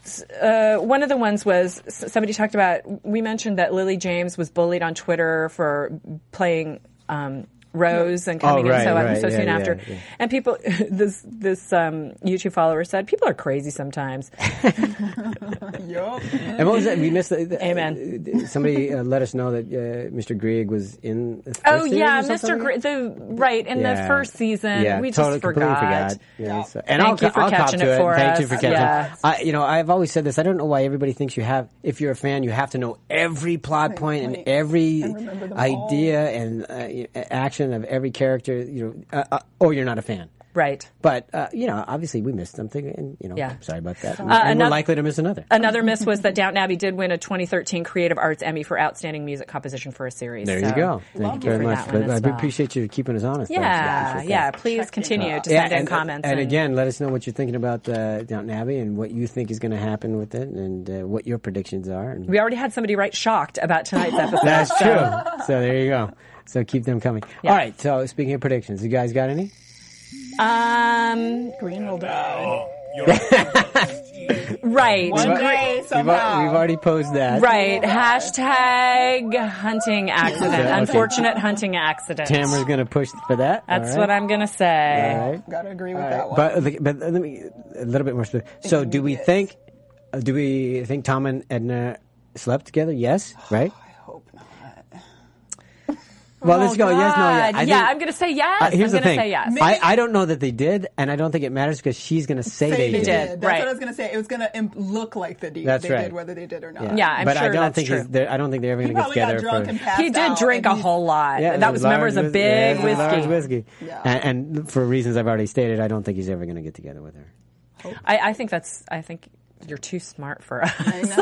[SPEAKER 3] S- Uh, one of the ones was s- somebody talked about. We mentioned that Lily James was bullied on Twitter for playing um, Rose and coming
[SPEAKER 2] right,
[SPEAKER 3] in so,
[SPEAKER 2] Oh, right,
[SPEAKER 3] so
[SPEAKER 2] yeah,
[SPEAKER 3] soon
[SPEAKER 2] yeah,
[SPEAKER 3] after.
[SPEAKER 2] yeah.
[SPEAKER 3] And people, this this um, YouTube follower said, people are crazy sometimes.
[SPEAKER 4] Yup.
[SPEAKER 2] And what was that? We missed. The, the-
[SPEAKER 3] Amen.
[SPEAKER 2] uh, Somebody uh, let us know that uh, Mr. Grieg was in. The
[SPEAKER 3] Oh
[SPEAKER 2] first series
[SPEAKER 3] yeah,
[SPEAKER 2] or something
[SPEAKER 3] Mr.
[SPEAKER 2] like
[SPEAKER 3] Gr-
[SPEAKER 2] that?
[SPEAKER 3] the right in
[SPEAKER 2] Yeah.
[SPEAKER 3] the first season,
[SPEAKER 2] Yeah,
[SPEAKER 3] we
[SPEAKER 2] totally,
[SPEAKER 3] just
[SPEAKER 2] completely
[SPEAKER 3] forgot.
[SPEAKER 2] Yeah, so-
[SPEAKER 3] Thank
[SPEAKER 2] and I'll,
[SPEAKER 3] you for
[SPEAKER 2] I'll cop
[SPEAKER 3] catching
[SPEAKER 2] to
[SPEAKER 3] it for
[SPEAKER 2] Thank
[SPEAKER 3] us.
[SPEAKER 2] you for catching
[SPEAKER 3] Yeah.
[SPEAKER 2] it. I, you know, I've always said this. I don't know why everybody thinks you have. If you're a fan, you have to know every plot point and
[SPEAKER 4] point.
[SPEAKER 2] every
[SPEAKER 4] And remember them all.
[SPEAKER 2] idea and uh, y- action of every character. You know, uh, uh, or you're not a fan.
[SPEAKER 3] Right.
[SPEAKER 2] But uh, you know, obviously we missed something, and you know,
[SPEAKER 3] Yeah. Uh,
[SPEAKER 2] sorry about that. and we're
[SPEAKER 3] another- Uh,
[SPEAKER 2] likely to miss another.
[SPEAKER 3] Another miss was that Downton Abbey did win a 2013 Creative Arts Emmy for Outstanding Music Composition for a Series.
[SPEAKER 2] there
[SPEAKER 3] so
[SPEAKER 2] you go. Thank you
[SPEAKER 3] you
[SPEAKER 2] very
[SPEAKER 3] for
[SPEAKER 2] much.
[SPEAKER 3] that one
[SPEAKER 2] But
[SPEAKER 3] as
[SPEAKER 2] I
[SPEAKER 3] well.
[SPEAKER 2] appreciate you keeping us honest. though, so I
[SPEAKER 3] Yeah,
[SPEAKER 2] appreciate
[SPEAKER 3] yeah.
[SPEAKER 2] that.
[SPEAKER 3] Please continue to
[SPEAKER 2] Yeah,
[SPEAKER 3] send in comments.
[SPEAKER 2] And, again, let us know what you're thinking about uh, Downton Abbey and what you think is going to happen with it, and uh, what your predictions are. And
[SPEAKER 3] we already had somebody write shocked about tonight's episode.
[SPEAKER 2] that's
[SPEAKER 3] so-
[SPEAKER 2] true. so there you go. So keep them coming.
[SPEAKER 3] Yeah.
[SPEAKER 2] All right. So speaking of predictions, you guys got any?
[SPEAKER 3] Um,
[SPEAKER 4] Green will die.
[SPEAKER 3] right.
[SPEAKER 4] One
[SPEAKER 2] We've al-
[SPEAKER 4] day
[SPEAKER 2] we've al-
[SPEAKER 4] somehow.
[SPEAKER 2] We've already posed that.
[SPEAKER 3] Right. Hashtag hunting accident.
[SPEAKER 2] Yeah, okay.
[SPEAKER 3] Unfortunate hunting accident.
[SPEAKER 2] Tamara's going to push for that.
[SPEAKER 3] That's
[SPEAKER 2] All
[SPEAKER 3] what
[SPEAKER 2] right.
[SPEAKER 3] I'm going to say.
[SPEAKER 2] All right.
[SPEAKER 4] Gotta agree with
[SPEAKER 2] All
[SPEAKER 4] that
[SPEAKER 2] right. But
[SPEAKER 4] one.
[SPEAKER 2] the- but let me a little bit more. Specific. So do we
[SPEAKER 4] Yes.
[SPEAKER 2] think? uh, Do we think Tom and Edna slept together? Yes. Right.
[SPEAKER 4] I hope not.
[SPEAKER 2] Well, let's
[SPEAKER 3] Oh,
[SPEAKER 2] go. Yes. No. Yeah.
[SPEAKER 3] God.
[SPEAKER 2] I
[SPEAKER 3] yeah,
[SPEAKER 2] think-
[SPEAKER 3] I'm going to say yes.
[SPEAKER 2] Uh, here's
[SPEAKER 3] I'm
[SPEAKER 2] the
[SPEAKER 3] going
[SPEAKER 2] thing.
[SPEAKER 3] to say yes.
[SPEAKER 2] I, I don't know that they did, and I don't think it matters because she's going to say they,
[SPEAKER 4] they
[SPEAKER 2] did.
[SPEAKER 3] did.
[SPEAKER 4] That's
[SPEAKER 3] right.
[SPEAKER 4] what I was gonna say. It was gonna imp- look like the deed.
[SPEAKER 2] That's
[SPEAKER 4] they
[SPEAKER 2] right.
[SPEAKER 4] did, whether they did or not.
[SPEAKER 3] Yeah, I'm
[SPEAKER 2] but I
[SPEAKER 3] sure
[SPEAKER 2] don't
[SPEAKER 3] that's
[SPEAKER 2] think
[SPEAKER 3] true.
[SPEAKER 2] he's there. I don't think they're ever
[SPEAKER 4] He
[SPEAKER 2] going to get
[SPEAKER 4] probably got
[SPEAKER 2] together
[SPEAKER 4] drunk
[SPEAKER 2] for.
[SPEAKER 4] and passed
[SPEAKER 3] He did
[SPEAKER 4] out,
[SPEAKER 3] drink
[SPEAKER 4] and
[SPEAKER 3] a
[SPEAKER 4] he-
[SPEAKER 3] whole lot.
[SPEAKER 2] Yeah, it
[SPEAKER 3] that was, remember, it
[SPEAKER 2] large
[SPEAKER 3] was a
[SPEAKER 2] whis-
[SPEAKER 3] big
[SPEAKER 2] yeah, it was a
[SPEAKER 3] whiskey.
[SPEAKER 2] large whiskey.
[SPEAKER 4] Yeah.
[SPEAKER 2] And, and for reasons I've already stated, I don't think he's ever going to get together with her.
[SPEAKER 3] I, I think that's. I think you're too smart for us.
[SPEAKER 4] I know,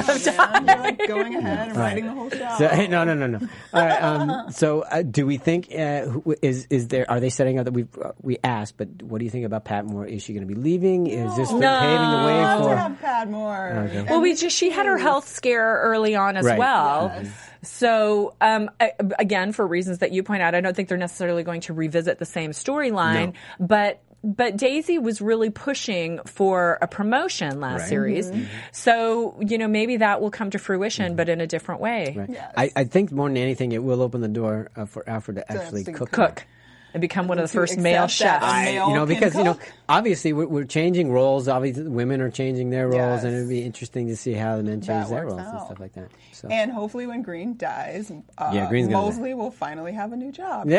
[SPEAKER 4] man. You're like going ahead and writing the whole show.
[SPEAKER 2] So, no, no, no, no. All right. Um, so, uh, do we think uh, who- is is there? Are they setting up that we uh, we asked? But what do you think about Patmore? Is she going to be leaving? Is this
[SPEAKER 3] No.
[SPEAKER 2] paving the
[SPEAKER 4] We'll
[SPEAKER 2] way
[SPEAKER 4] have to
[SPEAKER 2] for?
[SPEAKER 4] have Padmore. And
[SPEAKER 3] Well, we just she had her health scare early on as
[SPEAKER 2] Right.
[SPEAKER 3] well. So um, a- again, for reasons that you point out, I don't think they're necessarily going to revisit the same storyline, but. But Daisy was really pushing for a promotion last
[SPEAKER 2] Right.
[SPEAKER 3] series.
[SPEAKER 4] Mm-hmm.
[SPEAKER 3] So, you know, maybe that will come to fruition,
[SPEAKER 2] Mm-hmm.
[SPEAKER 3] but in a different way.
[SPEAKER 2] I, I think more than anything, it will open the door uh, for Alfred to actually
[SPEAKER 4] actually
[SPEAKER 2] cook.
[SPEAKER 3] Cook and become one of the
[SPEAKER 4] To
[SPEAKER 3] first male
[SPEAKER 4] accept that
[SPEAKER 3] chefs.
[SPEAKER 4] I-
[SPEAKER 2] you know,
[SPEAKER 4] Milk and
[SPEAKER 2] because you know,
[SPEAKER 4] Coke.
[SPEAKER 2] obviously we're, we're changing roles. Obviously, women are changing their roles, and
[SPEAKER 4] Yes.
[SPEAKER 2] it'd be interesting to see how the men change
[SPEAKER 4] That
[SPEAKER 2] their
[SPEAKER 4] works
[SPEAKER 2] roles and
[SPEAKER 4] out.
[SPEAKER 2] stuff like that. So.
[SPEAKER 4] And hopefully, when Green dies, uh,
[SPEAKER 2] Yeah, Green's gonna die.
[SPEAKER 4] Mosley will finally have a new job.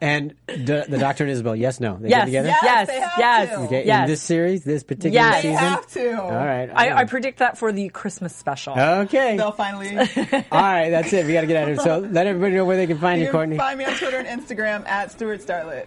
[SPEAKER 2] and the, the Doctor and Isabel, yes, no, they get
[SPEAKER 3] Yes,
[SPEAKER 2] together.
[SPEAKER 3] yes, yes,
[SPEAKER 4] they have to.
[SPEAKER 3] yes.
[SPEAKER 2] Okay, in this series, this particular
[SPEAKER 3] Yes.
[SPEAKER 2] season.
[SPEAKER 3] They
[SPEAKER 4] have to.
[SPEAKER 2] All right. Oh,
[SPEAKER 3] I, I
[SPEAKER 2] right.
[SPEAKER 3] predict that for the Christmas special.
[SPEAKER 2] okay.
[SPEAKER 4] They'll finally
[SPEAKER 2] All right, that's it. We got to get out of here. So let everybody know where they can find you,
[SPEAKER 4] You
[SPEAKER 2] Courtney.
[SPEAKER 4] can find me on Twitter and Instagram at Stuart Starlet.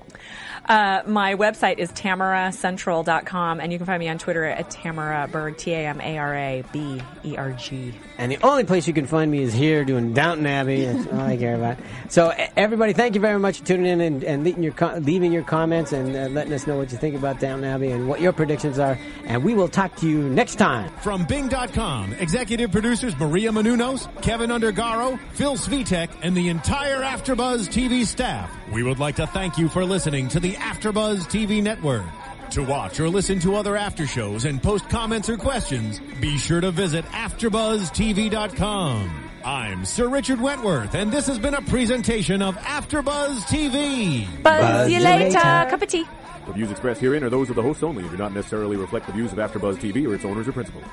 [SPEAKER 3] Uh, my website is tamaracentral.com, and you can find me on Twitter at tamaraberg, T A M A R A B E R G.
[SPEAKER 2] And the only place you can find me is here doing Downton Abbey. That's all I care about. So e- everybody, thank you very much for tuning in and, and leaving, your com- leaving your comments and uh, letting us know what you think about Downton Abbey and what your predictions are. And we will talk to you next time.
[SPEAKER 1] From Bing.com, executive producers Maria Manunos, Kevin Undergaro, Phil Svitek, and the entire Afterbuzz TV staff. We would like to thank you for listening to the Afterbuzz TV network. To watch or listen to other after shows and post comments or questions, be sure to visit AfterbuzzTV.com. I'm Sir Richard Wentworth, and this has been a presentation of Afterbuzz TV.
[SPEAKER 3] Buzz,
[SPEAKER 2] Buzz
[SPEAKER 3] you
[SPEAKER 2] you
[SPEAKER 3] later.
[SPEAKER 2] later.
[SPEAKER 3] Cup of tea.
[SPEAKER 5] The views expressed herein are those of the hosts only and do not necessarily reflect the views of AfterBuzz TV or its owners or principals.